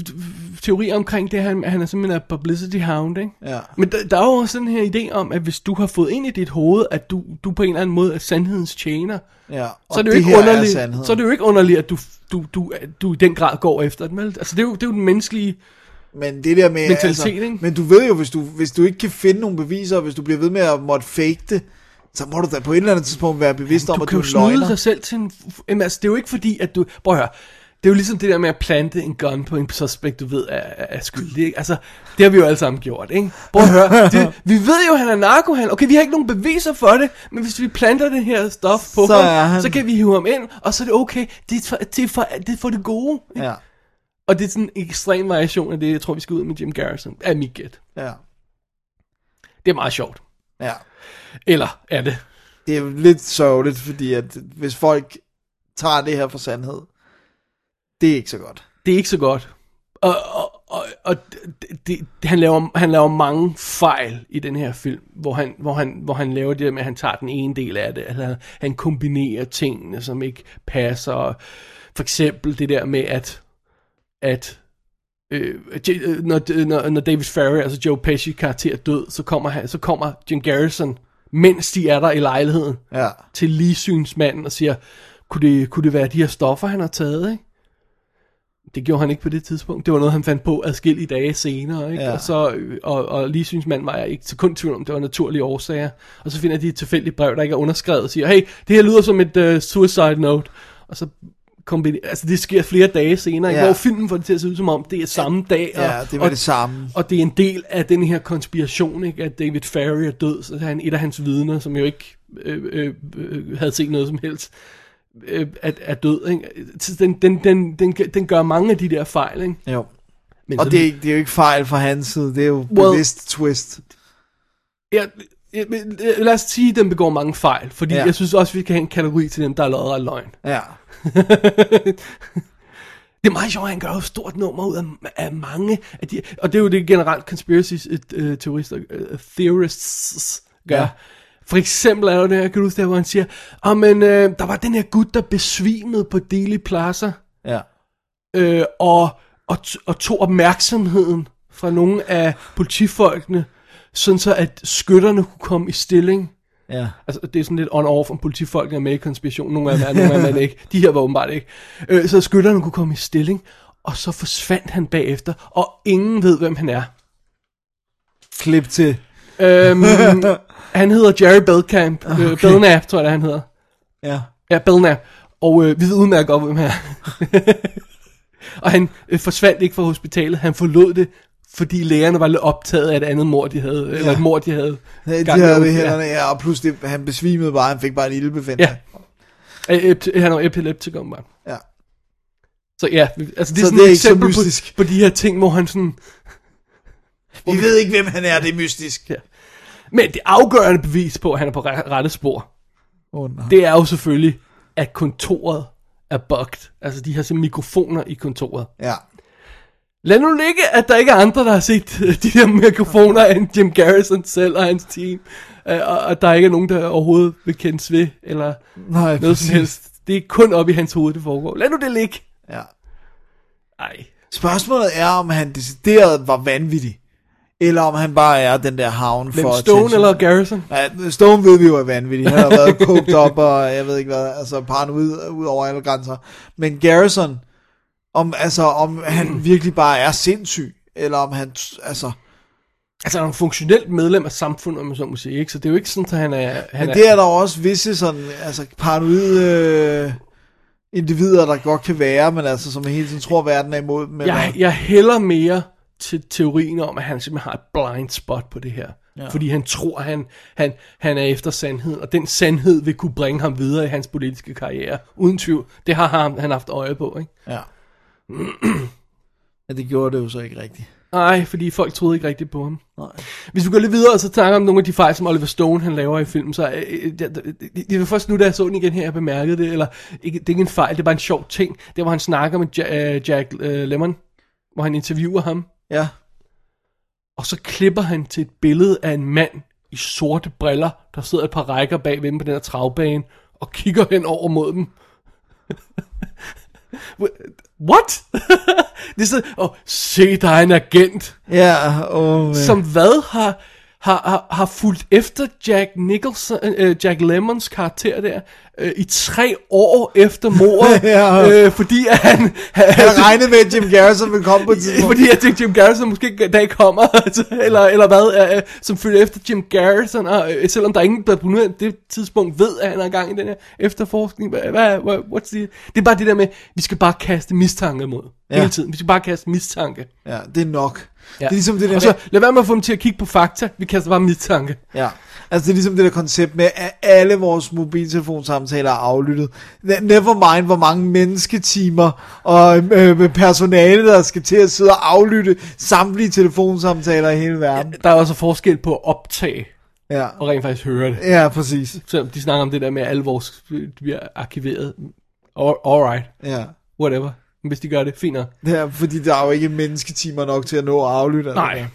[SPEAKER 4] teorier omkring det, han, han er simpelthen en publicity hound, ikke?
[SPEAKER 5] Ja.
[SPEAKER 4] Men der, der er jo også den her idé om, at hvis du har fået ind i dit hoved, at du, du på en eller anden måde er sandhedens tjener,
[SPEAKER 5] Ja, og
[SPEAKER 4] så er det,
[SPEAKER 5] det
[SPEAKER 4] jo ikke
[SPEAKER 5] her er
[SPEAKER 4] underligt,
[SPEAKER 5] sandheden.
[SPEAKER 4] så er det jo ikke underligt, at du, du, du, du i den grad går efter den, vel? Altså, det er jo, det er jo den menneskelige...
[SPEAKER 5] Men det der med... altså-
[SPEAKER 4] Mentalitet, ikke?
[SPEAKER 5] Men du ved jo, hvis du, hvis du ikke kan finde nogle beviser, og hvis du bliver ved med at måtte fake det, så må du da på et eller andet tidspunkt være bevidst om,
[SPEAKER 4] du
[SPEAKER 5] at
[SPEAKER 4] kan
[SPEAKER 5] du
[SPEAKER 4] jo
[SPEAKER 5] er en
[SPEAKER 4] snyde
[SPEAKER 5] løgner.
[SPEAKER 4] dig selv til en... Jamen, altså, det er jo ikke fordi, at du... Prøv at høre. Det er jo ligesom det der med at plante en gun på en suspekt, du ved er, er er skyldig. Ikke? Altså, det har vi jo alle sammen gjort, ikke? Prøv at høre. Det, vi ved jo, at han er narkohandel. Okay, vi har ikke nogen beviser for det, men hvis vi planter det her stof på
[SPEAKER 5] Så
[SPEAKER 4] så
[SPEAKER 5] er
[SPEAKER 4] ham,
[SPEAKER 5] han-
[SPEAKER 4] så kan vi hive ham ind, og så er det okay. Det er for det, er for, det, er for det gode. Ikke?
[SPEAKER 5] Ja,
[SPEAKER 4] Og det er sådan en ekstrem variation af det, jeg tror, vi skal ud med Jim Garrison. Er mit gæt.
[SPEAKER 5] ja,
[SPEAKER 4] Det er meget sjovt.
[SPEAKER 5] ja.
[SPEAKER 4] Eller er det?
[SPEAKER 5] Det er jo lidt sørgeligt, fordi at hvis folk tager det her for sandhed, det er ikke så godt.
[SPEAKER 4] det er ikke så godt. Og, og, og, og det, det, han, laver, han laver mange fejl i den her film, hvor han, hvor han, hvor han laver det der med, at han tager den ene del af det, eller han kombinerer tingene, som ikke passer. Og For eksempel det der med, at, at øh, J- øh, når, når, når David Farrer, altså Joe Pesci karakter er død, så kommer, han, så kommer Jim Garrison, mens de er der i lejligheden,
[SPEAKER 5] Ja,
[SPEAKER 4] til ligsynsmanden og siger, kunne det, kunne det være de her stoffer, han har taget, ikke? Det gjorde han ikke på det tidspunkt. Det var noget, han fandt på adskillige dage senere. Ikke?
[SPEAKER 5] Ja.
[SPEAKER 4] Ja. Og, så, øh, og, og ligsynsmanden var jeg ikke til kun tvivl om, det var naturlige årsager. Og så finder de et tilfældigt brev, der ikke er underskrevet, og siger, hey, det her lyder som et uh, suicide note. Og så kombiner- altså det sker flere dage senere,
[SPEAKER 5] Ja.
[SPEAKER 4] ja. hvor filmen får det til at se ud som om, det er samme dag. Og,
[SPEAKER 5] ja det var
[SPEAKER 4] og,
[SPEAKER 5] det samme.
[SPEAKER 4] og det er en del af den her konspiration, ikke? at David Farrier er død, så han et af hans vidner, som jo ikke øh, øh, øh, havde set noget som helst, øh, er, er død. Ikke? Så Den, den, den, den, den gør mange af de der fejl. Ikke?
[SPEAKER 5] Jo.
[SPEAKER 4] Men
[SPEAKER 5] Og
[SPEAKER 4] så-
[SPEAKER 5] det er, ikke- det er jo ikke fejl fra hans side, det er jo
[SPEAKER 4] Well-
[SPEAKER 5] bevidst twist.
[SPEAKER 4] Ja, ja, men, øh, lad os sige, at den begår mange fejl, fordi
[SPEAKER 5] Ja.
[SPEAKER 4] ja. jeg synes også, vi kan have en kategori til dem, der er løjet af løgn.
[SPEAKER 5] Ja,
[SPEAKER 4] Det er meget sjovt, at han gør jo et stort nummer ud af, af mange af de, og det er jo det generelt conspiracy øh, teorister, øh, theorists gør.
[SPEAKER 5] Ja.
[SPEAKER 4] Ja. For eksempel er der jo det her, kan du huske det, her, hvor han siger, ah, men øh, der var den her gut, der besvimede på Daily Plaza,
[SPEAKER 5] ja.
[SPEAKER 4] øh, og, og, t- og tog opmærksomheden fra nogle af politifolkene, sådan så at skytterne kunne komme i stilling.
[SPEAKER 5] Ja.
[SPEAKER 4] Altså, det er sådan lidt on-off, om politifolk er med i konspiration. Nogle af dem er, nogle af dem er ikke. De her var åbenbart ikke. Øh, så skytterne kunne komme i stilling, og så forsvandt han bagefter, og ingen ved, hvem han er.
[SPEAKER 5] Klip til. *laughs*
[SPEAKER 4] Øhm, han hedder Jerry Belkamp. Okay. Øh, Belknap, tror jeg, det er, han hedder.
[SPEAKER 5] Ja.
[SPEAKER 4] Ja, Belknap. Og øh, vi ved udmærket godt, hvem han
[SPEAKER 5] *laughs*
[SPEAKER 4] er. og han øh, forsvandt ikke fra hospitalet. Han forlod det, fordi lægerne var lidt optaget af et andet mord, de havde. Ja. Eller et mord, de havde.
[SPEAKER 5] Ja,
[SPEAKER 4] gang
[SPEAKER 5] De havde
[SPEAKER 4] i.
[SPEAKER 5] ved hænderne, ja, og pludselig, han besvimede bare, han fik bare en ildbefindende.
[SPEAKER 4] Ja. Øh, epi- Han var epileptiker, åbenbart.
[SPEAKER 5] ja.
[SPEAKER 4] Så ja, altså det er
[SPEAKER 5] Så
[SPEAKER 4] sådan
[SPEAKER 5] det er
[SPEAKER 4] et
[SPEAKER 5] ikke så
[SPEAKER 4] eksempel på,
[SPEAKER 5] mystisk.
[SPEAKER 4] på de her ting, hvor han sådan...
[SPEAKER 5] Vi ved ikke, hvem han er, det er mystisk.
[SPEAKER 4] Ja. Men det afgørende bevis på, at han er på re- rette spor,
[SPEAKER 5] Oh, nej.
[SPEAKER 4] det er jo selvfølgelig, at kontoret er bugt. Altså de har sådan mikrofoner i kontoret.
[SPEAKER 5] Ja.
[SPEAKER 4] Lad nu ligge, at der ikke er andre, der har set øh, de der mikrofoner end Jim Garrison selv og hans team. Øh, Og og der er ikke nogen, der overhovedet vil kendes ved, eller
[SPEAKER 5] Nej,
[SPEAKER 4] noget som helst. Det er kun op i hans hoved, det foregår. Lad nu det ligge.
[SPEAKER 5] Ja.
[SPEAKER 4] Ej.
[SPEAKER 5] Spørgsmålet er, om han decideret var vanvittig, eller om han bare er den der havn
[SPEAKER 4] Men
[SPEAKER 5] for
[SPEAKER 4] Stone
[SPEAKER 5] attention.
[SPEAKER 4] eller Garrison?
[SPEAKER 5] Ja, Stone ved vi jo er vanvittig. Han har været kogt op, og jeg ved ikke hvad, altså paranoid ud over alle grænser. Men Garrison, Om, altså, om *clears throat* han virkelig bare er sindssyg, eller om han, altså...
[SPEAKER 4] Altså, han er jo funktionelt medlem af samfundet, om man så må sige, ikke? Så det er jo ikke sådan, at han er... Han
[SPEAKER 5] Han Men det er der jo også visse sådan, altså paranoide øh, individer, der godt kan være, men altså som hele tiden tror, verden er imod dem. eller-
[SPEAKER 4] jeg, jeg hælder mere til teorien om, at han simpelthen har et blind spot på det her.
[SPEAKER 5] Ja.
[SPEAKER 4] Ja. Fordi han tror, han, han, han er efter sandheden, og den sandhed vil kunne bringe ham videre i hans politiske karriere. Uden tvivl. Det har han, han haft øje på, ikke?
[SPEAKER 5] Ja. Men det gjorde det jo så ikke rigtigt.
[SPEAKER 4] Nej, fordi folk troede ikke rigtigt på ham.
[SPEAKER 5] Nej.
[SPEAKER 4] Hvis vi går lidt videre og så snakker om nogle af de fejl, som Oliver Stone han laver i filmen, så øh, øh, det det- det var først nu, da jeg så den igen her, jeg bemærkede det, eller ikke, det er ikke en fejl, det er bare en sjov ting. Det hvor han snakker med ja, øh, Jack øh, Lemmon, hvor han interviewer ham,
[SPEAKER 5] Ja.
[SPEAKER 4] og så klipper han til et billede af en mand i sorte briller, der sidder et par rækker bagved dem på den her travbane, og kigger hen over mod dem. *laughs* What? *laughs* det er sådan, åh, se, der er en agent.
[SPEAKER 5] Ja, åh, oh,
[SPEAKER 4] Som hvad har, har, har, har fulgt efter Jack Nicholson, øh, Jack Lemmons karakter der, øh, i tre år efter mordet,
[SPEAKER 5] *laughs* Ja.
[SPEAKER 4] øh, fordi at han,
[SPEAKER 5] Jeg regnede med, at Jim Garrison ville *laughs* komme på et tidspunkt.
[SPEAKER 4] *laughs* fordi at Jim- Jim Garrison måske ikke- der ikke kommer, *laughs* altså, eller, eller hvad, øh, som følger efter Jim Garrison, og, øh, selvom der er ingen, der på nuværende det tidspunkt ved, at han er i gang i den her efterforskning. Hvad, hvad, hvad, what's the, det er bare det der med, vi skal bare kaste mistanke mod,
[SPEAKER 5] Ja.
[SPEAKER 4] ja. hele tiden. Vi skal bare kaste mistanke.
[SPEAKER 5] Ja, det er nok. Ja. Det er ligesom det der
[SPEAKER 4] og så
[SPEAKER 5] med,
[SPEAKER 4] lad være med at få dem til at kigge på fakta, vi kaster bare mistanke.
[SPEAKER 5] ja. Altså det er ligesom det der koncept med, at alle vores mobiltelefonsamtaler er aflyttet. Ne- Never mind, hvor mange mennesketimer og øh, med personale, der skal til at sidde og aflytte samtlige telefonsamtaler i hele verden.
[SPEAKER 4] Der er også forskel på at optage
[SPEAKER 5] Ja,
[SPEAKER 4] og rent faktisk høre det.
[SPEAKER 5] ja præcis.
[SPEAKER 4] Selvom de snakker om det der med, at alle vores øh, bliver arkiveret. All- Alright,
[SPEAKER 5] Ja.
[SPEAKER 4] whatever. Men hvis de gør det, fint nok.
[SPEAKER 5] Det er, fordi der er jo ikke mennesketimer nok til at nå at aflytte. alt det
[SPEAKER 4] Nej.
[SPEAKER 5] der.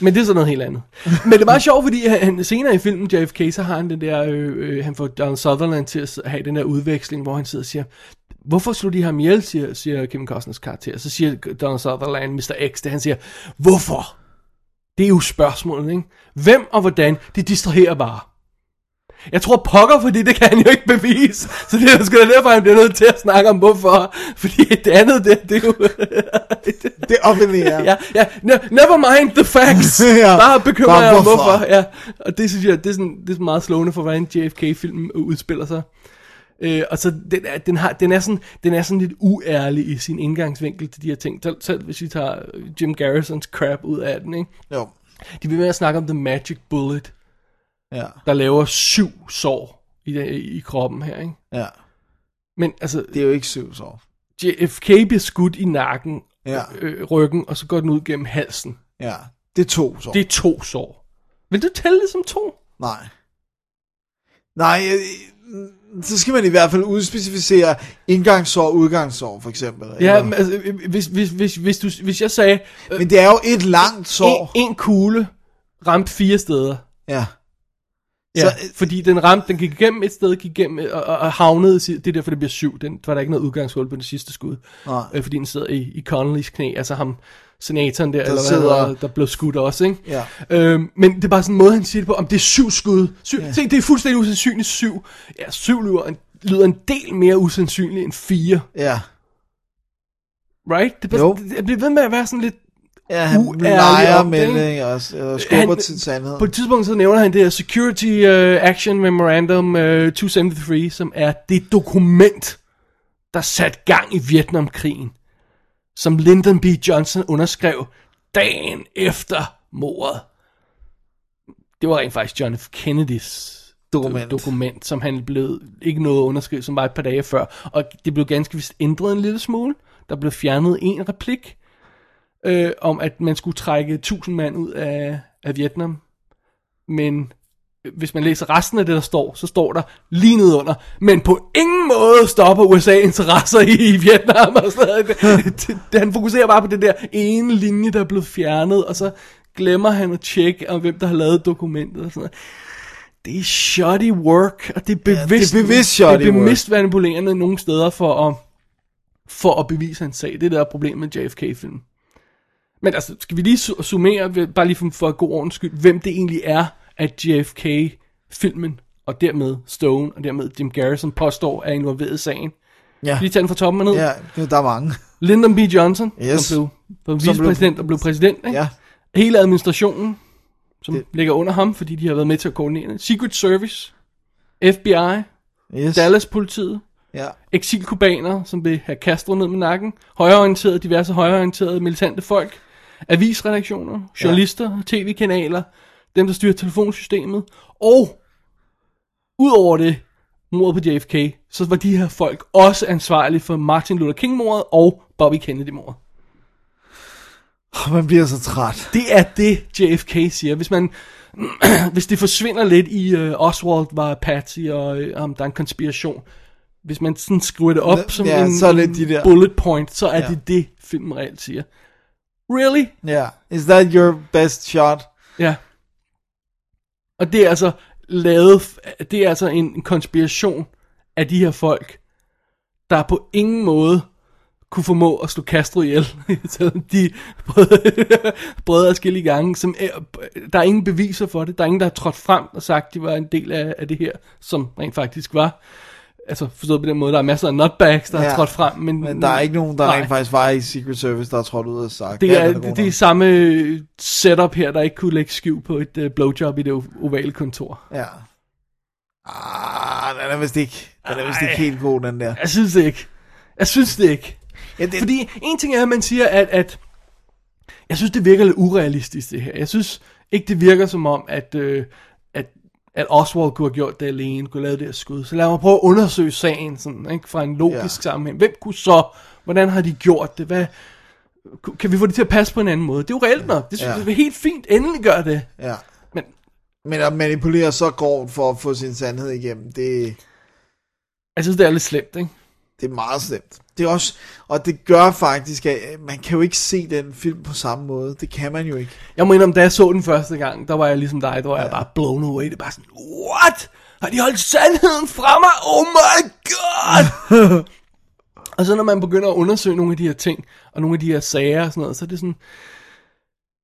[SPEAKER 4] Men det er sådan noget helt andet. Men det er meget sjovt, fordi han, han- senere i filmen, JFK, så har han den der, øh, øh, han får Donald Sutherland til at s- have den der udveksling, hvor han sidder og siger, hvorfor slog de ham ihjel, siger, siger Kim Costners karakter. Så siger Donald Sutherland, Mr. X, det han siger, hvorfor? Det er jo spørgsmålet, ikke? Hvem og hvordan, det distraherer bare. Jeg tror pokker, fordi det kan han jo ikke bevise. Så det er jo sgu da derfor, han bliver nødt til at snakke om hvorfor. Fordi det andet, det, det er jo... *laughs*
[SPEAKER 5] Det er op i det, *laughs* ja.
[SPEAKER 4] ja, ja. Ne- never mind the facts.
[SPEAKER 5] *laughs* Ja.
[SPEAKER 4] ja. Bare bekymrer
[SPEAKER 5] Bare
[SPEAKER 4] jeg om
[SPEAKER 5] hvorfor.
[SPEAKER 4] hvorfor. Ja. Og det synes jeg, det er, sådan, det er sådan meget slående for, hvordan JFK-filmen udspiller sig. Øh, og så den er, den, har, den, er sådan, den er sådan lidt uærlig i sin indgangsvinkel til de her ting. Selv, selv hvis vi tager øh, Jim Garrisons crap ud af den, ikke?
[SPEAKER 5] Jo.
[SPEAKER 4] De vil med at snakke om The Magic Bullet,
[SPEAKER 5] Ja.
[SPEAKER 4] der laver syv sår i, den- i kroppen her, ikke?
[SPEAKER 5] Ja.
[SPEAKER 4] Men altså,
[SPEAKER 5] Det er jo ikke syv så.
[SPEAKER 4] JFK bliver skudt i nakken,
[SPEAKER 5] Ja.
[SPEAKER 4] øh, ryggen, og så går den ud gennem halsen.
[SPEAKER 5] Ja. Det er to så.
[SPEAKER 4] Det er to sår. Vil du tælle det som to?
[SPEAKER 5] Nej. Nej, øh, så skal man i hvert fald udspecificere indgangsår og udgangsår, for eksempel.
[SPEAKER 4] Ja,
[SPEAKER 5] eller-
[SPEAKER 4] men, altså, øh, hvis, hvis, hvis, hvis, du, hvis jeg sagde, øh,
[SPEAKER 5] Men det er jo et langt sår.
[SPEAKER 4] en, en kugle ramte fire steder.
[SPEAKER 5] Ja.
[SPEAKER 4] Ja,
[SPEAKER 5] Så,
[SPEAKER 4] så, øh, fordi den ramte, den gik igennem et sted, gik igennem øh, og, og, og havnede, i si- det er derfor det bliver syv, den var der ikke noget udgangshul på det sidste skud,
[SPEAKER 5] Nej.
[SPEAKER 4] øh, fordi den sidder i, i Connollys knæ, altså ham, senatoren der, der, eller hvad
[SPEAKER 5] sidder-
[SPEAKER 4] sidder... der, der blev skudt også, ikke?
[SPEAKER 5] Ja.
[SPEAKER 4] Øhm, men det er bare sådan en måde, han siger det på, om det er syv skud, syv, ja. se, det er fuldstændig usandsynligt syv, ja, syv lyder en, lyder en del mere usandsynligt end fire,
[SPEAKER 5] Ja.
[SPEAKER 4] right? Det, er
[SPEAKER 5] Jo.
[SPEAKER 4] bare, det, det bliver ved med at være sådan lidt,
[SPEAKER 5] Ja, han
[SPEAKER 4] Uærlig
[SPEAKER 5] leger
[SPEAKER 4] om det,
[SPEAKER 5] med
[SPEAKER 4] ikke?
[SPEAKER 5] det, ikke? og s- og skubber
[SPEAKER 4] Han-
[SPEAKER 5] til
[SPEAKER 4] På
[SPEAKER 5] sandheden.
[SPEAKER 4] et tidspunkt så nævner han det her Security uh, Action Memorandum uh, 273, som er det dokument, der satte gang i Vietnamkrigen, som Lyndon B. Johnson underskrev dagen efter mordet. Det var rent faktisk John F. Kennedys øh,
[SPEAKER 5] Dokument.
[SPEAKER 4] dokument, som han blev ikke noget underskrevet, som var et par dage før. Og det blev ganske vist ændret en lille smule. Der blev fjernet en replik, øh, om at man skulle trække 1000 mand ud af, af Vietnam. Men øh, hvis man læser resten af det, der står, så står der lige nedenunder, men på ingen måde stopper USA interesser i, *laughs* i Vietnam. Og sådan noget. Det- det- han fokuserer bare på den der ene linje, der er blevet fjernet, og så glemmer han at tjekke, om hvem der har lavet dokumentet og sådan noget. Det er shoddy work, og det er bevidst,
[SPEAKER 5] det er bevidst shoddy
[SPEAKER 4] det er
[SPEAKER 5] work.
[SPEAKER 4] bevidst manipulerende nogle steder for at, for at bevise hans sag. Det er det, der er problemet med JFK-filmen. Men altså, skal vi lige su- summere, ved- bare lige for, for god ordens skyld, hvem det egentlig er, at JFK-filmen, og dermed Stone, og dermed Jim Garrison påstår, er involveret i sagen.
[SPEAKER 5] Ja.
[SPEAKER 4] Lige tage den fra toppen og ned.
[SPEAKER 5] Ja, der er mange.
[SPEAKER 4] Lyndon B. Johnson,
[SPEAKER 5] Yes.
[SPEAKER 4] som blev, blev
[SPEAKER 5] Som blev-
[SPEAKER 4] vicepræsident og blev præsident. Ikke?
[SPEAKER 5] Ja.
[SPEAKER 4] Hele administrationen, som det. ligger under ham, fordi de har været med til at koordinere det. Secret Service, FBI,
[SPEAKER 5] yes.
[SPEAKER 4] Dallas-politiet,
[SPEAKER 5] Ja.
[SPEAKER 4] eksilkubaner, som vil have Castro ned med nakken, højreorienterede, diverse højreorienterede militante folk, avisredaktioner, journalister, tv-kanaler, dem, der styrer telefonsystemet, og udover det, mordet på JFK, så var de her folk også ansvarlige for Martin Luther King-mordet og Bobby Kennedy-mordet.
[SPEAKER 5] Åh, Man bliver så træt.
[SPEAKER 4] Det er det, JFK siger. Hvis man... *clears throat* hvis det forsvinder lidt i øh, Oswald var Patsy, og øh, om der er en konspiration. Hvis man sådan skriver det op
[SPEAKER 5] Ja,
[SPEAKER 4] som
[SPEAKER 5] ja,
[SPEAKER 4] en,
[SPEAKER 5] så er det
[SPEAKER 4] en
[SPEAKER 5] de der-
[SPEAKER 4] bullet point, så er
[SPEAKER 5] Ja.
[SPEAKER 4] ja. det det, filmen reelt siger. Really?
[SPEAKER 5] Ja. Is that your best shot?
[SPEAKER 4] Ja. Og det er altså lavet, f- det er altså en en konspiration af de her folk, der på ingen måde kunne formå at slå Castro ihjel, *laughs* selvom de *laughs* prøvede- prøvede adskillige gange. Som, er- der er ingen beviser for det, der er ingen, der har trådt frem og sagt, de var en del af, af det her, som rent faktisk var. Altså forstået på den måde, der er masser af nutbags, der ja,
[SPEAKER 5] Ja,
[SPEAKER 4] har trådt frem, men,
[SPEAKER 5] Men der er ikke nogen, der
[SPEAKER 4] Mm, Nej.
[SPEAKER 5] rent faktisk var i Secret Service, der er trådt ud og sagt.
[SPEAKER 4] Det
[SPEAKER 5] "Ja,
[SPEAKER 4] er,
[SPEAKER 5] den god
[SPEAKER 4] det, det er
[SPEAKER 5] nok."
[SPEAKER 4] samme øh, setup her, der ikke kunne lægge skjul på et uh, blowjob i det o- ovale kontor.
[SPEAKER 5] Ja. Ah, den er vist ikke, den er vist ikke helt god, den der.
[SPEAKER 4] Jeg synes det ikke. Jeg synes det ikke.
[SPEAKER 5] Ja, det,
[SPEAKER 4] Fordi en ting er, at man siger, at, at jeg synes, det virker lidt urealistisk, det her. Jeg synes ikke, det virker som om, at, øh, at, at Oswald kunne have gjort det alene, kunne have lavet det her skud. Så lad mig prøve at undersøge sagen sådan, ikke, fra en logisk
[SPEAKER 5] Ja.
[SPEAKER 4] ja. sammenhæng. Hvem kunne så? Hvordan har de gjort det? Hvad, ku- kan vi få det til at passe på en anden måde? Det er jo reelt nok. Det synes
[SPEAKER 5] Ja.
[SPEAKER 4] jeg ja. er helt fint. Endelig gør det.
[SPEAKER 5] ja.
[SPEAKER 4] Men
[SPEAKER 5] Men at manipulere så grovt for at få sin sandhed igennem, det,
[SPEAKER 4] jeg synes, det er lidt slemt, ikke?
[SPEAKER 5] det er meget slemt. Det er også, og det gør faktisk, at man kan jo ikke se den film på samme måde. Det kan man jo ikke.
[SPEAKER 4] Jeg må indrømme, da jeg så den første gang, der var jeg ligesom dig, der var jeg bare blown away. Det er bare sådan, what? Har de holdt sandheden fra mig? Oh my god!
[SPEAKER 5] *laughs*
[SPEAKER 4] og så når man begynder at undersøge nogle af de her ting, og nogle af de her sager og sådan noget, så er det sådan,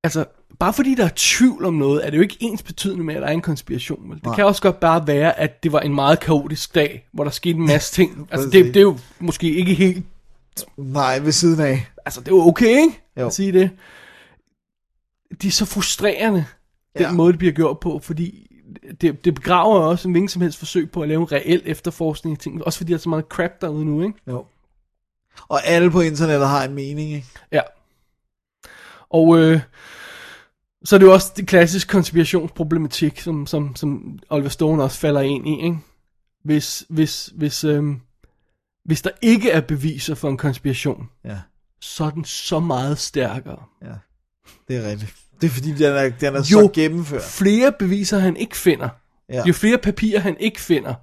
[SPEAKER 4] altså, bare fordi der er tvivl om noget, er det jo ikke ens betydende med, at der er en konspiration. Vel? Det
[SPEAKER 5] Nej.
[SPEAKER 4] kan også godt bare være, at det var en meget kaotisk dag, hvor der skete en
[SPEAKER 5] *laughs*
[SPEAKER 4] masse ting. altså, det,
[SPEAKER 5] Præcis.
[SPEAKER 4] det er jo måske ikke helt
[SPEAKER 5] Nej, ved siden af.
[SPEAKER 4] Altså, det er jo okay, ikke?
[SPEAKER 5] Jo.
[SPEAKER 4] Jo. At sige det. De er så frustrerende, den
[SPEAKER 5] Ja.
[SPEAKER 4] ja. måde, det bliver gjort på, fordi det, det begraver jo også en hvilken som helst forsøg på at lave en reel efterforskning af ting. Også fordi der er så meget crap derude nu, ikke?
[SPEAKER 5] Jo. Og alle på internettet har en mening, ikke?
[SPEAKER 4] Ja. Og øh, så er det jo også det klassiske konspirationsproblematik, som, som, som Oliver Stone også falder ind i, ikke? Hvis, hvis, hvis, øh, hvis der ikke er beviser for en konspiration,
[SPEAKER 5] Ja,
[SPEAKER 4] så er den så meget stærkere.
[SPEAKER 5] ja. Det er rigtigt. Det er fordi, den er, den er
[SPEAKER 4] Jo.
[SPEAKER 5] så gennemført.
[SPEAKER 4] flere beviser han ikke finder,
[SPEAKER 5] Ja.
[SPEAKER 4] ja. jo flere papirer han ikke finder,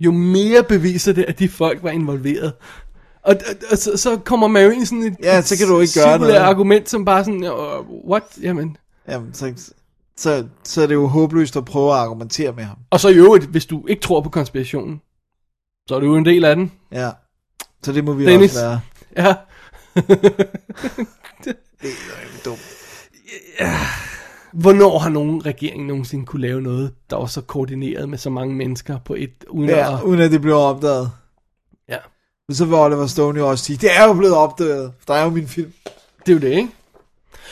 [SPEAKER 4] jo mere beviser det, at de folk var involveret. Og, og, og så, så kommer man jo ind i sådan et,
[SPEAKER 5] Ja, så kan du ikke gøre
[SPEAKER 4] cirkulært
[SPEAKER 5] noget.
[SPEAKER 4] argument, som bare sådan, "Øh, what? Jamen.
[SPEAKER 5] Jamen, så, så, så er det jo håbløst at prøve at argumentere med ham.
[SPEAKER 4] Og så i øvrigt, hvis du ikke tror på konspirationen, så er du jo en del af den.
[SPEAKER 5] Ja. Så det må vi
[SPEAKER 4] Dennis.
[SPEAKER 5] også være.
[SPEAKER 4] Ja. *laughs*
[SPEAKER 5] Dumt.
[SPEAKER 4] Hvornår har nogen regering nogensinde kunne lave noget, der var så koordineret med så mange mennesker på et, uden
[SPEAKER 5] Ja,
[SPEAKER 4] at...
[SPEAKER 5] uden at det bliver opdaget.
[SPEAKER 4] Ja.
[SPEAKER 5] Men så vil Oliver Stone jo også sige, det er jo blevet opdaget. Der er jo min film.
[SPEAKER 4] Det er jo det, ikke?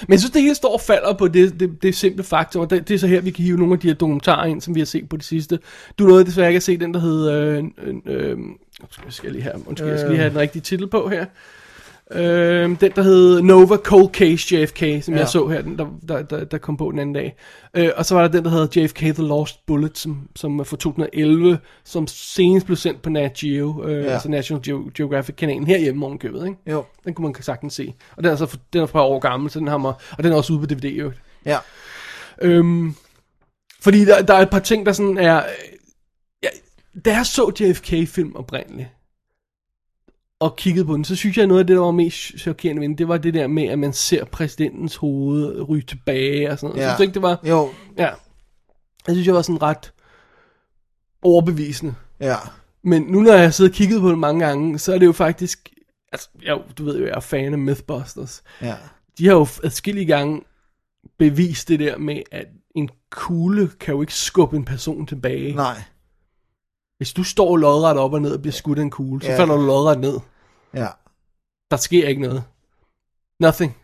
[SPEAKER 4] Men jeg synes, det hele står og falder på det, det, det simple faktum, og det, det er så her, vi kan hive nogle af de her dokumentarer ind, som vi har set på det sidste. Du nåede desværre ikke at se den, der hedder... Øh, øh, øh, nu skal jeg lige have, undskyld, jeg skal lige have den rigtige titel på her. Øh, den, der hed Nova Cold Case JFK, som ja.
[SPEAKER 5] Ja.
[SPEAKER 4] jeg så her, den, der, der, der, der kom på den anden dag. Øh, og så var der den, der hedder JFK The Lost Bullet, som, som er fra 2011, som senest blev sendt på Nat Geo, øh,
[SPEAKER 5] Ja.
[SPEAKER 4] ja. altså National Geo- Geographic-kanalen herhjemme ovenkøbet, ikke?
[SPEAKER 5] Jo.
[SPEAKER 4] Den kunne man sagtens se. Og den er så for, den er fra år gammel, så den har mig, og den er også ude på DVD i øvrigt.
[SPEAKER 5] Ja.
[SPEAKER 4] Øhm, fordi der, der er et par ting, der sådan er... øh, Ja, da jeg så JFK-film oprindeligt, og kiggede på den, så synes jeg, noget af det, der var mest chokerende ved den, det var det der med, at man ser præsidentens hoved ryge tilbage og sådan noget.
[SPEAKER 5] Ja.
[SPEAKER 4] Ja. Synes du ikke, det var...
[SPEAKER 5] Jo.
[SPEAKER 4] Ja. Jeg synes, jeg var sådan ret overbevisende.
[SPEAKER 5] Ja.
[SPEAKER 4] Men nu når jeg har siddet og kigget på det mange gange, så er det jo faktisk... Altså, jeg, du ved jo, jeg er fan af Mythbusters.
[SPEAKER 5] Ja.
[SPEAKER 4] De har jo adskillige gange bevist det der med, at en kugle kan jo ikke skubbe en person tilbage.
[SPEAKER 5] Nej.
[SPEAKER 4] Hvis du står lodret op og ned og bliver skudt af en kugle, så
[SPEAKER 5] Ja.
[SPEAKER 4] falder du lodret ned.
[SPEAKER 5] Ja.
[SPEAKER 4] Der sker ikke noget. Nothing.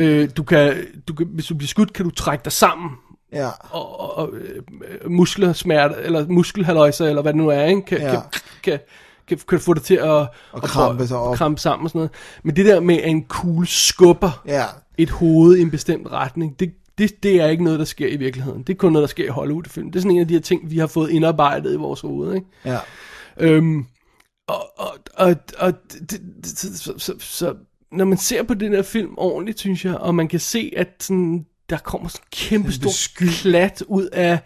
[SPEAKER 4] Øh, du kan, du kan, hvis du bliver skudt, kan du trække dig sammen.
[SPEAKER 5] Ja.
[SPEAKER 4] Og, og, og øh, muskelsmerter, eller muskelhaløjser, eller hvad det nu er, ikke? Kan,
[SPEAKER 5] Ja.
[SPEAKER 4] kan, kan, kan, kan få dig til at, at
[SPEAKER 5] krampe sig op.
[SPEAKER 4] krampe sammen og sådan noget. Men det der med, at en kugle skubber
[SPEAKER 5] Ja.
[SPEAKER 4] et hoved i en bestemt retning, det, det, det er ikke noget, der sker i virkeligheden. Det er kun noget, der sker i Hollywood-film. Det er sådan en af de her ting, vi har fået indarbejdet i vores hoved, ikke?
[SPEAKER 5] Ja.
[SPEAKER 4] Øhm, og, og, og, og det, det- det, så, så, så, så, når man ser på den her film ordentligt, synes jeg, og man kan se, at sådan, der kommer sådan en kæmpe stor klat ud af,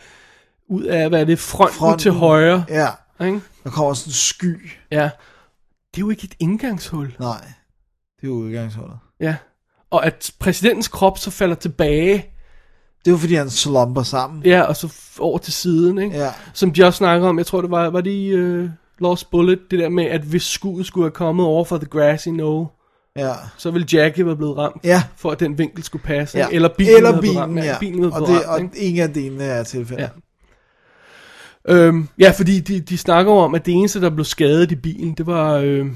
[SPEAKER 4] ud af, hvad er det, fronten, fronten.
[SPEAKER 5] Fronten.
[SPEAKER 4] til højre.
[SPEAKER 5] Ja.
[SPEAKER 4] Ikke?
[SPEAKER 5] Der kommer sådan en sky.
[SPEAKER 4] Ja. Det er jo ikke et indgangshul.
[SPEAKER 5] Nej. Det er jo udgangshullet.
[SPEAKER 4] Ja. Og at præsidentens krop så falder tilbage,
[SPEAKER 5] Det er jo fordi, han slumper sammen.
[SPEAKER 4] ja, og så f- over til siden, ikke?
[SPEAKER 5] Ja.
[SPEAKER 4] Som de også snakker om, jeg tror, det var, var det i uh, Lost Bullet, det der med, at hvis skuddet skulle have kommet over for The Grassy Knoll,
[SPEAKER 5] Ja.
[SPEAKER 4] så ville Jackie være blevet ramt,
[SPEAKER 5] Ja.
[SPEAKER 4] for at den vinkel skulle passe.
[SPEAKER 5] ja.
[SPEAKER 4] ikke? Eller bilen
[SPEAKER 5] Eller
[SPEAKER 4] ville
[SPEAKER 5] bilen,
[SPEAKER 4] blive ramt.
[SPEAKER 5] ja.
[SPEAKER 4] bilen ville
[SPEAKER 5] og,
[SPEAKER 4] blive
[SPEAKER 5] det,
[SPEAKER 4] ramt,
[SPEAKER 5] og
[SPEAKER 4] ikke?
[SPEAKER 5] ingen af delene er tilfældet.
[SPEAKER 4] Ja. Øhm, ja, fordi de, de snakker jo om, at det eneste, der blev skadet i bilen, det var, øh,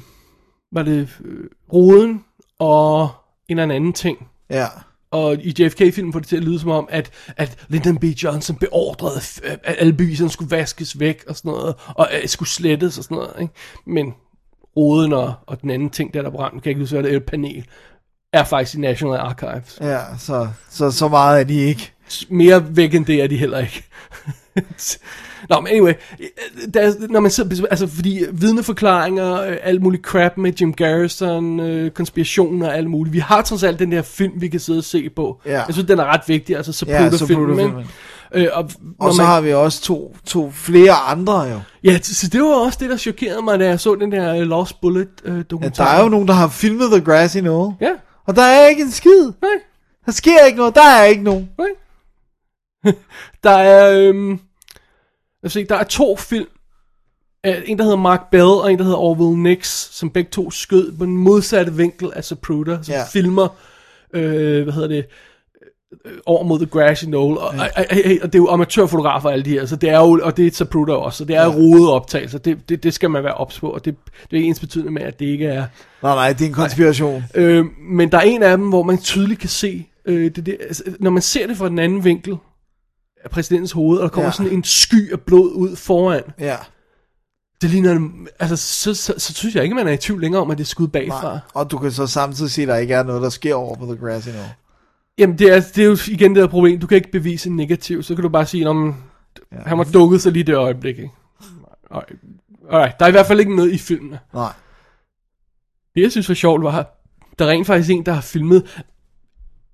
[SPEAKER 4] var det øh, roden og en eller anden ting.
[SPEAKER 5] Ja.
[SPEAKER 4] Og i JFK-filmen får det til at lyde som om, at, at Lyndon B. Johnson beordrede, f- at alle beviserne skulle vaskes væk og sådan noget, og øh, skulle slettes og sådan noget. Ikke? Men roden og, og den anden ting, der er der brændt, kan jeg ikke huske, hvad det er, et panel, er faktisk i National Archives.
[SPEAKER 5] Ja, så, så, så meget er de ikke.
[SPEAKER 4] mere væk end det er de heller ikke. *laughs* Nå, men anyway, øh, der, er- når man sidder, altså fordi vidneforklaringer, øh, alt muligt crap med Jim Garrison, øh, konspirationer og alt muligt. Vi har trods alt den der film, vi kan sidde og se på.
[SPEAKER 5] Ja.
[SPEAKER 4] Jeg synes, den er ret vigtig, altså
[SPEAKER 5] Ja,
[SPEAKER 4] Zapruder-filmen.
[SPEAKER 5] Zapruder-filmen.
[SPEAKER 4] ikke? Øh, og,
[SPEAKER 5] Og så har vi også to, to flere andre jo.
[SPEAKER 4] Ja, så det var også det, der chokerede mig, da jeg så den der øh, Lost Bullet øh,
[SPEAKER 5] Ja,
[SPEAKER 4] dokumentar.
[SPEAKER 5] der er jo nogen, der har filmet The Grassy Knoll.
[SPEAKER 4] Ja,
[SPEAKER 5] Og der er ikke en skid.
[SPEAKER 4] nej,
[SPEAKER 5] Der sker ikke noget. Der er ikke nogen.
[SPEAKER 4] nej. *laughs* der er, øhm, lad os se, der er to film Øh, en, der hedder Mark Bell, og en, der hedder Orville Nix, som begge to skød på den modsatte vinkel af Zapruder, som
[SPEAKER 5] Ja.
[SPEAKER 4] filmer, øh, hvad hedder det, øh, over mod The Grassy Knoll, og, og, og, og det er jo amatørfotografer alle de her, så det er jo, og det er Zapruder også, så det er ja. rode optagelser, det, det, det skal man være ops på, og det, det er ens betydende med, at det ikke er,
[SPEAKER 5] Nej, nej, det er en konspiration.
[SPEAKER 4] Øh, men der er en af dem, hvor man tydeligt kan se, øh, det, det, altså, når man ser det fra den anden vinkel af præsidentens hoved, og der kommer ja.
[SPEAKER 5] Ja.
[SPEAKER 4] sådan en sky af blod ud foran.
[SPEAKER 5] Ja.
[SPEAKER 4] Det ligner, en- altså, så, så, så synes jeg ikke, man er i tvivl længere om, at det er skud bagfra.
[SPEAKER 5] Nej.
[SPEAKER 4] Nej.
[SPEAKER 5] Og du kan så samtidig sige, at der ikke er noget, der sker over på The Grassy Knoll.
[SPEAKER 4] Jamen, det er, det er jo igen det der problem. Du kan ikke bevise en negativ, så kan du bare sige, om ja. han var dukket sig lige det øjeblik, ikke? Alright. Alright. Der er i hvert fald ikke noget i filmene.
[SPEAKER 5] Nej.
[SPEAKER 4] Det, jeg synes var sjovt, var, at der er rent faktisk en, der har filmet,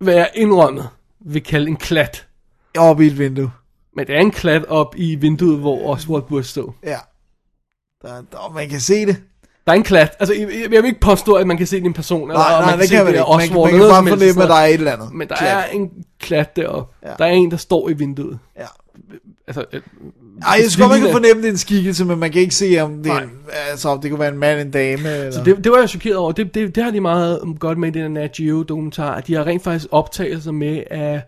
[SPEAKER 4] hvad jeg indrømmet vil kalde en klat.
[SPEAKER 5] Oppe i et vindue.
[SPEAKER 4] Men der er en klat op i vinduet, hvor Oswald burde stå.
[SPEAKER 5] Ja. Der, der, man kan se det.
[SPEAKER 4] Der er en klat. Altså, jeg, jeg vil ikke påstå, at man kan se det i en person.
[SPEAKER 5] Nej, nej,
[SPEAKER 4] man
[SPEAKER 5] det kan man
[SPEAKER 4] det er
[SPEAKER 5] ikke.
[SPEAKER 4] Oswald,
[SPEAKER 5] Man, man kan
[SPEAKER 4] noget
[SPEAKER 5] bare
[SPEAKER 4] som helst
[SPEAKER 5] fornemme,
[SPEAKER 4] sådan
[SPEAKER 5] at der er et eller andet.
[SPEAKER 4] noget. Men der
[SPEAKER 5] Klat.
[SPEAKER 4] er en klat deroppe.
[SPEAKER 5] Ja.
[SPEAKER 4] Der er en, der står i vinduet.
[SPEAKER 5] Ja.
[SPEAKER 4] Altså, øh,
[SPEAKER 5] Ej, jeg
[SPEAKER 4] det
[SPEAKER 5] skulle godt, man
[SPEAKER 4] ligner-
[SPEAKER 5] kan fornemme, at det er en skikkelse, men man kan ikke se, om det, er, altså, om det kunne være en mand, en dame. Eller...
[SPEAKER 4] Så det, det var jeg chokeret over. Det, det, det har de meget mm, godt med i den der Nat Geo-dokumentar. at De har rent faktisk optagelser med af...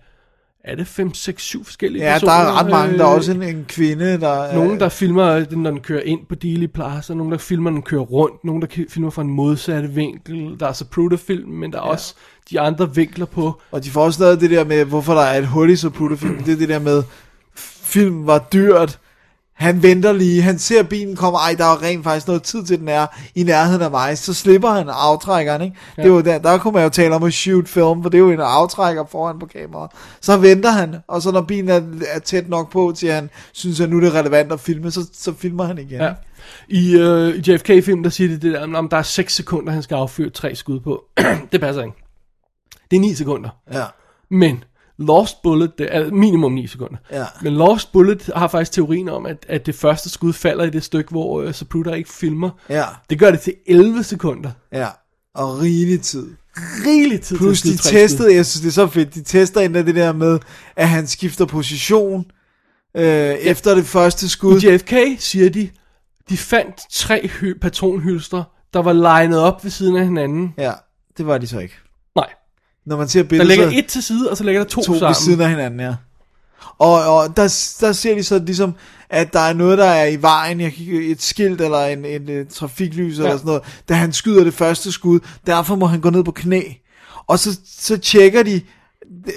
[SPEAKER 4] Er det 5, 6, 7 forskellige
[SPEAKER 5] ja,
[SPEAKER 4] personer?
[SPEAKER 5] der er ret mange. Der er
[SPEAKER 4] øh,
[SPEAKER 5] også en, en kvinde, der... er-
[SPEAKER 4] Nogen, der filmer den, når den kører ind på Dealey Plaza, nogen, der filmer, når den kører rundt, nogen, der ki- filmer fra en modsatte vinkel. Der er så film men der er ja. også de andre vinkler på.
[SPEAKER 5] Og de får også lavet det der med, hvorfor der er et hul i Zapruder-filmen. Det er det der med, film var dyrt. Han venter lige, han ser bilen komme, ej, der er rent faktisk noget tid til den er i nærheden af mig, så slipper han aftrækkeren, ikke? Ja. Det var der, der kunne man jo tale om at shoot film, for det er jo en aftrækker foran på kameraet. Så venter han, og så når bilen er, er tæt nok på, til han synes, at nu er det relevant at filme, så, så filmer han igen.
[SPEAKER 4] Ja.
[SPEAKER 5] ikke?
[SPEAKER 4] I, øh, i JFK-filmen, der siger de det der, om der er 6 sekunder, han skal affyre tre skud på. *clears throat* det passer ikke. Det er 9 sekunder.
[SPEAKER 5] ja.
[SPEAKER 4] Men Lost Bullet, det er minimum 9 sekunder.
[SPEAKER 5] Ja.
[SPEAKER 4] Men Lost Bullet har faktisk teorien om, at, at det første skud falder i det stykke, hvor øh, Zapruder ikke filmer.
[SPEAKER 5] Ja.
[SPEAKER 4] Det gør det til 11 sekunder.
[SPEAKER 5] Ja, og rigelig tid.
[SPEAKER 4] Rigelig tid
[SPEAKER 5] Plus
[SPEAKER 4] til
[SPEAKER 5] de
[SPEAKER 4] at skyde tre skud.
[SPEAKER 5] testede, jeg synes det er så fedt, de tester endda det der med, at han skifter position øh, efter det første skud.
[SPEAKER 4] I JFK siger de, de fandt tre hy- patronhylstre, der var legnet op ved siden af hinanden.
[SPEAKER 5] Ja, det var de så ikke.
[SPEAKER 4] Nej,
[SPEAKER 5] Når man ser
[SPEAKER 4] der
[SPEAKER 5] billedet,
[SPEAKER 4] ligger
[SPEAKER 5] så
[SPEAKER 4] et til side, og så ligger der to,
[SPEAKER 5] to
[SPEAKER 4] sammen.
[SPEAKER 5] ved siden af hinanden, ja. Og, og der, der ser de så ligesom, at der er noget, der er i vejen, jeg kan, ikke- et skilt eller en, en, en trafiklys ja. eller sådan noget, da han skyder det første skud, derfor må han gå ned på knæ. Og så, så tjekker de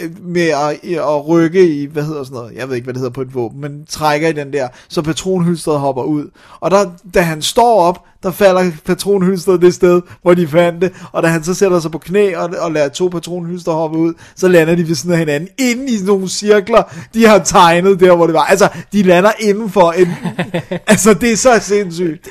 [SPEAKER 5] øh, med at, at rykke i, hvad hedder sådan noget, jeg ved ikke, hvad det hedder på et våben, men trækker i den der, så patronhylstret hopper ud. Og der, da han står op, der falder patronhylstret det sted, hvor de fandt det, og da han så sætter sig på knæ og, og lader to patronhylster hoppe ud, så lander de ved siden af hinanden, inde i nogle cirkler, de har tegnet der, hvor det var. Altså, de lander indenfor en... altså, det er så sindssygt.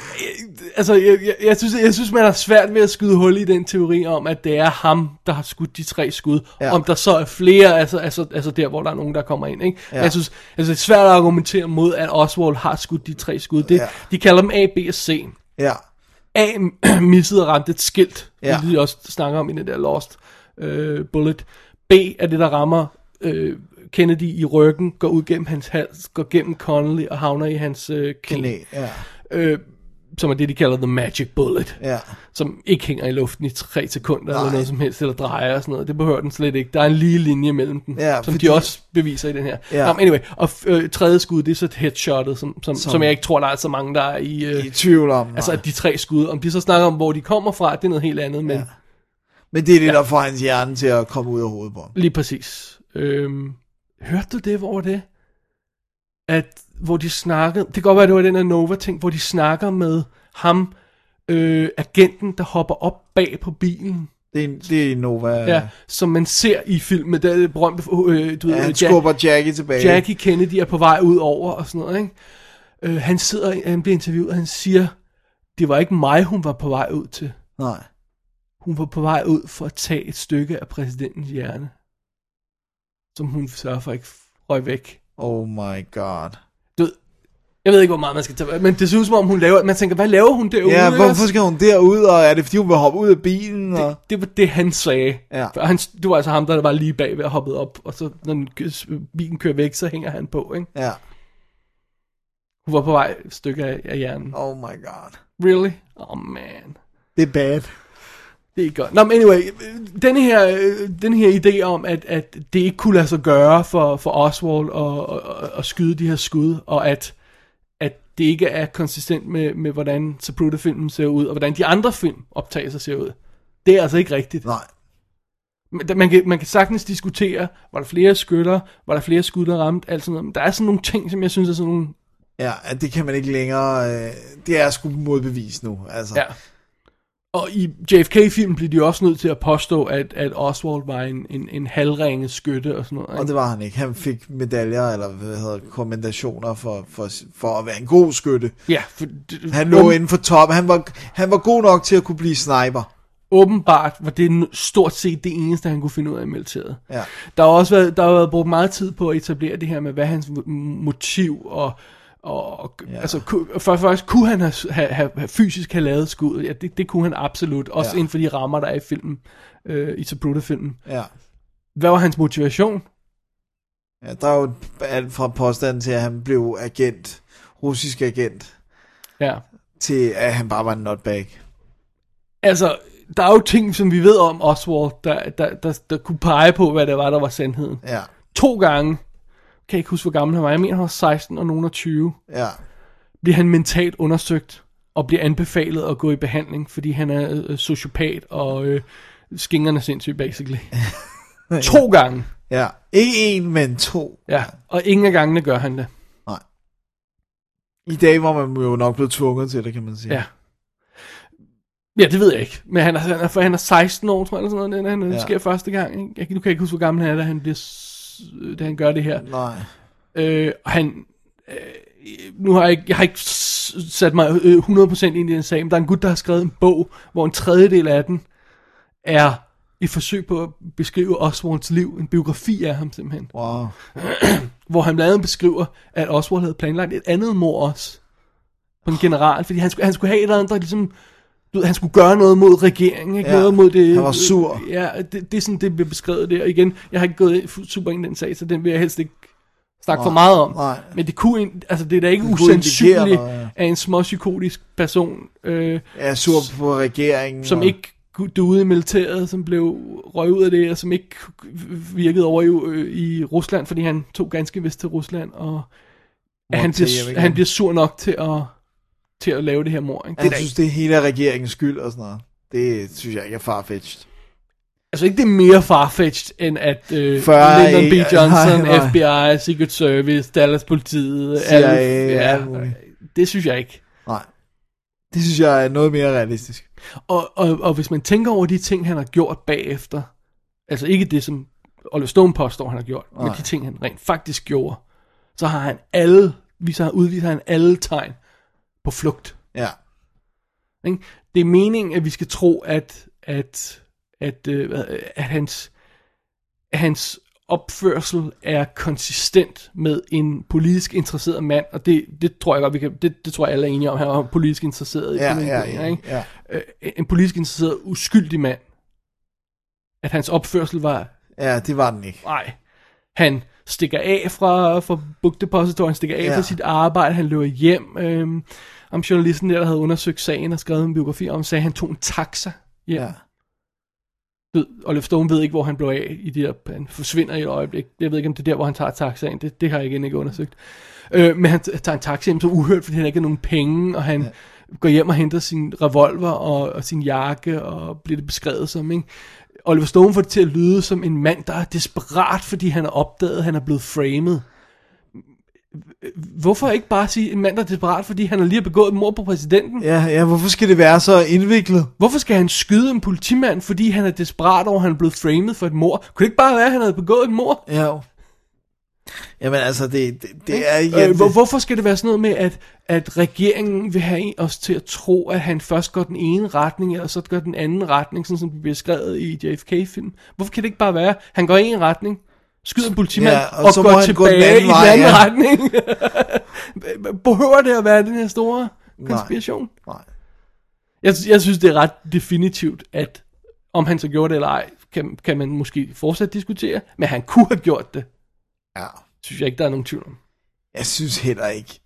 [SPEAKER 4] Altså, jeg, jeg, jeg, synes, jeg synes, man har svært ved at skyde hul i den teori om, at det er ham, der har skudt de tre skud.
[SPEAKER 5] Ja.
[SPEAKER 4] Ja. Om der så er flere, altså, altså, altså der, hvor der er nogen, der kommer ind. Ikke?
[SPEAKER 5] Ja.
[SPEAKER 4] Ja. Jeg synes, altså, det er svært at argumentere mod, at Oswald har skudt de tre skud. Det,
[SPEAKER 5] Ja.
[SPEAKER 4] ja. De kalder dem A, B og C.
[SPEAKER 5] Ja.
[SPEAKER 4] A *clears throat* missede og ramte et skilt,
[SPEAKER 5] Ja.
[SPEAKER 4] ja. det vi også snakker om i den der Lost øh, Bullet. B er det, der rammer øh, Kennedy i ryggen, går ud gennem hans hals, går gennem Connolly og havner i hans øh, knæ.
[SPEAKER 5] Knæ, ja.
[SPEAKER 4] Øh, som er det, de kalder The Magic Bullet.
[SPEAKER 5] Ja.
[SPEAKER 4] Som ikke hænger i luften i tre sekunder
[SPEAKER 5] Nej.
[SPEAKER 4] eller noget som helst, eller drejer og sådan noget. Det behøver den slet ikke. Der er en lige linje mellem dem,
[SPEAKER 5] Ja,
[SPEAKER 4] som
[SPEAKER 5] fordi-
[SPEAKER 4] de også beviser i den her.
[SPEAKER 5] Ja.
[SPEAKER 4] Nå, men anyway, og f- øh, tredje skud, det er så headshotet, som, som,
[SPEAKER 5] Som-
[SPEAKER 4] som, som jeg ikke tror, der er så mange, der er i... Øh,
[SPEAKER 5] I tvivl om.
[SPEAKER 4] Altså at de tre skud, om de så snakker om, hvor de kommer fra, det er noget helt andet, men ja.
[SPEAKER 5] Men det er det, der får hans hjerne til at komme ud af hovedet på ham.
[SPEAKER 4] lige præcis. Øhm, hørte du det, hvor det? At, hvor de snakkede, det kan godt være, det var den her Nova-ting, hvor de snakker med ham, øh, agenten, der hopper op bag på bilen.
[SPEAKER 5] Det er, det er Nova.
[SPEAKER 4] Ja, som man ser i filmen, der er det berømte, øh, du ved,
[SPEAKER 5] Ja, han
[SPEAKER 4] Jack-
[SPEAKER 5] skubber Jackie tilbage.
[SPEAKER 4] Jackie Kennedy er på vej ud over og sådan noget, ikke? Øh, han sidder, han bliver interviewet, og han siger, det var ikke mig, hun var på vej ud til.
[SPEAKER 5] Nej.
[SPEAKER 4] Hun var på vej ud for at tage et stykke af præsidentens hjerne, som hun sørger for ikke røg væk.
[SPEAKER 5] Oh my god.
[SPEAKER 4] Du ved, jeg ved ikke, hvor meget man skal tage, men det synes som om hun laver, man tænker, hvad laver hun derude?
[SPEAKER 5] Ja,
[SPEAKER 4] ikke
[SPEAKER 5] hvorfor
[SPEAKER 4] også?
[SPEAKER 5] skal hun derud, og er det fordi, hun vil hoppe ud af bilen? Og...
[SPEAKER 4] det, det var det, han sagde.
[SPEAKER 5] Ja.
[SPEAKER 4] For han, det var altså ham, der var lige bag ved at hoppe op, og så når den, kø- bilen kører væk, så hænger han på, ikke?
[SPEAKER 5] Ja.
[SPEAKER 4] Hun var på vej et stykke af, af hjernen.
[SPEAKER 5] Oh my god.
[SPEAKER 4] Really? Oh man.
[SPEAKER 5] Det er bad.
[SPEAKER 4] Det er ikke godt. Nå, men anyway, den her, øh, den her idé om, at, at det ikke kunne lade sig gøre for, for Oswald at, at, at skyde de her skud, og at, at det ikke er konsistent med, med hvordan Zapruder-filmen ser ud, og hvordan de andre filmoptagelser ser ud, det er altså ikke rigtigt.
[SPEAKER 5] Nej.
[SPEAKER 4] Men der- Man kan, man kan sagtens diskutere, var der flere skytter, var der flere skud, der ramte, alt sådan noget. Men der er sådan nogle ting, som jeg synes er sådan nogle
[SPEAKER 5] Ja, at det kan man ikke længere... Øh, det er sgu modbevist nu, altså.
[SPEAKER 4] Ja. Og i JFK-filmen blev de også nødt til at påstå, at, at Oswald var en, en, en halvringe skytte og sådan noget.
[SPEAKER 5] Og det var han ikke. Han fik medaljer, eller hvad hedder det, kommendationer for, for, for at være en god skytte.
[SPEAKER 4] Ja, for, det,
[SPEAKER 5] Han lå inden for top. Han var, han var god nok til at kunne blive sniper.
[SPEAKER 4] Åbenbart var det n- stort set det eneste, han kunne finde ud af i militæret.
[SPEAKER 5] Ja.
[SPEAKER 4] Der har også været, der har været brugt meget tid på at etablere det her med, hvad hans mo- motiv og... Og, ja. altså, ku- for først kunne han have, have, have, have fysisk have lavet skuddet, ja, det, det kunne han absolut, også
[SPEAKER 5] Ja.
[SPEAKER 4] ja. inden for de rammer, der er i filmen, øh, i Zapruder-filmen.
[SPEAKER 5] Ja.
[SPEAKER 4] Hvad var hans motivation?
[SPEAKER 5] ja. Der er jo alt fra påstanden til, at han blev agent, russisk agent,
[SPEAKER 4] Ja.
[SPEAKER 5] til at han bare var en nutbag.
[SPEAKER 4] Altså, der er jo ting, som vi ved om Oswald, der, der, der, der kunne pege på, hvad det var, der var sandheden.
[SPEAKER 5] Ja,
[SPEAKER 4] To gange, kan jeg ikke huske, hvor gammel han var, jeg mener, han var 16 og nogen og 20,
[SPEAKER 5] ja.
[SPEAKER 4] bliver han mentalt undersøgt og bliver anbefalet at gå i behandling, fordi han er øh, sociopat og øh, skingerne sindssyg, basically. to gange,
[SPEAKER 5] Ja, ikke en, men to.
[SPEAKER 4] ja. Og ingen af gangene gør han det.
[SPEAKER 5] Nej. I dag var man jo nok blevet tvunget til det, kan man sige.
[SPEAKER 4] Ja. Ja, det ved jeg ikke. Men han er, han er, for han er 16 år, tror jeg, eller sådan noget, da han
[SPEAKER 5] Ja.
[SPEAKER 4] ja. sker første gang. ikke? Jeg, kan- nu kan jeg ikke huske, hvor gammel han er, da han, bliver, s- da han gør det her.
[SPEAKER 5] Nej.
[SPEAKER 4] Øh, og han... Øh, nu har jeg, ikke- jeg har ikke s- sat mig øh, 100% ind i den sag, men der er en gut, der har skrevet en bog, hvor en tredjedel af den er et forsøg på at beskrive Oswalds liv, en biografi af ham simpelthen,
[SPEAKER 5] Wow.
[SPEAKER 4] hvor han blandt andet beskriver, at Oswald havde planlagt et andet mor også, på en general, fordi han skulle, han skulle have et eller andet, der ligesom, du ved, han skulle gøre noget mod regeringen, ikke?
[SPEAKER 5] Ja,
[SPEAKER 4] noget mod det...
[SPEAKER 5] han var sur.
[SPEAKER 4] Ja, det, det er sådan, det bliver beskrevet der. Og igen, jeg har ikke gået fu- super ind i den sag, så den vil jeg helst ikke snakke for
[SPEAKER 5] Nej,
[SPEAKER 4] meget om.
[SPEAKER 5] nej.
[SPEAKER 4] Men det kunne, en- altså det er da ikke
[SPEAKER 5] Det kunne indikere
[SPEAKER 4] usandsynligt,
[SPEAKER 5] noget, ja.
[SPEAKER 4] at en småpsykotisk person, øh,
[SPEAKER 5] Jeg er sur på regeringen.
[SPEAKER 4] som
[SPEAKER 5] og-
[SPEAKER 4] ikke dude i militæret, som blev røget ud af det, og som ikke virkede over i, øh, i Rusland, fordi han tog ganske vist til Rusland, og at han,
[SPEAKER 5] til hjem
[SPEAKER 4] bliver,
[SPEAKER 5] igen.
[SPEAKER 4] han bliver sur nok til at, til at lave det her mor. Ikke?
[SPEAKER 5] Han
[SPEAKER 4] da
[SPEAKER 5] synes,
[SPEAKER 4] ikke-
[SPEAKER 5] det hele er regeringens skyld og sådan noget. Det synes jeg ikke er farfetched.
[SPEAKER 4] Altså ikke det er mere farfetched, end at øh,
[SPEAKER 5] Fyrre
[SPEAKER 4] Lyndon
[SPEAKER 5] ikke-
[SPEAKER 4] B. Johnson,
[SPEAKER 5] nej, nej.
[SPEAKER 4] FBI, Secret Service, Dallas Politiet,
[SPEAKER 5] CIA, alt muligt.
[SPEAKER 4] det synes jeg ikke.
[SPEAKER 5] Nej. Det synes jeg er noget mere realistisk.
[SPEAKER 4] Og, og, og hvis man tænker over de ting, han har gjort bagefter, altså ikke det, som Oliver Stone påstår, han har gjort, Nej. men
[SPEAKER 5] Nej.
[SPEAKER 4] de ting, han rent faktisk gjorde, så har han alle, viser, udviser han alle tegn på flugt.
[SPEAKER 5] Ja.
[SPEAKER 4] Ikke? Det er meningen, at vi skal tro, at, at, at, øh, hvad, øh, at hans, at hans opførsel er konsistent med en politisk interesseret mand, og det, det tror jeg godt, vi kan, det, det tror jeg alle er enige om, han var politisk interesseret.
[SPEAKER 5] Ja,
[SPEAKER 4] i
[SPEAKER 5] ja,
[SPEAKER 4] ikke?
[SPEAKER 5] ja, ja.
[SPEAKER 4] Øh, en politisk interesseret uskyldig mand, at hans opførsel var,
[SPEAKER 5] Ja, det var den ikke.
[SPEAKER 4] nej, han stikker af fra, fra Book Depository, han stikker af
[SPEAKER 5] Ja.
[SPEAKER 4] ja. fra sit arbejde, han løber hjem. Øhm, om journalisten der, der havde undersøgt sagen og skrevet en biografi om, sagde, at han tog en taxa hjem.
[SPEAKER 5] Ja.
[SPEAKER 4] Du ved, Oliver Stone ved ikke, hvor han blev af i det der, han forsvinder i et øjeblik. Jeg ved ikke, om det er der, hvor han tager taxaen, det, det har jeg igen ikke undersøgt. Øh, men han t- tager en taxa hjem, så uhørt, fordi han ikke har nogen penge, og han ja. går hjem og henter sin revolver og, og sin jakke, og bliver det beskrevet som, ikke? Oliver Stone får det til at lyde som en mand, der er desperat, fordi han er opdaget, han er blevet framed. Hvorfor ikke bare sige en mand, der er desperat, fordi han har lige begået et mord på præsidenten?
[SPEAKER 5] Ja, ja, hvorfor skal det være så indviklet?
[SPEAKER 4] Hvorfor skal han skyde en politimand, fordi han er desperat over, at han er blevet framed for et mor? Kunne det ikke bare være, at han havde begået et mor?
[SPEAKER 5] Ja. jo. Jamen altså, det, det, det er...
[SPEAKER 4] Øh, hvor, hvorfor skal det være sådan noget med, at, at regeringen vil have en- os til at tro, at han først går den ene retning, og så går den anden retning, sådan som det bliver skrevet i JFK-film? Hvorfor kan det ikke bare være, at han går i en retning, skyder en politimand,
[SPEAKER 5] Ja,
[SPEAKER 4] ja,
[SPEAKER 5] og
[SPEAKER 4] og,
[SPEAKER 5] så
[SPEAKER 4] og
[SPEAKER 5] må
[SPEAKER 4] går
[SPEAKER 5] han gå den
[SPEAKER 4] tilbage
[SPEAKER 5] anden
[SPEAKER 4] i
[SPEAKER 5] vej,
[SPEAKER 4] den anden
[SPEAKER 5] ja.
[SPEAKER 4] retning? *laughs* Behøver det at være den her store konspiration?
[SPEAKER 5] Nej.
[SPEAKER 4] Jeg, jeg synes, det er ret definitivt, at om han så gjorde det eller ej, kan, kan man måske fortsat diskutere, men han kunne have gjort det.
[SPEAKER 5] Ja.
[SPEAKER 4] Synes jeg ikke, der er nogen tvivl om.
[SPEAKER 5] Jeg synes heller ikke.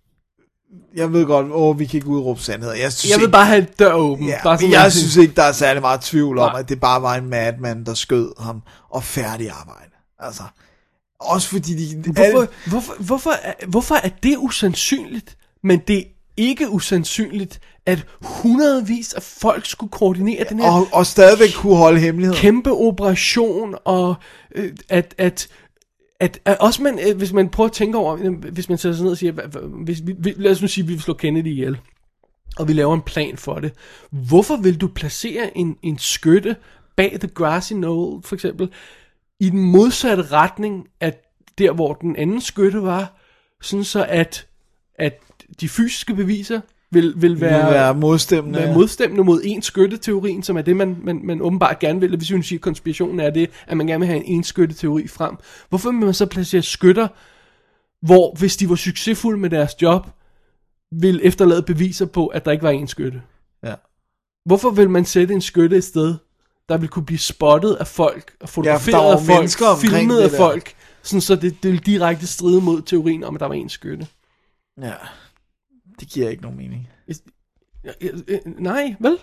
[SPEAKER 5] Jeg ved godt, åh, vi kan ikke udråbe sandheder. Jeg, synes
[SPEAKER 4] Jeg vil
[SPEAKER 5] ikke,
[SPEAKER 4] bare have et dør åben.
[SPEAKER 5] Ja,
[SPEAKER 4] bare
[SPEAKER 5] men
[SPEAKER 4] at-
[SPEAKER 5] jeg synes ikke, der er særlig meget tvivl om,
[SPEAKER 4] Nej.
[SPEAKER 5] at det bare var en madman, der skød ham og færdig arbejde. Altså, også fordi de... alle-
[SPEAKER 4] Hvorfor, hvorfor, hvorfor, er, hvorfor er det usandsynligt, men det er ikke usandsynligt, at hundredvis af folk skulle koordinere den her
[SPEAKER 5] og, og stadigvæk kunne holde hemmeligheder.
[SPEAKER 4] kæmpe operation, og øh, at, at at, at også man, øh, hvis man prøver at tænke over, øh, hvis man sætter sig ned og siger, hvad- hvad- hvis vi, vi- lad os nu sige, at vi vil slå Kennedy ihjel, og vi laver en plan for det. Hvorfor vil du placere en, en skytte bag The Grassy Knoll, for eksempel, i den modsatte retning af der, hvor den anden skytte var, sådan så at, at de fysiske beviser vil, vil være,
[SPEAKER 5] Vil være modstemmende,
[SPEAKER 4] være
[SPEAKER 5] ja.
[SPEAKER 4] modstemmende mod en skytteteorien, som er det, man, man, man åbenbart gerne vil. Hvis vi siger, at konspirationen er det, at man gerne vil have en en skytteteori frem. Hvorfor vil man så placere skytter, hvor hvis de var succesfulde med deres job, vil efterlade beviser på, at der ikke var en skytte?
[SPEAKER 5] Ja.
[SPEAKER 4] Hvorfor vil man sætte en skytte et sted, der vil kunne blive spottet af folk, og
[SPEAKER 5] Ja, for der
[SPEAKER 4] fotograferet
[SPEAKER 5] var
[SPEAKER 4] af folk,
[SPEAKER 5] mennesker omkring
[SPEAKER 4] filmet
[SPEAKER 5] det
[SPEAKER 4] af
[SPEAKER 5] der.
[SPEAKER 4] folk, sådan så det, det ville direkte stride mod teorien om, at der var en skytte?
[SPEAKER 5] Ja, det giver ikke nogen mening.
[SPEAKER 4] Ja, ja, øh, Nej, vel?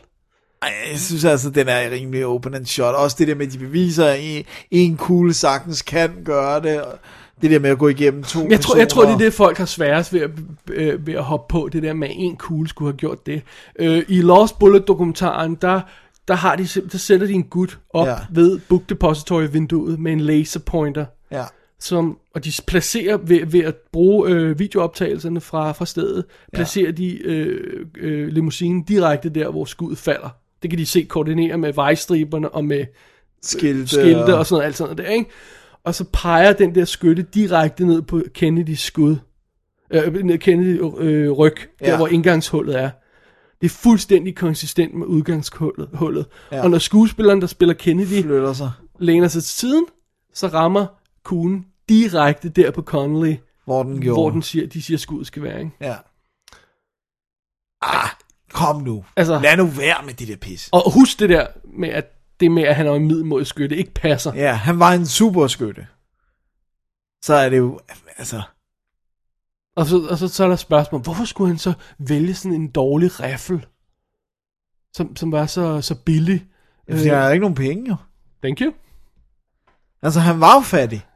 [SPEAKER 5] Ej, jeg synes altså, den er rimelig open and shut. Også det der med, at de beviser, at en- en kugle sagtens kan gøre det. og Det der med at gå igennem to
[SPEAKER 4] Jeg tror, jeg tror, det er
[SPEAKER 5] personer.
[SPEAKER 4] det, folk har sværest ved at, øh, ved at hoppe på, det der med, at en kugle skulle have gjort det. Øh, I Lost Bullet-dokumentaren, der, der, har de, sim- der sætter de en gut op
[SPEAKER 5] Ja.
[SPEAKER 4] ja. ved Book Depository-vinduet med en laserpointer,
[SPEAKER 5] Ja.
[SPEAKER 4] som, og de placerer ved, ved at bruge øh, videooptagelserne fra, fra stedet, placerer ja. de øh, øh, limousinen direkte der, hvor skuddet falder. Det kan de se koordinere med vejstriberne og med
[SPEAKER 5] Skilte,
[SPEAKER 4] skilte og sådan noget, alt sådan noget der, ikke? Og så peger den der skytte direkte ned på Kennedys skud. Øh, ned Kennedy øh, ryg, der
[SPEAKER 5] Ja.
[SPEAKER 4] ja. hvor indgangshullet er. Det er fuldstændig konsistent med udgangshullet. Hullet.
[SPEAKER 5] Ja.
[SPEAKER 4] Ja. Og når skuespilleren, der spiller Kennedy,
[SPEAKER 5] flytter sig.
[SPEAKER 4] læner sig til siden, så rammer kuglen direkte der på Connolly,
[SPEAKER 5] Hvor den gjorde.
[SPEAKER 4] hvor den siger, de siger, skuddet skal være, ikke?
[SPEAKER 5] Ja. Ah, kom nu.
[SPEAKER 4] Altså-
[SPEAKER 5] Lad nu være med det der pis.
[SPEAKER 4] Og husk det der med, at det med, at han er en middelmodig skytte, ikke passer.
[SPEAKER 5] Ja, han var en superskytte. Så er det jo, altså...
[SPEAKER 4] Og så, og så, så er der spørgsmål, hvorfor skulle han så vælge sådan en dårlig riffel, som, som var så, så billig, Øh,
[SPEAKER 5] Ja, Fordi han havde ikke nogen penge, jo.
[SPEAKER 4] Thank you.
[SPEAKER 5] Altså, han var jo
[SPEAKER 4] *laughs*
[SPEAKER 5] fattig.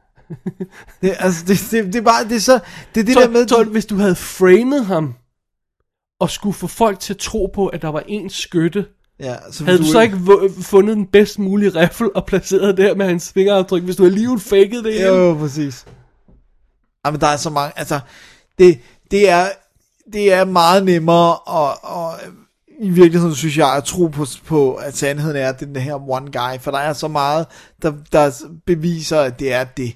[SPEAKER 5] det, altså, det, det, det, er bare, det er så, det er det
[SPEAKER 4] så,
[SPEAKER 5] der med...
[SPEAKER 4] så, hvis du havde framet ham, og skulle få folk til at tro på, at der var en skytte,
[SPEAKER 5] ja, så
[SPEAKER 4] havde
[SPEAKER 5] vil
[SPEAKER 4] du så ikke vu- fundet den bedst mulige riffel og placeret der med hans fingeraftryk, hvis du alligevel fakede det? hele?
[SPEAKER 5] Jo, jo, præcis. Jamen, der er så mange... Altså, det, det, er, det er meget nemmere at, og i virkeligheden synes jeg, at tro på, på, at sandheden er, at det er den her one guy, for der er så meget, der, der beviser, at det er det.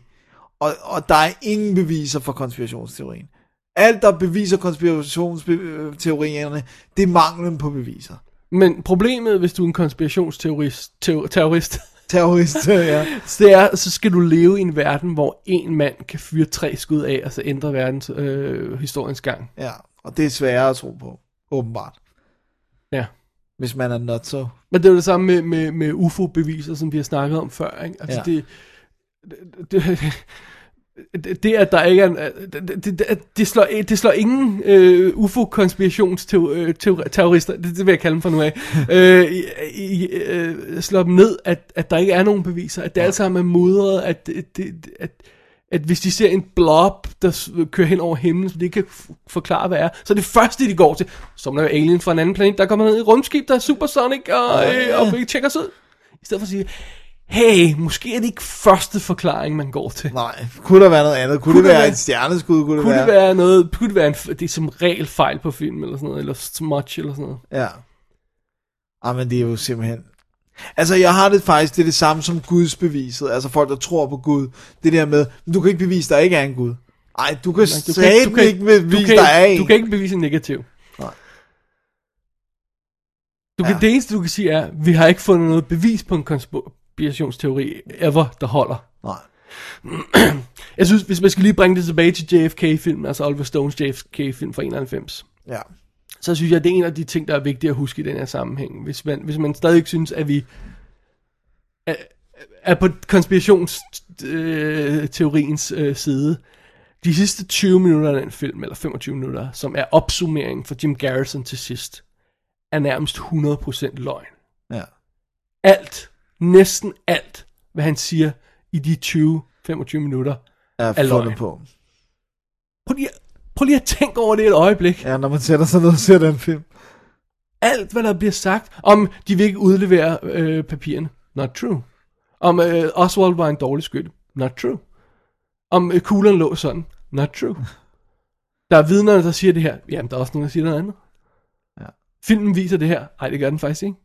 [SPEAKER 5] Og, og der er ingen beviser for konspirationsteorien. Alt, der beviser konspirationsteorierne, det er manglen på beviser.
[SPEAKER 4] Men problemet, hvis du er en konspirationsteorist, teo-
[SPEAKER 5] *laughs*
[SPEAKER 4] terrorist,
[SPEAKER 5] Terrorist, ja.
[SPEAKER 4] det er, så skal du leve i en verden, hvor en mand kan fyre tre skud af, og så ændre verdens øh, historiens gang.
[SPEAKER 5] ja. Og det er sværere at tro på, åbenbart.
[SPEAKER 4] Ja.
[SPEAKER 5] Hvis man er not so.
[SPEAKER 4] Men det er jo det samme med, med, med UFO-beviser, som vi har snakket om før. Ikke? Altså
[SPEAKER 5] Ja.
[SPEAKER 4] ja. det, det, det, det, at der ikke er en, øh, det, det, det, det, slår, det slår ingen øh, UFO-konspirationsterrorister, det, det vil jeg kalde dem fra nu af, øh, i, i, øh, slår dem ned, at, at der ikke er nogen beviser, at det alt sammen er mudret, at, det, det, at, at hvis de ser en blob, der s- kører hen over himlen, som de ikke kan f- forklare, hvad er, så det første, de går til, som når alien fra en anden planet, der kommer ned i et rumskib, der er supersonic, og, øh, og vi tjekker os ud. I stedet for at sige, hey, måske er det ikke første forklaring, man går til.
[SPEAKER 5] Nej, kunne der være noget andet? Kunne, kunne det være et stjerneskud? Kunne,
[SPEAKER 4] Kunne det være noget, kunne det være en, f- det er som regel fejl på film, eller sådan noget, eller smudge, eller sådan noget.
[SPEAKER 5] Ja. Ej, men det er jo simpelthen... Altså, jeg har det faktisk, det er det samme som Guds beviset. Altså, folk, der tror på Gud. Det der med, "Men du kan ikke bevise, der ikke er en Gud. Ej, du kan
[SPEAKER 4] Du kan,
[SPEAKER 5] satme ikke
[SPEAKER 4] du,
[SPEAKER 5] bevise,
[SPEAKER 4] kan,
[SPEAKER 5] der er
[SPEAKER 4] du
[SPEAKER 5] en.
[SPEAKER 4] kan ikke bevise negativ.
[SPEAKER 5] Nej.
[SPEAKER 4] Du kan,
[SPEAKER 5] Ja.
[SPEAKER 4] Det eneste, du kan sige er, vi har ikke fundet noget bevis på en konspirationsteori ever, der holder.
[SPEAKER 5] Nej.
[SPEAKER 4] Jeg synes, hvis man skal lige bringe det tilbage til JFK-filmen, altså Oliver Stones JFK-film fra 91,
[SPEAKER 5] Ja.
[SPEAKER 4] så synes jeg, det er en af de ting, der er vigtige at huske i den her sammenhæng. Hvis man, hvis man stadig ikke synes, at vi er, er på konspirationsteoriens øh, side. De sidste 20 minutter af den film, eller 25 minutter, som er opsummeringen for Jim Garrison til sidst, er nærmest 100% løgn.
[SPEAKER 5] Ja.
[SPEAKER 4] Alt, næsten alt, hvad han siger i de 20-25 minutter,
[SPEAKER 5] Jeg
[SPEAKER 4] er
[SPEAKER 5] er
[SPEAKER 4] løgn.
[SPEAKER 5] fundet på.
[SPEAKER 4] Prøv lige, prøv lige at tænke over det et øjeblik.
[SPEAKER 5] Ja, når man sætter sig ned og ser den film.
[SPEAKER 4] alt, hvad der bliver sagt, om de vil ikke udlevere øh, papirerne. Not true. Om øh, Oswald var en dårlig skytte. Not true. Om øh, kuglen lå sådan. Not true.
[SPEAKER 5] *laughs*
[SPEAKER 4] Der er vidner, der siger det her. Jamen, der er også nogen, der siger noget andet.
[SPEAKER 5] Ja.
[SPEAKER 4] Filmen viser det her. Nej, det gør den faktisk ikke.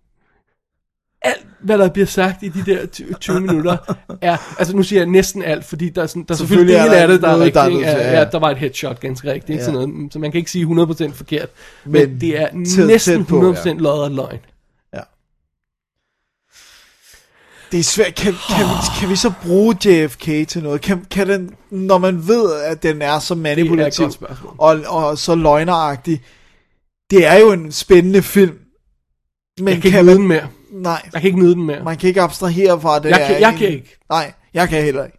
[SPEAKER 4] Alt, hvad der bliver sagt i de der ty- 20 minutter,
[SPEAKER 5] *laughs*
[SPEAKER 4] er... Altså, nu siger jeg næsten alt, fordi der er, sådan, der er selvfølgelig
[SPEAKER 5] Selvfølgelig er
[SPEAKER 4] en
[SPEAKER 5] der
[SPEAKER 4] af det, der er
[SPEAKER 5] noget,
[SPEAKER 4] rigtigt.
[SPEAKER 5] der er
[SPEAKER 4] ikke?
[SPEAKER 5] nødt til-
[SPEAKER 4] ja,
[SPEAKER 5] ja.
[SPEAKER 4] ja, der var et headshot ganske rigtigt. Ikke?
[SPEAKER 5] Ja.
[SPEAKER 4] Sådan noget. mm, Så man kan ikke sige 100% forkert. Men,
[SPEAKER 5] Men
[SPEAKER 4] men det er
[SPEAKER 5] tæt-
[SPEAKER 4] næsten
[SPEAKER 5] tæt på, ja.
[SPEAKER 4] 100% løjet og løgn.
[SPEAKER 5] Det er svært. Kan, kan, vi, kan vi så bruge JFK til noget? Kan, kan den, når man ved, at den er så
[SPEAKER 4] Det er et
[SPEAKER 5] manipulativ
[SPEAKER 4] godt spørgsmål.
[SPEAKER 5] og, og så løgneragtig, det er jo en spændende film. Men
[SPEAKER 4] Jeg kan ikke nyde den mere.
[SPEAKER 5] Nej,
[SPEAKER 4] Jeg kan ikke nyde den mere.
[SPEAKER 5] man kan ikke abstrahere fra at det.
[SPEAKER 4] Jeg
[SPEAKER 5] er
[SPEAKER 4] kan- jeg
[SPEAKER 5] en-
[SPEAKER 4] kan ikke.
[SPEAKER 5] Nej, jeg kan heller ikke.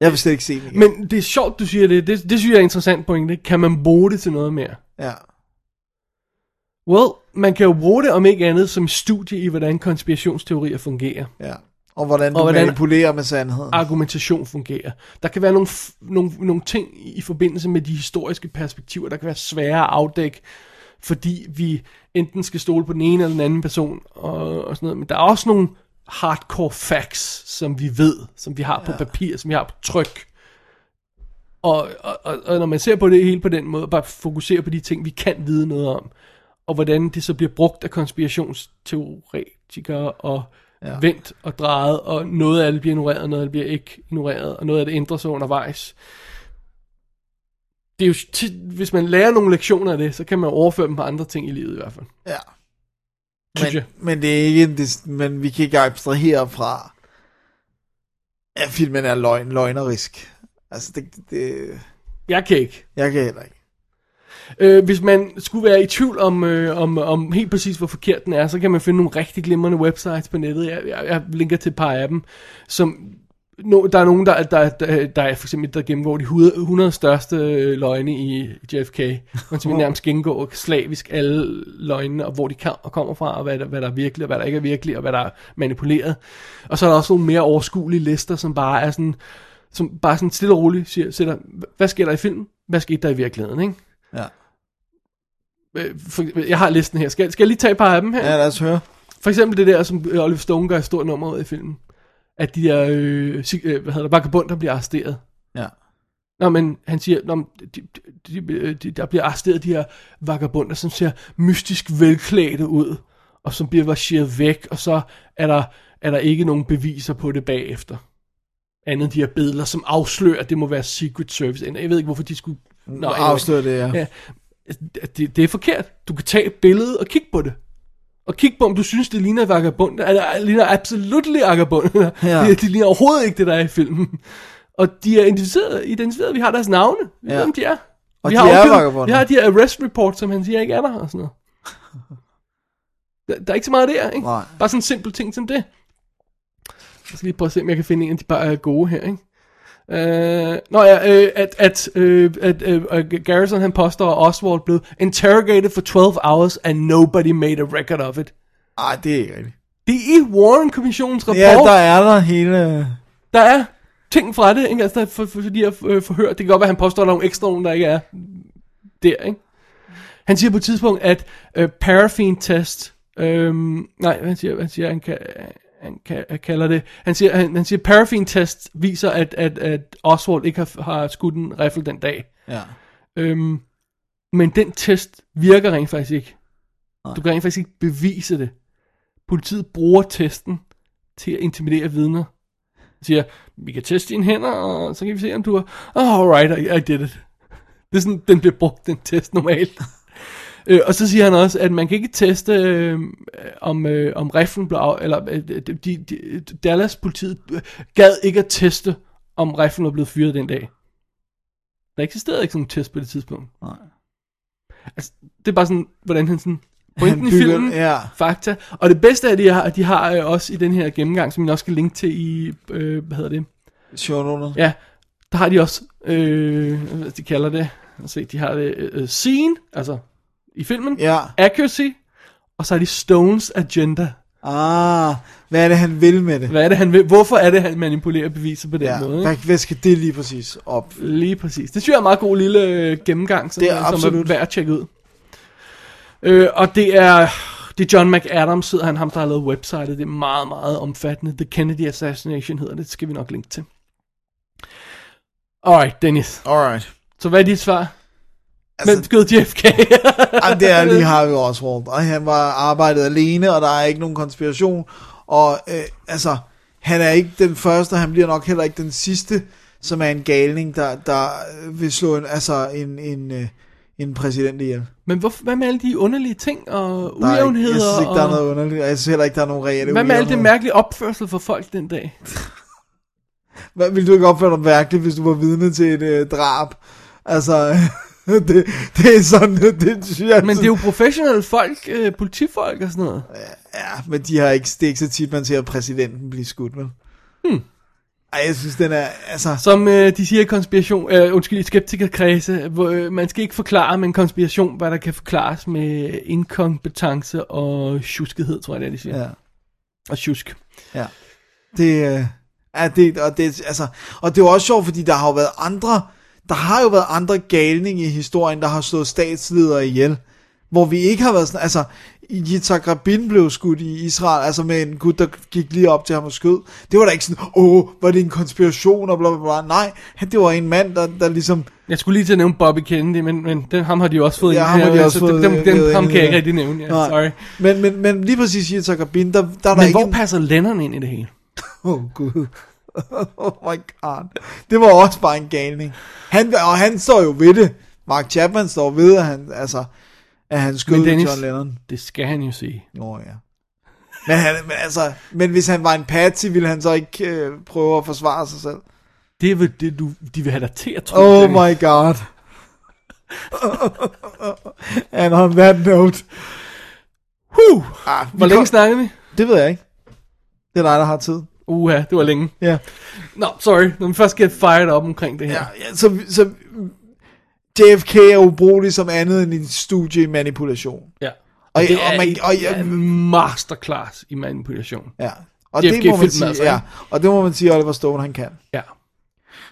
[SPEAKER 5] Jeg vil slet ikke se den igen.
[SPEAKER 4] Men det er sjovt, du siger det. Det, det synes jeg er en interessant pointe. Kan man bruge det til noget mere?
[SPEAKER 5] Ja.
[SPEAKER 4] Well, man kan jo bruge det, om ikke andet, som studie i, hvordan konspirationsteorier fungerer.
[SPEAKER 5] Ja. Og hvordan du
[SPEAKER 4] Og
[SPEAKER 5] og hvordan...
[SPEAKER 4] hvordan- Ah,
[SPEAKER 5] manipulerer med sandheden.
[SPEAKER 4] Argumentation fungerer. Der kan være nogle, f- nogle, nogle ting i i forbindelse med de historiske perspektiver, der kan være svære at afdække, fordi vi enten skal stole på den ene eller den anden person, og, og sådan noget. Men der er også nogle hardcore facts, som vi ved, som vi har på papir, som vi har på tryk. Og, og, og, og når man ser på det hele på den måde, bare fokuserer på de ting, vi kan vide noget om, og hvordan det så bliver brugt af konspirationsteoretikere, og ja. vendt og drejet, og noget af det bliver ignoreret, og noget af det bliver ikke ignoreret, og noget af det ændrer sig undervejs. Det er jo tit, hvis man lærer nogle lektioner af det, så kan man overføre dem på andre ting i livet i hvert fald.
[SPEAKER 5] Ja.
[SPEAKER 4] Synes
[SPEAKER 5] Men,
[SPEAKER 4] jeg.
[SPEAKER 5] men det er ikke en, dis- men vi kan ikke abstrahere fra, at filmen er løgn, løgnerisk. Altså, det, det,
[SPEAKER 4] Jeg kan ikke.
[SPEAKER 5] jeg kan heller ikke.
[SPEAKER 4] Øh, hvis man skulle være i tvivl om, øh, om, om helt præcis, hvor forkert den er, så kan man finde nogle rigtig glimrende websites på nettet. Jeg, jeg, jeg linker til et par af dem, som no, der er nogen, der, der, der, der er for eksempel, der gennemgår de 100 100 største øh, løgne i JFK. Man simpelthen nærmest gennemgår slavisk alle løgnene, og hvor de kan, og kommer fra, og hvad der, hvad der er virkelig, og hvad der ikke er virkelig, og hvad der er manipuleret. Og så er der også nogle mere overskuelige lister, som bare er sådan, som bare sådan stille og roligt siger, sætter, hvad sker der i filmen? Hvad skete der i virkeligheden, ikke?
[SPEAKER 5] Ja.
[SPEAKER 4] Øh, For, jeg har listen her. Skal, skal jeg lige tage et par af dem her?
[SPEAKER 5] Ja, lad os høre.
[SPEAKER 4] For eksempel det der, som øh, Oliver Stone gør et stort nummer ud af i filmen. At de der, øh, sig- øh, hvad hedder det, vagabunder bliver arresteret.
[SPEAKER 5] Ja.
[SPEAKER 4] Nå, men han siger, Nå, men de, de, de, de, der bliver arresteret de her vagabunder, som ser mystisk velklædte ud, og som bliver varseret væk, og så er der, er der ikke nogen beviser på det bagefter. Andet end de her billeder, som afslører, at det må være Secret Service. Jeg ved ikke, hvorfor de skulle... Nå,
[SPEAKER 5] afsløre det, ja.
[SPEAKER 4] ja. Det, det er forkert. Du kan tage et billede og kigge på det. Og kig på, om du synes, det ligner vagabond. Eller det ligner absolut vagabond. Ja. *laughs*
[SPEAKER 5] Ja.
[SPEAKER 4] Det, det ligner overhovedet ikke det, der er i filmen. Og de er identificeret. identificeret. Vi har deres navne. Vi ja. ved,
[SPEAKER 5] Ja.
[SPEAKER 4] om de er.
[SPEAKER 5] Og
[SPEAKER 4] vi
[SPEAKER 5] de
[SPEAKER 4] har
[SPEAKER 5] er
[SPEAKER 4] afgivet-
[SPEAKER 5] vagabonder.
[SPEAKER 4] Vi har de her arrest reports, som han siger ikke er der. Og sådan noget. Der, der er ikke så meget der, ikke?
[SPEAKER 5] Nej.
[SPEAKER 4] Bare sådan en simpel ting som det. Jeg skal lige prøve at se, om jeg kan finde en af de bare øh, gode her, ikke? Øh, nå ja, øh, at, at, øh, at øh, øh, Garrison han påstår, at Oswald blev interrogated for 12 hours, and nobody made a record of it.
[SPEAKER 5] Ej, det er ikke rigtigt.
[SPEAKER 4] Det er i Warren-kommissionens rapport.
[SPEAKER 5] Ja, der er der hele...
[SPEAKER 4] Der er ting fra det, ikke? Altså, der er for, for, for de her øh, forhør. Det kan godt være, at han påstår, at der er nogle ekstra nogen, der ikke er der, ikke? Han siger på et tidspunkt, at øh, paraffin test... Øhm, nej, han siger, han siger, han kan... Han, kan, han kalder det. Han siger, han, han siger paraffin test viser, at, at, at Oswald ikke har, har skudt en riffel den dag.
[SPEAKER 5] Ja.
[SPEAKER 4] Øhm, men den test virker rent faktisk ikke. Nej. Du kan rent faktisk ikke bevise det. Politiet bruger testen til at intimidere vidner. De siger, vi kan teste dine hænder, og så kan vi se, om du er... Oh, alright, I, I did it. Det er sådan, den bliver brugt, den test normalt. *laughs* øh, og så siger han også, at man kan ikke teste, øh, om, øh, om riflen blev af, eller øh, de, de, de, Dallas-politiet gad ikke at teste, om riflen var blevet fyret den dag. Der eksisterede ikke sådan en test på det tidspunkt.
[SPEAKER 5] Nej.
[SPEAKER 4] Altså, det er bare sådan, hvordan han sådan... Pointen i
[SPEAKER 5] bygger-
[SPEAKER 4] filmen,
[SPEAKER 5] ja.
[SPEAKER 4] fakta. Og det bedste er, at de har, de har øh, også i den her gennemgang, som jeg også skal linke til i, øh, hvad hedder det?
[SPEAKER 5] Sjovt under.
[SPEAKER 4] Ja, der har de også, øh, hvad de kalder det, Lad os se, de har det, øh, scene, altså i filmen,
[SPEAKER 5] Ja.
[SPEAKER 4] accuracy, og så har de Stones agenda.
[SPEAKER 5] Ah, hvad er det, han vil med det?
[SPEAKER 4] Hvad er det, han vil? Hvorfor er det, han manipulerer beviser på den
[SPEAKER 5] Ja,
[SPEAKER 4] måde? Ikke?
[SPEAKER 5] hvad, hvad skal det lige præcis op?
[SPEAKER 4] Lige præcis. Det synes jeg er en meget god lille øh, gennemgang, som,
[SPEAKER 5] Det
[SPEAKER 4] det
[SPEAKER 5] er
[SPEAKER 4] er som er
[SPEAKER 5] absolut.
[SPEAKER 4] værd at tjekke ud. Øh, og det er, det er John McAdams, hedder han, ham der har lavet websitet. Det er meget, meget omfattende. The Kennedy Assassination hedder det. Det skal vi nok linke til. Alright, Dennis.
[SPEAKER 5] Alright.
[SPEAKER 4] Så hvad er dit svar? Altså,
[SPEAKER 5] Altså-
[SPEAKER 4] Hvem skød JFK?
[SPEAKER 5] Jamen, det er lige Harvey Oswald, og han var arbejdet alene, og der er ikke nogen konspiration, og øh, altså, han er ikke den første, og han bliver nok heller ikke den sidste, som er en galning, der, der øh, vil slå en, altså en, en, øh, en præsident ihjel.
[SPEAKER 4] *laughs* Men hvor, hvad med alle de underlige ting og
[SPEAKER 5] Der er ikke,
[SPEAKER 4] ujævnheder?
[SPEAKER 5] jeg synes ikke, der er
[SPEAKER 4] og-
[SPEAKER 5] noget underligt, og jeg synes heller ikke, der er nogen reelle
[SPEAKER 4] Hvad med alt det
[SPEAKER 5] ujævnheder.
[SPEAKER 4] mærkelige opførsel for folk den dag?
[SPEAKER 5] Hvad ville du ikke opføre dig mærkeligt, hvis du var vidne til et øh, drab? Altså, *laughs* det, det er sådan, *laughs* det, det synes jeg...
[SPEAKER 4] Men det er jo professionelle folk, øh, politifolk og sådan noget.
[SPEAKER 5] Ja, men de har ikke, det er ikke så tit, man ser præsidenten blive skudt, vel? Hmm. Ej, jeg synes, den er, altså...
[SPEAKER 4] Som øh, de siger i konspiration, øh, undskyld, i skeptikerkredse, hvor, øh, man skal ikke forklare med en konspiration, hvad der kan forklares med inkompetence og tjuskethed, tror jeg det er, de siger. Ja.
[SPEAKER 5] Ja,
[SPEAKER 4] Og tjusk.
[SPEAKER 5] ja. Det, øh, ja, det, og det, altså, og det er jo også sjovt, fordi der har jo været andre, der har jo været andre galninge i historien, der har slået statsledere ihjel, hvor vi ikke har været sådan, altså, Yitzhak Rabin blev skudt i Israel, altså med en gut, der gik lige op til ham og skød. Det var da ikke sådan, åh, var det en konspiration, og bla bla bla. Nej, han- det var en mand, der, der ligesom,
[SPEAKER 4] Jeg skulle lige til at nævne Bobby Kennedy, men, men den, ham har de jo også fået
[SPEAKER 5] Ja,
[SPEAKER 4] ind
[SPEAKER 5] ham har
[SPEAKER 4] her,
[SPEAKER 5] de også
[SPEAKER 4] så
[SPEAKER 5] fået
[SPEAKER 4] dem, dem,
[SPEAKER 5] ind
[SPEAKER 4] ham kan jeg ikke
[SPEAKER 5] her.
[SPEAKER 4] rigtig nævne, ja,
[SPEAKER 5] Nej.
[SPEAKER 4] sorry.
[SPEAKER 5] Men, men, men lige præcis Yitzhak Rabin, der, der er der
[SPEAKER 4] Men
[SPEAKER 5] ikke...
[SPEAKER 4] hvor passer Lennon ind i det hele?
[SPEAKER 5] Åh, oh, Gud. *laughs* oh my god. Det var også bare en galning. Han, og han står jo ved det. Mark Chapman står ved, at han, altså, at han skød
[SPEAKER 4] Men Dennis-
[SPEAKER 5] John Lennon.
[SPEAKER 4] Det skal han jo sige.
[SPEAKER 5] Nå ja. Men, han, men, altså, men hvis han var en patsy, ville han så ikke øh, prøve at forsvare sig selv?
[SPEAKER 4] Det er vel det, du, de vil have dig til at tro.
[SPEAKER 5] Oh
[SPEAKER 4] Dennis.
[SPEAKER 5] my god. *laughs* And on that note.
[SPEAKER 4] Huh.
[SPEAKER 5] Ah,
[SPEAKER 4] Hvor længe snakkede vi?
[SPEAKER 5] Det ved jeg ikke. Det er dig, der har tid.
[SPEAKER 4] Uha, det var længe.
[SPEAKER 5] Ja.
[SPEAKER 4] Nå, sorry. Når man først get fired op omkring det her. Ja,
[SPEAKER 5] ja, så, så JFK er ubrugelig som andet end en studie i manipulation.
[SPEAKER 4] Ja.
[SPEAKER 5] Og,
[SPEAKER 4] Og det
[SPEAKER 5] og
[SPEAKER 4] er
[SPEAKER 5] man-
[SPEAKER 4] et-
[SPEAKER 5] og-
[SPEAKER 4] det er en masterclass i manipulation.
[SPEAKER 5] Ja. Og
[SPEAKER 4] JFK
[SPEAKER 5] det, må man
[SPEAKER 4] filmen
[SPEAKER 5] sige,
[SPEAKER 4] altså,
[SPEAKER 5] ja.
[SPEAKER 4] ikke?
[SPEAKER 5] og det må man sige, Oliver Stone han kan.
[SPEAKER 4] Ja.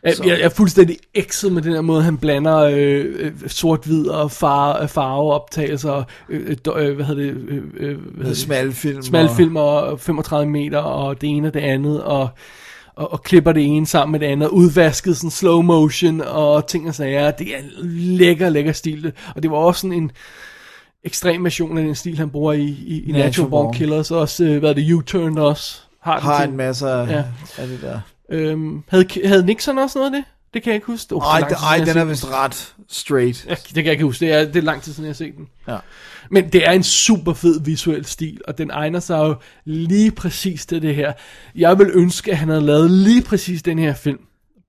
[SPEAKER 4] Jeg, jeg, jeg er fuldstændig ekset med den her måde, han blander øh, øh, sort-hvid og far, øh, farveoptagelser, og, øh, øh, do- øh, hvad hedder det, øh, øh, hvad hedder det?
[SPEAKER 5] Smalfilm
[SPEAKER 4] smalfilm og 35 meter, og det ene og det andet, og, og, og klipper det ene sammen med det andet, og udvasket sådan slow motion og ting og sager. Det er en lækker, lækker stil, det. og det var også sådan en ekstrem version af den stil, han bruger i, i, i Natural Born Killers, og også, øh, hvad er det, U-Turn også. den
[SPEAKER 5] Har
[SPEAKER 4] til-
[SPEAKER 5] en masse af,
[SPEAKER 4] Ja.
[SPEAKER 5] ja. af det der.
[SPEAKER 4] Øhm, havde, havde Nixon også noget af det? Det kan jeg ikke huske. Oh,
[SPEAKER 5] Ej, d- ej, den er vist ret straight.
[SPEAKER 4] Ja, det kan jeg ikke huske. Det er, det er lang tid siden, jeg har set den.
[SPEAKER 5] Ja.
[SPEAKER 4] Men det er en super fed visuel stil, og den egner sig jo lige præcis til det her. Jeg vil ønske, at han havde lavet lige præcis den her film.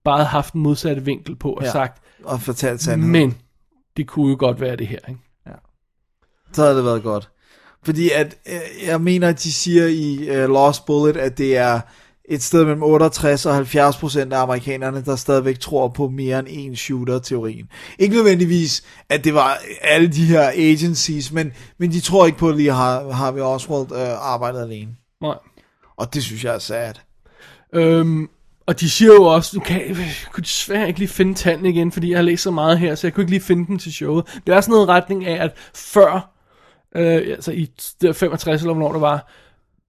[SPEAKER 4] Bare haft en modsatte vinkel på og
[SPEAKER 5] Ja,
[SPEAKER 4] sagt,
[SPEAKER 5] og fortalt sandheden.
[SPEAKER 4] Men det kunne jo godt være det her, ikke?
[SPEAKER 5] Så havde det været godt. Fordi at, øh, jeg mener, at de siger i øh, Lost Bullet, at det er et sted mellem 68 og 70 procent af amerikanerne, der stadigvæk tror på mere end en shooter-teorien. Ikke nødvendigvis, at det var alle de her agencies, men, men de tror ikke på, at lige har, Harvey Oswald øh, arbejdet alene.
[SPEAKER 4] Nej.
[SPEAKER 5] Og det synes jeg er sad.
[SPEAKER 4] Øhm, og de siger jo også, du kan, jeg kunne desværre ikke lige finde tanden igen, fordi jeg har læst så meget her, så jeg kunne ikke lige finde den til showet. Det er sådan noget i retning af, at før, øh, altså i der 65 eller hvornår det var,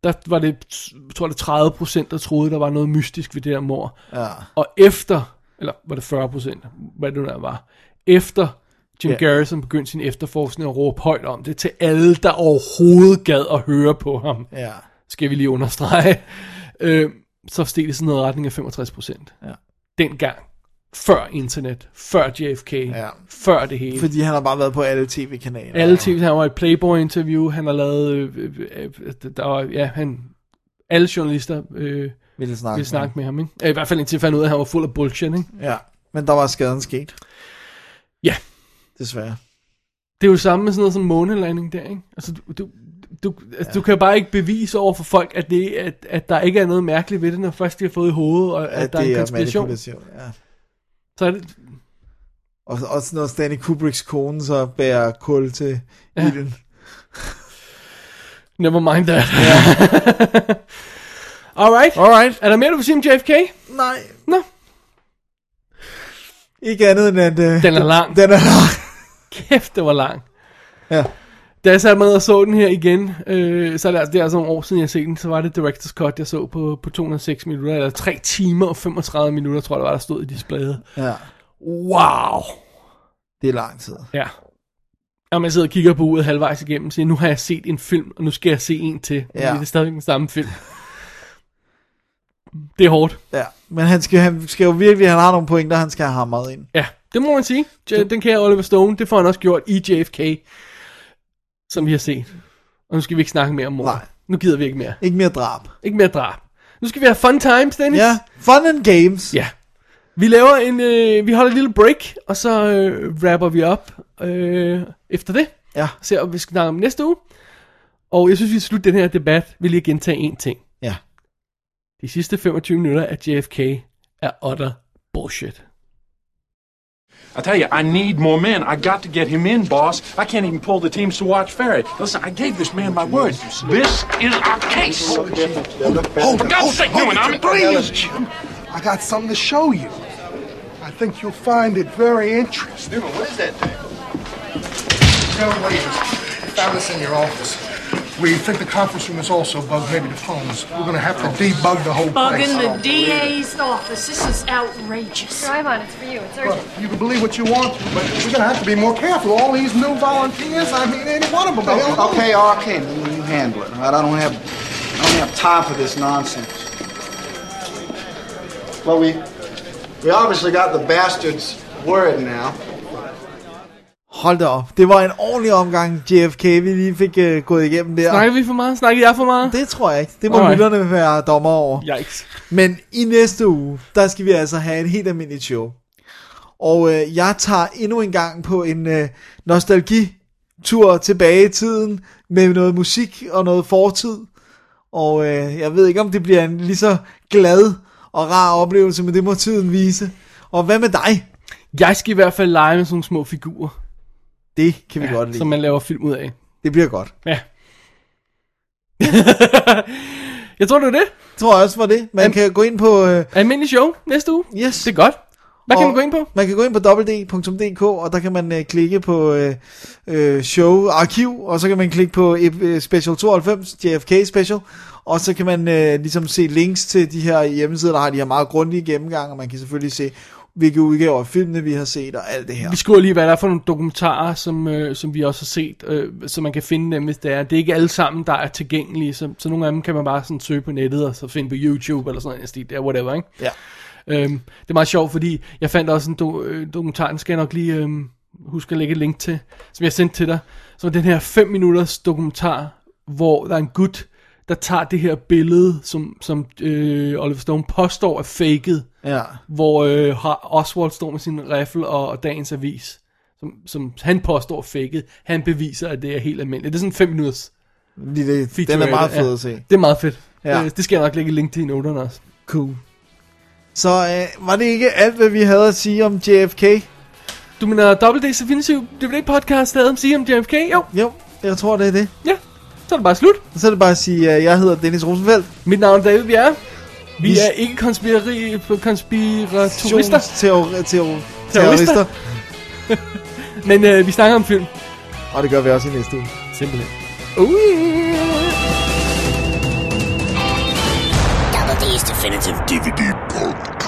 [SPEAKER 4] der var det, jeg tror det 30 der troede, der var noget mystisk ved det der mor.
[SPEAKER 5] Ja.
[SPEAKER 4] Og efter, eller var det 40 hvad det nu der var, efter Jim
[SPEAKER 5] Ja.
[SPEAKER 4] Garrison begyndte sin efterforskning at råbe højt om det til alle, der overhovedet gad at høre på ham
[SPEAKER 5] Ja.
[SPEAKER 4] skal vi lige understrege, øh, så steg det sådan noget i retning af 65 procent.
[SPEAKER 5] Ja.
[SPEAKER 4] Dengang. Før internet. Før JFK. Ja. Før det hele.
[SPEAKER 5] Fordi han har bare været på alle tv-kanaler.
[SPEAKER 4] Alle tv, han var i Playboy-interview, han har lavet, øh, øh, øh, der var, ja, han, alle journalister øh,
[SPEAKER 5] Ville snakke
[SPEAKER 4] ville
[SPEAKER 5] med
[SPEAKER 4] snakke med ham, ikke? Øh, I hvert fald indtil jeg fandt ud af, at han var fuld af bullshit, ikke?
[SPEAKER 5] Ja, men der var skaden sket.
[SPEAKER 4] Ja.
[SPEAKER 5] Desværre.
[SPEAKER 4] Det er jo samme med sådan noget som månelanding der, ikke? Altså, du, du, du, altså, du kan jo bare ikke bevise over for folk, at, det, at, at der ikke er noget mærkeligt ved det, når først de har fået i hovedet, og at, at der er en konspiration.
[SPEAKER 5] Ja.
[SPEAKER 4] Så er det,
[SPEAKER 5] Og også når Stanley Kubricks kone så bærer kul til ja. ilden.
[SPEAKER 4] Never mind that. *laughs* Alright.
[SPEAKER 5] Alright.
[SPEAKER 4] Er der mere, du vil sige om JFK?
[SPEAKER 5] Nej.
[SPEAKER 4] Nå.
[SPEAKER 5] Ikke andet end at... Øh,
[SPEAKER 4] Den er lang.
[SPEAKER 5] Den er lang. *laughs*
[SPEAKER 4] Kæft, det var lang.
[SPEAKER 5] Ja.
[SPEAKER 4] Da jeg satte mig ned og så den her igen, øh, så er det, altså- det er altså nogle år siden, jeg har set den, så var det Director's Cut, jeg så på, på 206 minutter, eller 3 timer og 35 minutter, tror jeg, det var, der stod i displayet.
[SPEAKER 5] Ja.
[SPEAKER 4] Wow!
[SPEAKER 5] Det er lang tid.
[SPEAKER 4] Ja. Jamen, jeg sidder og kigger på uret halvvejs igennem, og siger, nu har jeg set en film, og nu skal jeg se en til.
[SPEAKER 5] Ja.
[SPEAKER 4] Ja. Det er stadigvæk den samme film. Det er hårdt.
[SPEAKER 5] Ja. Men han skal, han skal jo virkelig... Han har nogle pointer, han skal have hamret ind.
[SPEAKER 4] Ja, det må man sige. Ja, Den kære Oliver Stone, det får han også gjort i JFK, som vi har set. Og nu skal vi ikke snakke mere om mord.
[SPEAKER 5] Nej.
[SPEAKER 4] Nu gider vi ikke mere.
[SPEAKER 5] Ikke mere drab.
[SPEAKER 4] Ikke mere drab. Nu skal vi have fun times, Dennis.
[SPEAKER 5] Ja. Fun and games.
[SPEAKER 4] Ja. Vi laver en, øh, vi holder et lille break, og så øh, rapper vi op øh, efter det.
[SPEAKER 5] Ja.
[SPEAKER 4] Ser, om vi skal snakke om næste uge. Og jeg synes, vi skal slutte den her debat. Vi lige gentage en ting.
[SPEAKER 5] Ja.
[SPEAKER 4] De sidste 25 minutter af JFK er utter bullshit.
[SPEAKER 12] I tell you, I need more men. I got to get him in, boss. I can't even pull the teams to watch Ferry. Listen, I gave this man my word. This is our case.
[SPEAKER 13] Oh,
[SPEAKER 12] For God's sake, Newman, I'm
[SPEAKER 13] pleased, Jim. I got something to show you. I think you'll find it very interesting. Newman, what is that thing? General Wages, found this in your office. We think the conference room is also bugged, maybe the phones. We're going to have to debug the whole place.
[SPEAKER 14] Bugging
[SPEAKER 13] I
[SPEAKER 14] the
[SPEAKER 13] don't believe it.
[SPEAKER 14] DA's office. This is outrageous. Drive on. It's for you. It's
[SPEAKER 13] Look, you can believe what you want, but we're going to have to be more careful. All these new volunteers, I mean, any one of them. they don't know.
[SPEAKER 10] Okay, Arcane, then you handle it. all right? I don't have, I don't have time for this nonsense. Well, we, we obviously got the bastard's word now.
[SPEAKER 5] Hold da op. Det var en ordentlig omgang, JFK, vi lige fik øh, gået igennem der.
[SPEAKER 4] Snakker vi for meget? Snakker jeg for meget?
[SPEAKER 5] Det tror jeg ikke. Det må
[SPEAKER 4] Alright.
[SPEAKER 5] lytterne være dommer over.
[SPEAKER 4] Yikes.
[SPEAKER 5] Men i næste uge, der skal vi altså have et helt almindeligt show. Og øh, jeg tager endnu en gang på en øh, nostalgitur tilbage i tiden med noget musik og noget fortid. Og øh, jeg ved ikke, om det bliver en lige så glad og rar oplevelse, men det må tiden vise. Og hvad med dig?
[SPEAKER 4] Jeg skal i hvert fald lege med sådan nogle små figurer.
[SPEAKER 5] Det kan vi ja, godt lide.
[SPEAKER 4] Som man laver film ud af.
[SPEAKER 5] Det bliver godt.
[SPEAKER 4] Ja. *laughs* jeg tror, det var det.
[SPEAKER 5] Jeg tror jeg også var det. Man Am- kan gå ind på... Øh,
[SPEAKER 4] Almindelig show næste uge.
[SPEAKER 5] Yes.
[SPEAKER 4] Det er godt. Hvad kan
[SPEAKER 5] Og
[SPEAKER 4] man gå ind på?
[SPEAKER 5] Man kan gå ind på E www.dk, og der kan man øh, klikke på øh, øh, show arkiv, og så kan man klikke på øh, special 92, JFK special, og så kan man øh, ligesom se links til de her hjemmesider, der har de her meget grundige gennemgange, og man kan selvfølgelig se, hvilke udgaver af filmene vi har set, og alt det her.
[SPEAKER 4] Vi skulle lige, hvad der er for nogle dokumentarer, som, øh, som vi også har set, øh, så man kan finde dem, hvis det er. Det er ikke alle sammen, der er tilgængelige, så, så nogle af dem kan man bare sådan søge på nettet, og så finde på YouTube eller sådan noget, stil der, whatever, ikke?
[SPEAKER 5] Ja.
[SPEAKER 4] Øhm, det er meget sjovt, fordi jeg fandt også en do, øh, dokumentar, den skal jeg nok lige øhm, huske at lægge et link til, som jeg sendte til dig, som er den her 5 minutters dokumentar, hvor der er en gut, der tager det her billede, som, som øh, Oliver Stone påstår er faked,
[SPEAKER 5] Ja.
[SPEAKER 4] hvor øh, har- Oswald står med sin rifle og, og dagens avis, som, som han påstår er faked, han beviser, at det er helt almindeligt. Det er sådan 5 minutters
[SPEAKER 5] Lille,
[SPEAKER 4] feature.
[SPEAKER 5] den er meget
[SPEAKER 4] af det.
[SPEAKER 5] fed
[SPEAKER 4] Ja,
[SPEAKER 5] at se.
[SPEAKER 4] Det er meget fedt.
[SPEAKER 5] Ja.
[SPEAKER 4] Ja. Det, det skal jeg nok lægge et link til i noterne også.
[SPEAKER 5] Cool. Så øh, var det ikke alt, hvad vi havde at sige om JFK?
[SPEAKER 4] Du mener Double D's Definitive DVD-podcast, der havde sige om JFK? Jo,
[SPEAKER 5] Jo, jeg tror, det er det.
[SPEAKER 4] ja. Så er det bare slut.
[SPEAKER 5] Så er det bare at sige, at jeg hedder Dennis Rosenfeldt.
[SPEAKER 4] Mit navn er David Bjerre. Vi
[SPEAKER 5] Vi-
[SPEAKER 4] er ikke konspireri, konspiratorister,
[SPEAKER 5] Terrorister. Terror-
[SPEAKER 4] Terrorister.
[SPEAKER 5] terrorister.
[SPEAKER 4] men øh, vi snakker om film.
[SPEAKER 5] Og det gør vi også i næste uge.
[SPEAKER 4] Simpelthen. Oh yeah.
[SPEAKER 3] Definitive DVD Pulp